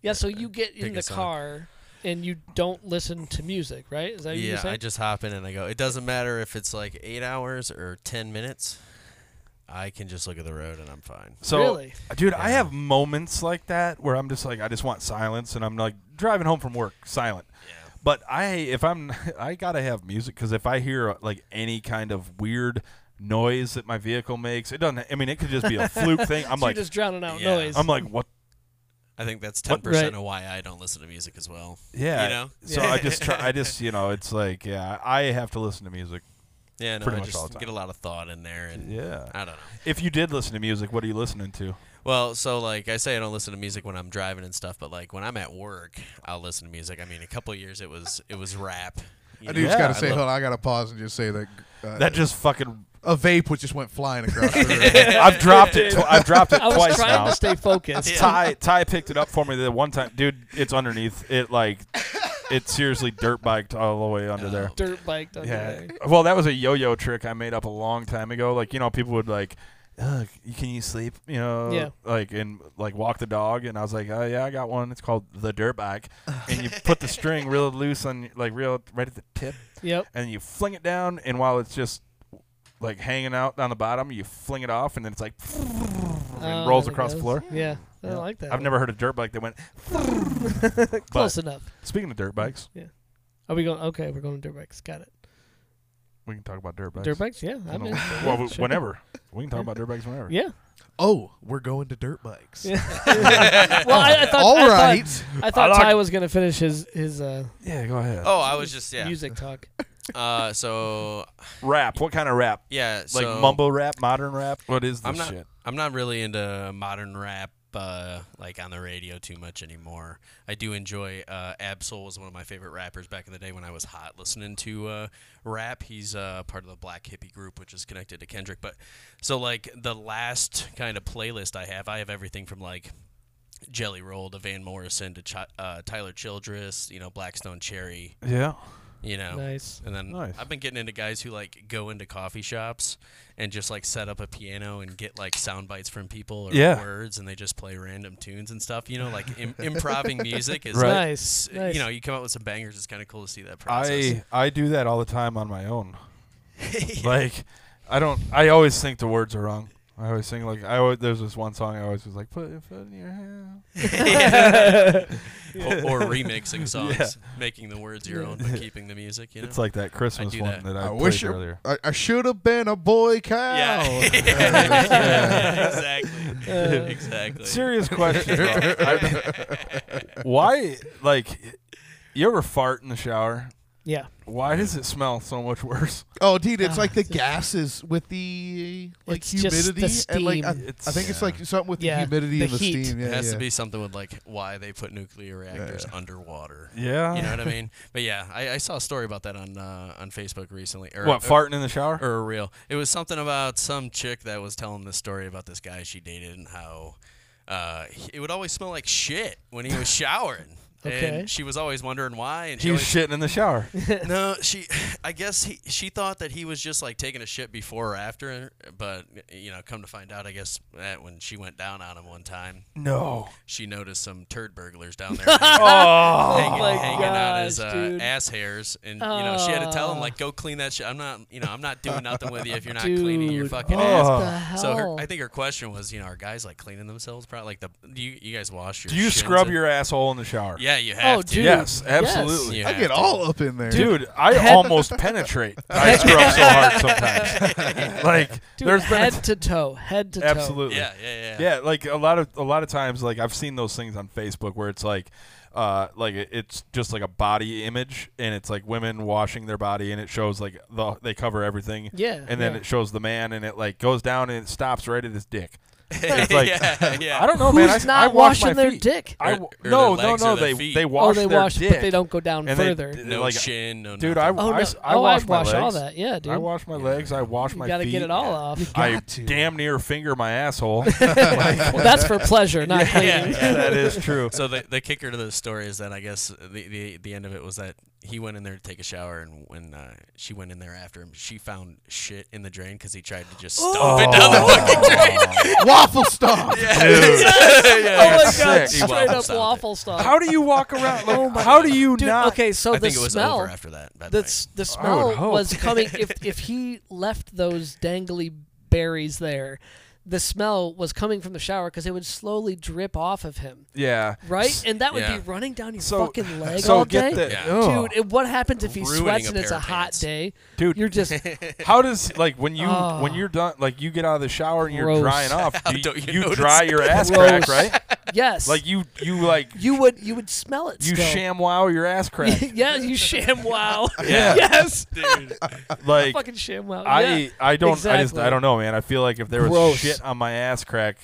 Speaker 2: Yeah, so you get
Speaker 4: Pick
Speaker 2: in
Speaker 4: a
Speaker 2: the
Speaker 4: song.
Speaker 2: car and you don't listen to music, right? Is that what you're
Speaker 4: yeah,
Speaker 2: saying?
Speaker 4: I just hop in and I go. It doesn't matter if it's like eight hours or ten minutes. I can just look at the road and I'm fine.
Speaker 1: So,
Speaker 2: Really?
Speaker 1: dude, I have moments like that where I'm just like, I just want silence, and I'm like driving home from work, silent. But I, if I'm, I gotta have music because if I hear uh, like any kind of weird noise that my vehicle makes, it doesn't. I mean, it could just be a fluke thing. I'm
Speaker 2: So
Speaker 1: like,
Speaker 2: you're just drowning out
Speaker 4: Yeah.
Speaker 2: noise.
Speaker 1: I'm like, what?
Speaker 4: I think that's ten
Speaker 1: What-
Speaker 4: percent
Speaker 2: Right.
Speaker 4: of why I don't listen to music as well.
Speaker 1: Yeah.
Speaker 4: You know.
Speaker 1: So I just try. I just, you know, it's like, yeah, I have to listen to music.
Speaker 4: Yeah, no,
Speaker 1: Pretty
Speaker 4: I
Speaker 1: much
Speaker 4: just
Speaker 1: all the time.
Speaker 4: get a lot of thought in there, and
Speaker 1: Yeah.
Speaker 4: I don't know.
Speaker 1: If you did listen to music, what are you listening to?
Speaker 4: Well, so like I say, I don't listen to music when I'm driving and stuff, but like when I'm at work, I'll listen to music. I mean, a couple of years it was it was rap. you
Speaker 3: I
Speaker 4: know?
Speaker 3: do just gotta
Speaker 1: I
Speaker 3: say,
Speaker 1: love-
Speaker 3: hold on, I gotta pause and just say that uh,
Speaker 1: That just fucking.
Speaker 3: a vape which just went flying across. the room.
Speaker 1: I've dropped it. Tw- I've dropped it
Speaker 2: I was
Speaker 1: twice
Speaker 2: trying
Speaker 1: now.
Speaker 2: to stay focused.
Speaker 1: Ty Ty picked it up for me the one time, dude. It's underneath it, like it seriously dirt biked all the way under there.
Speaker 2: Oh. Dirt biked on
Speaker 1: Yeah.
Speaker 2: the way.
Speaker 1: Well, that was a yo-yo trick I made up a long time ago. Like you know, people would like, Ugh, "Can you sleep?" You know,
Speaker 2: Yeah.
Speaker 1: like and like walk the dog. And I was like, "Oh yeah, I got one. It's called the dirt bike." and you put the string real loose on like real right at the tip,
Speaker 2: Yep.
Speaker 1: and you fling it down. And while it's just like hanging out on the bottom, you fling it off, and then it's like
Speaker 2: Oh,
Speaker 1: and rolls
Speaker 2: there it
Speaker 1: across the
Speaker 2: goes.
Speaker 1: floor.
Speaker 2: Yeah. I like that.
Speaker 1: I've never heard a dirt bike that went.
Speaker 2: Close enough.
Speaker 1: Speaking of dirt bikes,
Speaker 2: Are we going? Okay, we're going dirt bikes. Got it.
Speaker 1: we can talk about dirt bikes.
Speaker 2: Dirt bikes? Yeah.
Speaker 1: I
Speaker 2: I'm
Speaker 1: don't
Speaker 2: in.
Speaker 1: know. Well,
Speaker 2: Yeah,
Speaker 1: we-
Speaker 2: sure.
Speaker 1: whenever we can talk about dirt bikes whenever.
Speaker 2: Yeah.
Speaker 3: oh, we're going to dirt bikes.
Speaker 2: Yeah. well, I, I thought,
Speaker 3: All
Speaker 2: I thought-
Speaker 3: right.
Speaker 2: I thought
Speaker 1: I like-
Speaker 2: Ty was going to finish his, his uh,
Speaker 1: Yeah, go ahead.
Speaker 4: Oh, I was just yeah.
Speaker 2: music talk.
Speaker 4: Uh, so
Speaker 1: Rap. What kind of rap?
Speaker 4: yeah,
Speaker 1: Like
Speaker 4: so
Speaker 1: mumble rap, modern rap. What is this
Speaker 4: I'm not.
Speaker 1: shit?
Speaker 4: I'm not really into modern rap. Uh, like on the radio too much anymore. I do enjoy uh, Absol was one of my favorite rappers back in the day when I was hot listening to uh, rap. He's uh, part of the Black Hippie group, which is connected to Kendrick. But so like the last kind of playlist I have, I have everything from like Jelly Roll to Van Morrison to Chi- uh, Tyler Childress, you know Blackstone Cherry,
Speaker 1: Yeah.
Speaker 4: you know.
Speaker 2: Nice.
Speaker 4: And then
Speaker 1: Nice.
Speaker 4: I've been getting into guys who like go into coffee shops and just like set up a piano and get like sound bites from people or
Speaker 1: Yeah.
Speaker 4: words and they just play random tunes and stuff. You know, like Im- improving music is
Speaker 1: Right.
Speaker 2: Nice,
Speaker 4: it's-
Speaker 2: nice.
Speaker 4: You know, you come up with some bangers. It's kind of cool to see that process.
Speaker 1: I I do that all the time on my own. Like, I don't. I always think the words are wrong. I always sing like I always. There's this one song I always was like, put your foot in your hand.
Speaker 4: or, or remixing songs, making the words your own but keeping the music. You know,
Speaker 1: It's like that Christmas
Speaker 4: do
Speaker 1: one
Speaker 4: that.
Speaker 1: that, I,
Speaker 3: I
Speaker 1: played
Speaker 3: wish it,
Speaker 1: earlier.
Speaker 3: I, I should have been a boy cow.
Speaker 4: yeah, exactly,
Speaker 1: Uh,
Speaker 4: exactly.
Speaker 1: Serious question. though. I- why, like, you ever fart in the shower?
Speaker 2: Yeah.
Speaker 1: Why does it smell so much worse?
Speaker 3: Oh, dude, it's
Speaker 2: Ah,
Speaker 3: like the
Speaker 2: it's just-
Speaker 3: gases with the like
Speaker 2: It's just
Speaker 3: humidity
Speaker 2: the
Speaker 3: and like I,
Speaker 2: steam.
Speaker 1: It's-
Speaker 3: I think it's
Speaker 1: yeah.
Speaker 3: like something with
Speaker 2: Yeah,
Speaker 3: the humidity
Speaker 2: the
Speaker 3: and the
Speaker 2: heat.
Speaker 3: steam. Yeah,
Speaker 4: It has
Speaker 3: yeah.
Speaker 4: to be something with like why they put nuclear reactors underwater.
Speaker 1: Yeah.
Speaker 4: You know what I mean? But yeah, I, I saw a story about that on uh, on Facebook recently. Or,
Speaker 1: What,
Speaker 4: or,
Speaker 1: farting in the shower?
Speaker 4: or a reel. It was something about some chick that was telling the story about this guy she dated and how uh, he- it would always smell like shit when he was showering.
Speaker 2: Okay.
Speaker 4: And she was always wondering why. And she
Speaker 1: he was
Speaker 4: always-
Speaker 1: shitting in the shower.
Speaker 4: no, she. I guess he, she thought that he was just like taking a shit before or after, but you know, come to find out, I guess that when she went down on him one time,
Speaker 1: no.
Speaker 4: she noticed some turd burglars down there
Speaker 1: Oh,
Speaker 4: hanging, hanging,
Speaker 2: Oh my
Speaker 4: hanging out his
Speaker 2: gosh,
Speaker 4: uh,
Speaker 2: dude.
Speaker 4: ass hairs, and you know she had to tell him like, "Go clean that shit. I'm not, you know, I'm not doing nothing with you if you're not cleaning your
Speaker 2: Dude, Oh.
Speaker 4: fucking
Speaker 1: what the
Speaker 4: ass." So her,
Speaker 2: hell?
Speaker 4: I think her question was, you know, are guys like cleaning themselves? Probably like the do you, you guys wash your.
Speaker 1: Do you
Speaker 4: shins
Speaker 1: scrub
Speaker 4: and-
Speaker 1: your asshole in the shower?
Speaker 4: Yeah, you have
Speaker 2: Oh,
Speaker 4: to.
Speaker 2: dude.
Speaker 1: Yes,
Speaker 2: Yes.
Speaker 1: absolutely.
Speaker 4: You
Speaker 3: I
Speaker 4: have
Speaker 3: get
Speaker 4: to.
Speaker 3: all up in there,
Speaker 1: Dude, I almost penetrate. I scrub so hard sometimes. like
Speaker 2: Dude,
Speaker 1: there's been a
Speaker 2: head
Speaker 1: t-
Speaker 2: to toe. Head to toe.
Speaker 1: absolutely.
Speaker 4: Yeah, yeah, yeah.
Speaker 1: Yeah, like a lot of a lot of times, like I've seen those things on Facebook where it's like, uh, like it- it's just like a body image, and it's like women washing their body, and it shows like the they cover everything.
Speaker 2: Yeah,
Speaker 1: and then
Speaker 2: yeah.
Speaker 1: it shows the man, and it like goes down and it stops right at his dick. It's like
Speaker 4: yeah, yeah.
Speaker 1: I don't know,
Speaker 2: Who's
Speaker 1: man. I,
Speaker 2: not
Speaker 1: I wash
Speaker 2: washing
Speaker 1: my
Speaker 2: their
Speaker 1: feet.
Speaker 2: dick?
Speaker 1: I
Speaker 4: Or-
Speaker 1: w-
Speaker 4: or
Speaker 1: no,
Speaker 4: their
Speaker 1: no,
Speaker 4: legs
Speaker 1: no.
Speaker 4: or their
Speaker 1: They
Speaker 4: feet.
Speaker 1: they
Speaker 4: Oh,
Speaker 1: wash
Speaker 2: oh, they
Speaker 1: their
Speaker 2: wash,
Speaker 1: dick,
Speaker 2: but they don't go down
Speaker 1: and they-
Speaker 2: further.
Speaker 1: they-
Speaker 4: No
Speaker 1: like,
Speaker 4: shin, no.
Speaker 1: Dude, I,
Speaker 4: nothing.
Speaker 2: oh, no.
Speaker 1: I, s- I
Speaker 2: oh,
Speaker 1: wash
Speaker 2: I
Speaker 1: my
Speaker 2: wash all
Speaker 1: legs.
Speaker 2: that. Yeah, dude.
Speaker 1: I wash my legs. I wash my
Speaker 2: you got to
Speaker 1: feet.
Speaker 2: get it all off.
Speaker 1: I
Speaker 3: Got to.
Speaker 1: damn near finger my asshole.
Speaker 2: Well, that's for pleasure, not cleaning.
Speaker 1: that is true.
Speaker 4: so the, the kicker to the story is that I guess the, the the end of it was that he went in there to take a shower, and when uh, she went in there after him, she found shit in the drain because he tried to just stomp it down
Speaker 1: Oh,
Speaker 4: the fucking drain.
Speaker 3: Waffle star.
Speaker 2: oh my
Speaker 1: That's sick.
Speaker 2: god! Straight
Speaker 4: He
Speaker 2: up
Speaker 4: waffled
Speaker 2: waffle stop.
Speaker 1: How do you walk around? Like, how do you
Speaker 2: Dude,
Speaker 1: not?
Speaker 2: okay, so
Speaker 4: Oh I
Speaker 2: the
Speaker 4: think it was
Speaker 2: smell.
Speaker 4: over after that. By the way.
Speaker 2: That's the smell
Speaker 1: hope.
Speaker 2: was coming. If if he left those dangly berries there, the smell was coming from the shower because it would slowly drip off of him,
Speaker 1: Yeah.
Speaker 2: right? And that would
Speaker 4: Yeah.
Speaker 2: be running down your
Speaker 1: So
Speaker 2: fucking leg
Speaker 1: so
Speaker 2: all
Speaker 1: get
Speaker 2: day.
Speaker 1: the
Speaker 4: Yeah.
Speaker 1: Ugh.
Speaker 2: Dude, and what happens if he
Speaker 4: Ruining
Speaker 2: sweats
Speaker 4: a
Speaker 2: and it's
Speaker 4: pair
Speaker 2: a
Speaker 4: of
Speaker 2: hot
Speaker 4: pants.
Speaker 2: day?
Speaker 1: Dude.
Speaker 2: You're just
Speaker 1: How does like when you
Speaker 2: eh, Oh.
Speaker 1: when you're done like you get out of the shower and you're
Speaker 2: Gross.
Speaker 1: drying off, do you,
Speaker 4: don't you
Speaker 1: you
Speaker 4: notice?
Speaker 1: dry your ass
Speaker 2: Gross.
Speaker 1: crack, right?
Speaker 2: yes.
Speaker 1: Like you you like
Speaker 2: you would you would smell it.
Speaker 1: you
Speaker 2: still.
Speaker 1: sham wow your ass crack.
Speaker 2: yeah, you sham wow.
Speaker 1: Yeah.
Speaker 2: yes.
Speaker 1: like
Speaker 2: Fucking sham wow.
Speaker 1: I
Speaker 2: yeah.
Speaker 1: I don't I just
Speaker 2: exactly.
Speaker 1: I don't know, man. I feel like if there was
Speaker 2: Gross.
Speaker 1: shit on my ass crack,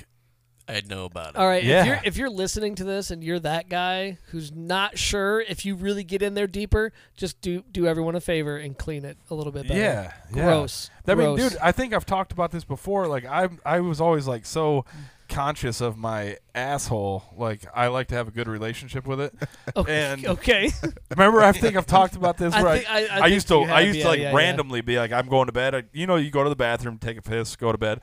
Speaker 4: I'd know about it.
Speaker 2: All right.
Speaker 1: Yeah.
Speaker 2: If you're if you're listening to this and you're that guy who's not sure if you really get in there deeper, just do do everyone a favor and clean it a little bit better.
Speaker 1: yeah, yeah.
Speaker 2: Gross.
Speaker 1: I mean,
Speaker 2: Gross.
Speaker 1: dude, I think I've talked about this before. Like I I was always like so conscious of my asshole. Like I like to have a good relationship with it. and
Speaker 2: Okay.
Speaker 1: remember, I think I've talked about this.
Speaker 2: I
Speaker 1: Where I,
Speaker 2: think- I- I
Speaker 1: I
Speaker 2: think
Speaker 1: used to
Speaker 2: you
Speaker 1: I
Speaker 2: have,
Speaker 1: used
Speaker 2: yeah,
Speaker 1: to like
Speaker 2: yeah, yeah.
Speaker 1: randomly be like, I'm going to bed. I, you know, you go to the bathroom, take a piss, go to bed.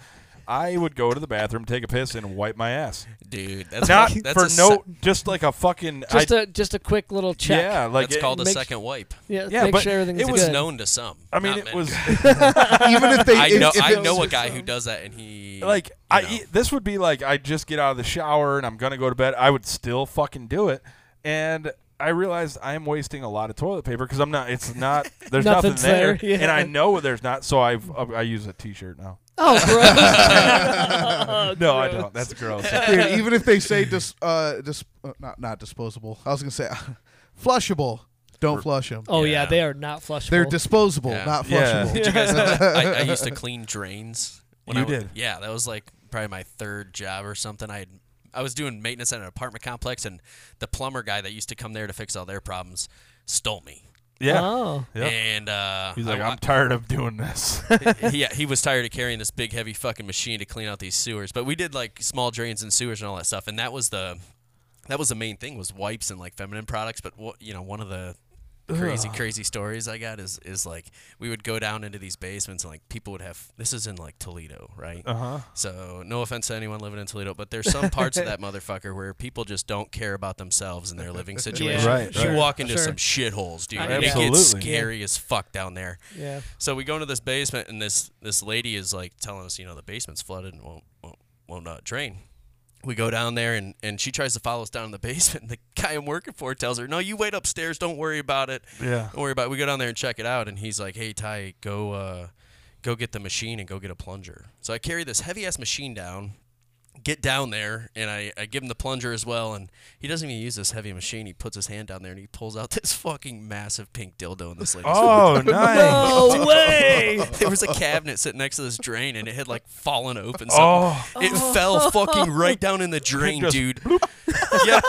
Speaker 1: I would go to the bathroom, take a piss, and wipe my ass.
Speaker 4: dude. That's
Speaker 1: Not
Speaker 4: that's
Speaker 1: for
Speaker 4: a se-
Speaker 1: no, just like a fucking.
Speaker 2: just
Speaker 1: I,
Speaker 2: a just a quick little check.
Speaker 1: Yeah, like
Speaker 4: that's
Speaker 1: it-
Speaker 4: called a
Speaker 2: make-
Speaker 4: second wipe.
Speaker 2: Yeah.
Speaker 1: Yeah,
Speaker 2: make
Speaker 1: but
Speaker 2: sure everything's
Speaker 1: it
Speaker 4: It
Speaker 1: was
Speaker 4: was
Speaker 2: good.
Speaker 4: known to some.
Speaker 1: I mean,
Speaker 4: not
Speaker 1: it
Speaker 4: many.
Speaker 1: was
Speaker 3: Even if they,
Speaker 4: I
Speaker 3: if-
Speaker 4: know.
Speaker 3: if
Speaker 4: I
Speaker 3: it-
Speaker 4: know a guy who does that, and he
Speaker 1: like
Speaker 4: you
Speaker 1: I e,
Speaker 4: know.
Speaker 1: this would be like I just get out of the shower and I'm gonna go to bed. I would still fucking do it, and I realized I am wasting a lot of toilet paper because I'm not. It's not. There's nothing
Speaker 2: Nothing's
Speaker 1: there,
Speaker 2: there, yeah.
Speaker 1: and I know there's not. So I've I use a T-shirt now.
Speaker 2: Oh, gross.
Speaker 1: No, I
Speaker 2: Gross.
Speaker 1: don't. That's gross.
Speaker 3: dude, even if they say dis, uh, dis, uh, not not disposable. I was gonna say flushable. Don't flush them.
Speaker 2: Oh yeah.
Speaker 4: Yeah.
Speaker 2: they are not flushable.
Speaker 3: They're disposable,
Speaker 4: Yeah.
Speaker 3: not
Speaker 1: Yeah.
Speaker 3: flushable.
Speaker 4: Did you guys know that? I, I used to clean drains.
Speaker 1: You
Speaker 4: I wa-
Speaker 1: did?
Speaker 4: Yeah, that was like probably my third job or something. I had, I was doing maintenance at an apartment complex, and the plumber guy that used to come there to fix all their problems stole me.
Speaker 1: Yeah.
Speaker 2: Oh.
Speaker 1: Yep.
Speaker 4: And uh,
Speaker 1: He's like,
Speaker 4: I-
Speaker 1: I'm tired of doing this.
Speaker 4: he, yeah, he was tired of carrying this big, heavy fucking machine to clean out these sewers. But we did like small drains and sewers and all that stuff, and that was the that was the main thing was wipes and like feminine products. But what you know, one of the crazy, crazy stories I got is is like we would go down into these basements and like people would have this is in like Toledo, right?
Speaker 1: Uh huh.
Speaker 4: So no offense to anyone living in Toledo, but there's some parts of that motherfucker where people just don't care about themselves and their living situation.
Speaker 1: Right,
Speaker 4: You
Speaker 1: right.
Speaker 4: walk into
Speaker 2: Sure.
Speaker 4: some shitholes, dude.
Speaker 2: I
Speaker 4: and It
Speaker 1: Absolutely.
Speaker 4: gets scary as fuck down there.
Speaker 2: Yeah.
Speaker 4: So we go into this basement, and this this lady is like telling us, you know, the basement's flooded and won't won't won't uh, drain. We go down there, and and she tries to follow us down in the basement. And the guy I'm working for tells her, "No, you wait upstairs. Don't worry about it.
Speaker 1: Yeah.
Speaker 4: Don't worry about it." We go down there and check it out, and he's like, "Hey, Ty, go uh, go get the machine and go get a plunger." So I carry this heavy ass machine down. Get down there, and I, I give him the plunger as well. And he doesn't even use this heavy machine. He puts his hand down there and he pulls out this fucking massive pink dildo in this lady's
Speaker 1: Oh, nice.
Speaker 2: No way.
Speaker 4: there was a cabinet sitting next to this drain, and it had like fallen open. So
Speaker 1: Oh.
Speaker 4: it fell fucking right down in the drain,
Speaker 1: Just
Speaker 4: dude. yeah,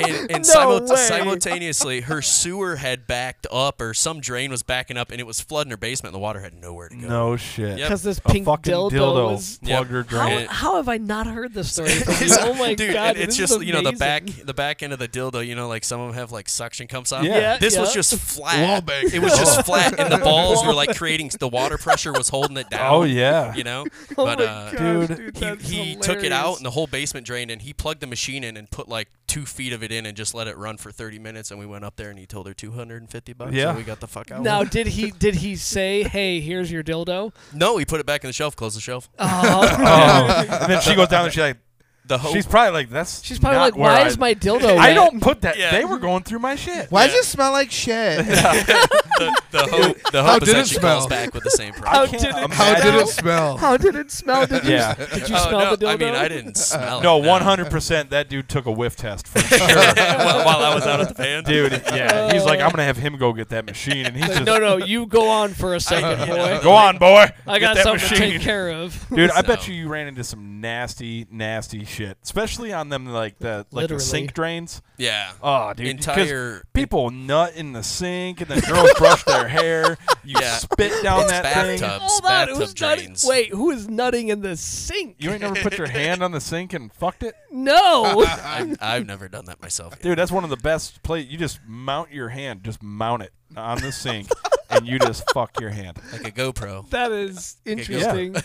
Speaker 4: and, and
Speaker 2: No
Speaker 4: simul-
Speaker 2: way.
Speaker 4: simultaneously, her sewer had backed up, or some drain was backing up, and it was flooding her basement. And the water had nowhere to go.
Speaker 1: No shit.
Speaker 4: Yep.
Speaker 2: Because this
Speaker 1: A
Speaker 2: pink
Speaker 1: fucking dildo,
Speaker 2: dildo, was.
Speaker 1: plugged
Speaker 4: Yep.
Speaker 1: her
Speaker 2: How,
Speaker 1: drain.
Speaker 2: how have I not heard this story? From you?
Speaker 4: It's-
Speaker 2: Oh my
Speaker 4: dude,
Speaker 2: god!
Speaker 4: and it's
Speaker 2: this
Speaker 4: just
Speaker 2: is
Speaker 4: you know the
Speaker 2: amazing.
Speaker 4: back the back end of the dildo. You know, like some of them have like suction comes out.
Speaker 1: Yeah. Yeah,
Speaker 4: this was
Speaker 2: yeah.
Speaker 4: just flat. It was just flat, and the balls were like creating the water pressure was holding it down.
Speaker 1: Oh yeah.
Speaker 4: you know.
Speaker 2: Oh
Speaker 4: but
Speaker 2: my
Speaker 4: uh,
Speaker 1: Dude,
Speaker 2: gosh, dude,
Speaker 4: he,
Speaker 2: that's
Speaker 4: he took it
Speaker 2: hilarious.
Speaker 4: out and the whole basement drained and he plugged the machine in and put like two feet of it in and just let it run for 30 minutes and we went up there and he told her 250 bucks
Speaker 1: Yeah.
Speaker 4: and we got the fuck out
Speaker 2: Now, did he did he say, "Hey, here's your dildo"?
Speaker 4: no he put it back in the shelf closed the shelf
Speaker 2: Oh,
Speaker 1: Oh. and then she goes down and she's like,
Speaker 4: the whole
Speaker 1: she's probably like, that's.
Speaker 2: she's probably
Speaker 1: not
Speaker 2: like,
Speaker 1: where
Speaker 2: "Why
Speaker 1: I-
Speaker 2: is my dildo?"
Speaker 1: I
Speaker 2: wet?"
Speaker 1: don't put that.
Speaker 4: Yeah.
Speaker 1: They were going through my shit.
Speaker 3: Why does it smell like shit?
Speaker 4: the, the hope the hope is
Speaker 3: did
Speaker 4: that
Speaker 3: it
Speaker 4: she calls
Speaker 3: smell?
Speaker 4: back with the same
Speaker 2: How
Speaker 4: problem
Speaker 2: did it?
Speaker 3: How did
Speaker 2: smell?
Speaker 3: it smell?
Speaker 2: How did it smell? Did you
Speaker 1: Yeah.
Speaker 2: did you
Speaker 4: Oh,
Speaker 2: smell
Speaker 4: no,
Speaker 2: the dildo?
Speaker 4: I mean I didn't smell it
Speaker 1: No,
Speaker 4: no.
Speaker 1: one hundred percent. That dude took a whiff test for sure,
Speaker 4: while, while I was out at the van
Speaker 1: dude. Yeah, he's like, I'm gonna have him go get that machine, and he's just
Speaker 2: No, no, you go on for a second, boy.
Speaker 1: go on, boy.
Speaker 2: I
Speaker 1: Get
Speaker 2: got
Speaker 1: that
Speaker 2: something to
Speaker 1: machine,
Speaker 2: take care of.
Speaker 1: dude. I bet
Speaker 4: So-
Speaker 1: you you ran into some nasty, nasty shit, especially on them like the like the
Speaker 2: Literally.
Speaker 1: sink drains.
Speaker 4: Yeah.
Speaker 1: Oh, dude! 'cause
Speaker 4: Entire-
Speaker 1: people nut in the sink, and then girls brush their hair. You
Speaker 4: Yeah.
Speaker 1: spit down that thing.
Speaker 4: bathtubs,
Speaker 2: Hold on,
Speaker 4: bathtub
Speaker 2: who's nutting?
Speaker 4: drains.
Speaker 2: Wait, who is nutting in the sink?
Speaker 1: You ain't never put your hand on the sink and fucked it,
Speaker 2: no.
Speaker 4: I've, I've never done that myself.
Speaker 1: dude. That's one of the best play. You just mount your hand, just mount it on the sink, and you just fuck your hand.
Speaker 4: Like a GoPro.
Speaker 2: That is interesting.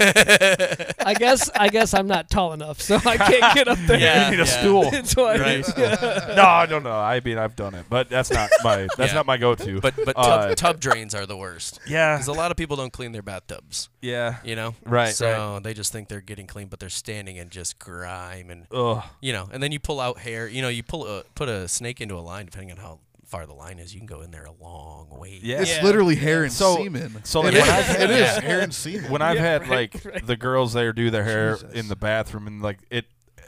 Speaker 2: I guess I guess I'm not tall enough, so I can't get up there.
Speaker 4: Yeah.
Speaker 1: you need a stool.
Speaker 2: That's why.
Speaker 1: no, I don't know. I mean, I've done it, but that's not my that's
Speaker 4: Yeah.
Speaker 1: not my go-to.
Speaker 4: But but
Speaker 1: Uh,
Speaker 4: tub, tub drains are the worst.
Speaker 1: yeah,
Speaker 4: Because a lot of people don't clean their bathtubs,
Speaker 1: yeah,
Speaker 4: you know?
Speaker 1: Right,
Speaker 4: So they just think they're getting clean, but they're standing in just grime and,
Speaker 1: Ugh.
Speaker 4: you know, and then you pull out hair. You know, you pull a, put a snake into a line, depending on how far the line is. You can go in there a long way.
Speaker 1: Yeah.
Speaker 3: It's literally hair and
Speaker 1: So-
Speaker 3: semen.
Speaker 1: so, like,
Speaker 3: it
Speaker 1: when
Speaker 3: is,
Speaker 1: I've-
Speaker 3: it is
Speaker 1: yeah.
Speaker 3: hair and semen.
Speaker 1: when I've had
Speaker 2: right,
Speaker 1: like
Speaker 2: right.
Speaker 1: the girls there do their hair
Speaker 3: Jesus.
Speaker 1: in the bathroom and like it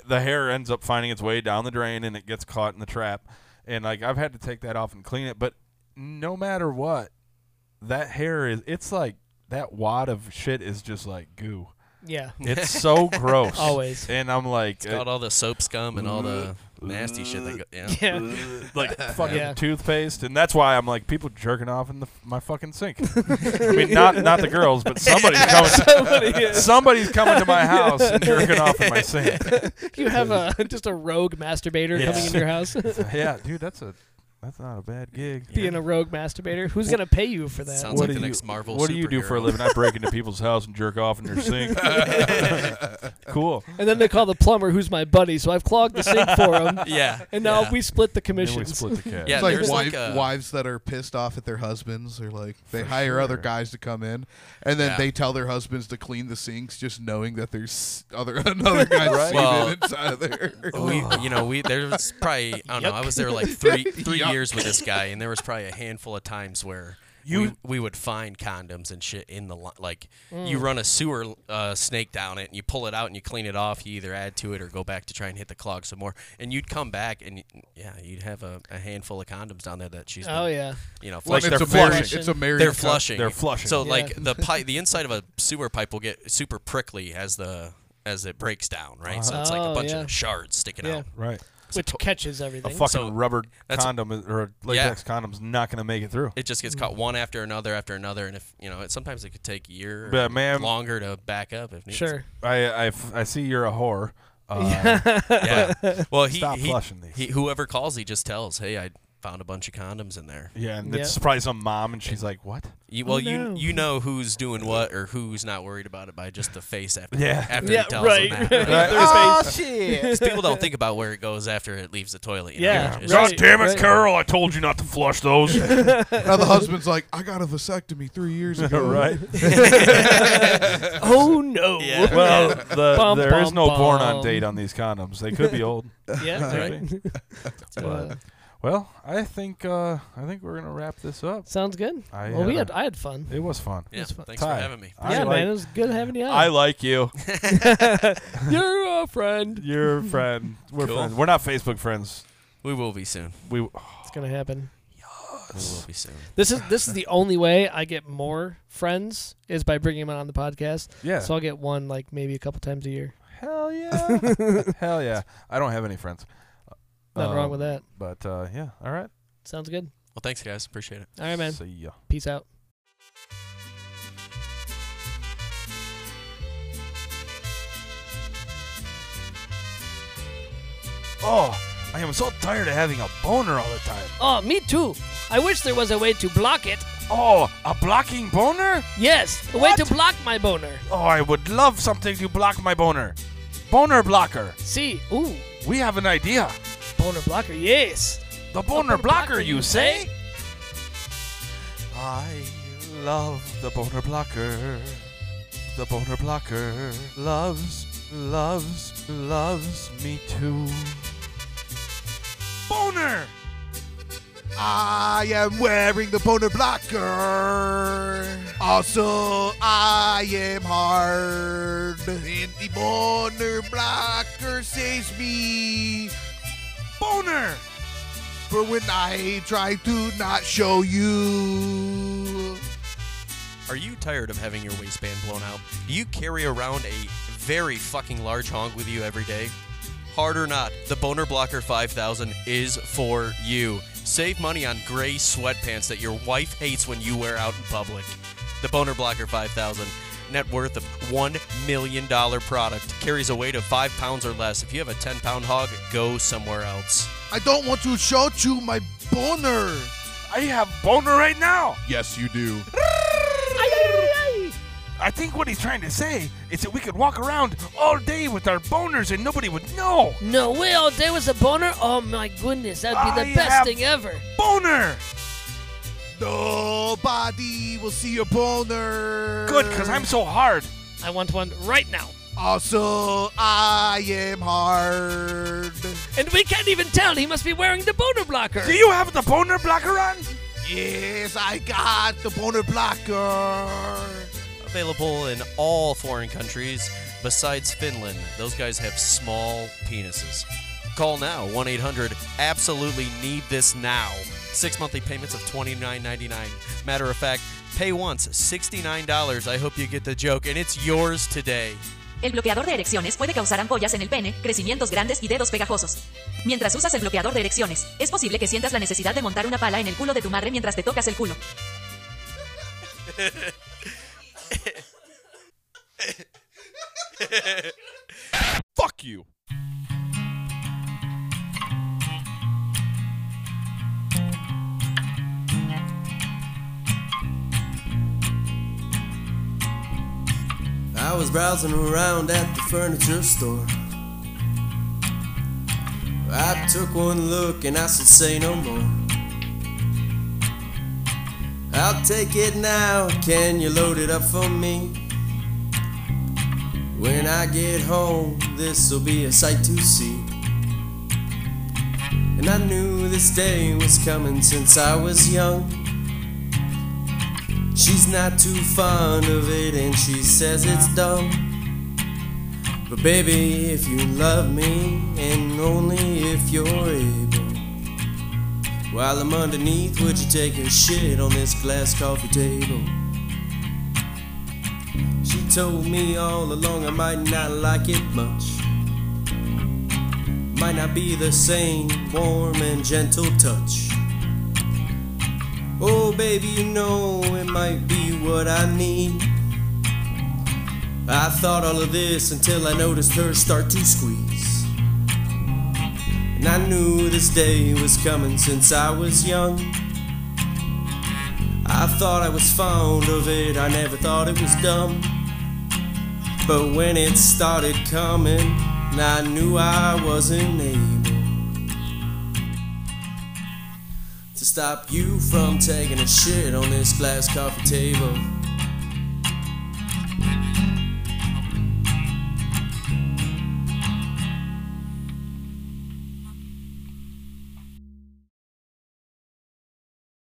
Speaker 1: the hair ends up finding its way down the drain and it gets caught in the trap and like I've had to take that off and clean it but no matter what that hair is it's like that wad of shit is just like goo
Speaker 2: Yeah.
Speaker 1: it's so gross
Speaker 2: Always.
Speaker 1: and I'm like
Speaker 4: Got
Speaker 1: uh,
Speaker 4: all the soap scum and all the nasty shit that go, you know.
Speaker 2: Yeah.
Speaker 1: like fucking
Speaker 2: Yeah.
Speaker 1: toothpaste and that's why I'm like people jerking off in the my fucking sink I mean not not the girls but somebody's coming
Speaker 2: Somebody is.
Speaker 1: somebody's coming to my house and jerking off in my sink
Speaker 2: You have a just a rogue masturbator coming into your house.
Speaker 1: yeah, dude, that's a that's not a bad gig.
Speaker 2: Being a rogue masturbator, who's gonna pay you for that?
Speaker 4: Sounds like the next Marvel
Speaker 1: What do you do for a
Speaker 4: superhero.
Speaker 1: living? I break into people's house and jerk off in their sink. cool.
Speaker 2: And then they call the plumber, who's my buddy, so I've clogged the sink for him.
Speaker 4: Yeah.
Speaker 2: And now
Speaker 4: yeah.
Speaker 2: we split the
Speaker 1: Then we
Speaker 2: commissions.
Speaker 1: split the cash.
Speaker 4: Yeah.
Speaker 3: It's like,
Speaker 4: there's
Speaker 3: wife,
Speaker 4: like a-
Speaker 3: wives that are pissed off at their husbands or like they hire other
Speaker 1: sure.
Speaker 3: guys to come in and then
Speaker 4: Yeah.
Speaker 3: they tell their husbands to clean the sinks just knowing that there's other another guy's
Speaker 1: Right.
Speaker 3: semen
Speaker 4: Well,
Speaker 3: inside of there.
Speaker 4: we,
Speaker 2: Oh.
Speaker 4: you know, we there was probably I don't know. I was there like three three years with this guy, and there was probably a handful of times where
Speaker 1: You-
Speaker 4: we, we would find condoms and shit in the li- like. You
Speaker 2: Mm.
Speaker 4: run a sewer uh, snake down it, and you pull it out and you clean it off. You either add to it or go back to try and hit the clog some more. And you'd come back and y- yeah, you'd have a, a handful of condoms down there that she's.
Speaker 2: Oh
Speaker 4: been,
Speaker 2: yeah.
Speaker 4: You know,
Speaker 3: Well,
Speaker 1: Like
Speaker 4: flushing.
Speaker 1: they're
Speaker 3: it's, a married,
Speaker 2: flushing.
Speaker 3: it's a married
Speaker 4: They're
Speaker 3: couple.
Speaker 4: flushing.
Speaker 1: They're flushing.
Speaker 4: So
Speaker 2: Yeah.
Speaker 4: like the pipe, the inside of a sewer pipe will get super prickly as the as it breaks down, right? So it's like
Speaker 2: Oh,
Speaker 4: a bunch
Speaker 2: yeah.
Speaker 4: of shards sticking
Speaker 2: Yeah.
Speaker 4: out.
Speaker 1: Right.
Speaker 2: Which catches
Speaker 1: A
Speaker 2: everything.
Speaker 1: fucking
Speaker 4: So
Speaker 1: rubber
Speaker 4: that's-
Speaker 1: condom is- or a latex condom's not gonna make it through.
Speaker 4: It
Speaker 2: Mm.
Speaker 4: just gets caught one after another after another, and if you know, it sometimes it could take a year, or
Speaker 1: But, ma'am-
Speaker 4: longer to back up if needs.
Speaker 2: Sure.
Speaker 1: I I f- I see you're a whore. Uh,
Speaker 4: Yeah. well, he,
Speaker 1: Stop
Speaker 4: he-
Speaker 1: flushing these.
Speaker 4: he- whoever calls, he just tells, "Hey, I found a bunch of condoms in there."
Speaker 1: yeah, and
Speaker 2: Yeah.
Speaker 1: it's probably some mom, and she's like, "What?
Speaker 4: You, well,
Speaker 2: Oh, no.
Speaker 4: you you know who's doing what or who's not worried about it by just the face after
Speaker 1: Yeah.
Speaker 4: after
Speaker 2: Yeah,
Speaker 4: he tells
Speaker 2: right.
Speaker 4: them
Speaker 2: Right.
Speaker 4: that. right?
Speaker 2: Oh,
Speaker 4: Because people don't think about where it goes after it leaves the toilet. you know?
Speaker 2: Yeah,
Speaker 4: It's
Speaker 2: right.
Speaker 4: just-
Speaker 2: right.
Speaker 1: Carol! I told you not to flush those."
Speaker 3: Now the husband's like, I got a vasectomy three years ago.
Speaker 1: right.
Speaker 2: Oh no.
Speaker 4: Yeah.
Speaker 1: Well, the,
Speaker 2: Bum,
Speaker 1: there is
Speaker 2: bum,
Speaker 1: no born-on
Speaker 2: bum.
Speaker 1: date on these condoms. They could be old.
Speaker 2: Yeah,
Speaker 4: Right.
Speaker 2: right. Uh,
Speaker 1: Well, I think uh, I think we're gonna wrap this up.
Speaker 2: sounds good.
Speaker 1: I
Speaker 2: well, we
Speaker 1: had
Speaker 2: had
Speaker 1: a-
Speaker 2: I had fun.
Speaker 1: It was fun.
Speaker 4: Yeah,
Speaker 2: It's fun.
Speaker 4: thanks for
Speaker 1: Ty,
Speaker 4: having me.
Speaker 1: I
Speaker 2: yeah,
Speaker 1: like-
Speaker 2: man, it was good having you on.
Speaker 1: I like you.
Speaker 2: You're our friend.
Speaker 1: You're a friend. We're
Speaker 4: Cool.
Speaker 1: friends. We're not Facebook friends.
Speaker 4: We will be soon.
Speaker 1: We
Speaker 2: It's gonna happen.
Speaker 4: We will be soon.
Speaker 2: This is this is the only way I get more friends is by bringing them on the podcast.
Speaker 1: yeah.
Speaker 2: So I'll get one like maybe a couple times a year.
Speaker 1: Hell yeah. Hell yeah. I don't have any friends.
Speaker 2: Nothing wrong
Speaker 1: Um,
Speaker 2: with that.
Speaker 1: But uh, yeah. All right.
Speaker 2: Sounds good.
Speaker 4: Well, thanks, guys. Appreciate it.
Speaker 2: All right, man.
Speaker 1: See ya.
Speaker 2: Peace out.
Speaker 1: Oh, I am so tired of having a boner all the time.
Speaker 2: Oh, me too. I wish there was a way to block it.
Speaker 1: Oh, a blocking boner?
Speaker 2: Yes, a way to block my boner.
Speaker 1: Oh, I would love something to block my boner. Boner blocker.
Speaker 2: See, ooh,
Speaker 1: We have an idea.
Speaker 2: boner blocker. Yes.
Speaker 1: The
Speaker 2: boner blocker, you say?
Speaker 1: I love the boner blocker. The boner blocker loves, loves, loves me too. Boner!
Speaker 3: I am wearing the boner blocker. Also, I am hard. And the boner blocker saves me
Speaker 1: Boner!
Speaker 3: for when I try to not show you.
Speaker 4: Are you tired of having your waistband blown out? Do you carry around a very fucking large honk with you every day? Hard or not, the Boner Blocker 5000 is for you. Save money on gray sweatpants that your wife hates when you wear out in public. The Boner Blocker 5000, net worth of $1 million product, carries a weight of 5 pounds or less. If you have a 10 pound hog, go somewhere else.
Speaker 3: I don't want to show you my boner.
Speaker 1: I have boner right now.
Speaker 3: Yes, you do.
Speaker 1: I think what he's trying to say is that we could walk around all day with our boners and nobody would know.
Speaker 2: No way! All day was a boner. Oh my goodness, that'd be the
Speaker 1: I
Speaker 2: best
Speaker 1: have-
Speaker 2: thing ever.
Speaker 1: Boner!
Speaker 3: Nobody will see your boner.
Speaker 1: Good, because I'm so hard.
Speaker 2: I want one right now,
Speaker 3: Also, I am hard.
Speaker 2: and we can't even tell. He must be wearing the boner blocker.
Speaker 1: Do you have the boner blocker on?
Speaker 3: Yes, I got the boner blocker.
Speaker 4: Available in all foreign countries besides Finland. Those guys have small penises. Call now 1 800 Absolutely Need This Now. Six monthly payments of $29.99. Matter of fact, pay once $69. I hope you get the joke, and it's yours today.
Speaker 8: El bloqueador de erecciones puede causar ampollas en el pene, crecimientos grandes y dedos pegajosos. Mientras usas el bloqueador de erecciones, es posible que sientas la necesidad de montar una pala en el culo de tu madre mientras te tocas el culo.
Speaker 1: Fuck you.
Speaker 7: I was browsing around at the furniture store. I took one look and I should say no more. I'll take it now, can you load it up for me? When I get home, this'll be a sight to see. And I knew this day was coming since I was young. She's not too fond of it and she says it's dumb. But baby, if you love me and only if you're able, while I'm underneath, would you take a shit on this glass coffee table? She told me all along I might not like it much. Might not be the same warm and gentle touch. Oh, baby, you know it might be what I need. I thought all of this until I noticed her start to squeeze. And I knew this day was coming since I was young. I thought I was fond of it, I never thought it was dumb. But when it started coming, I knew I wasn't able. to stop you from taking a shit on this glass coffee table.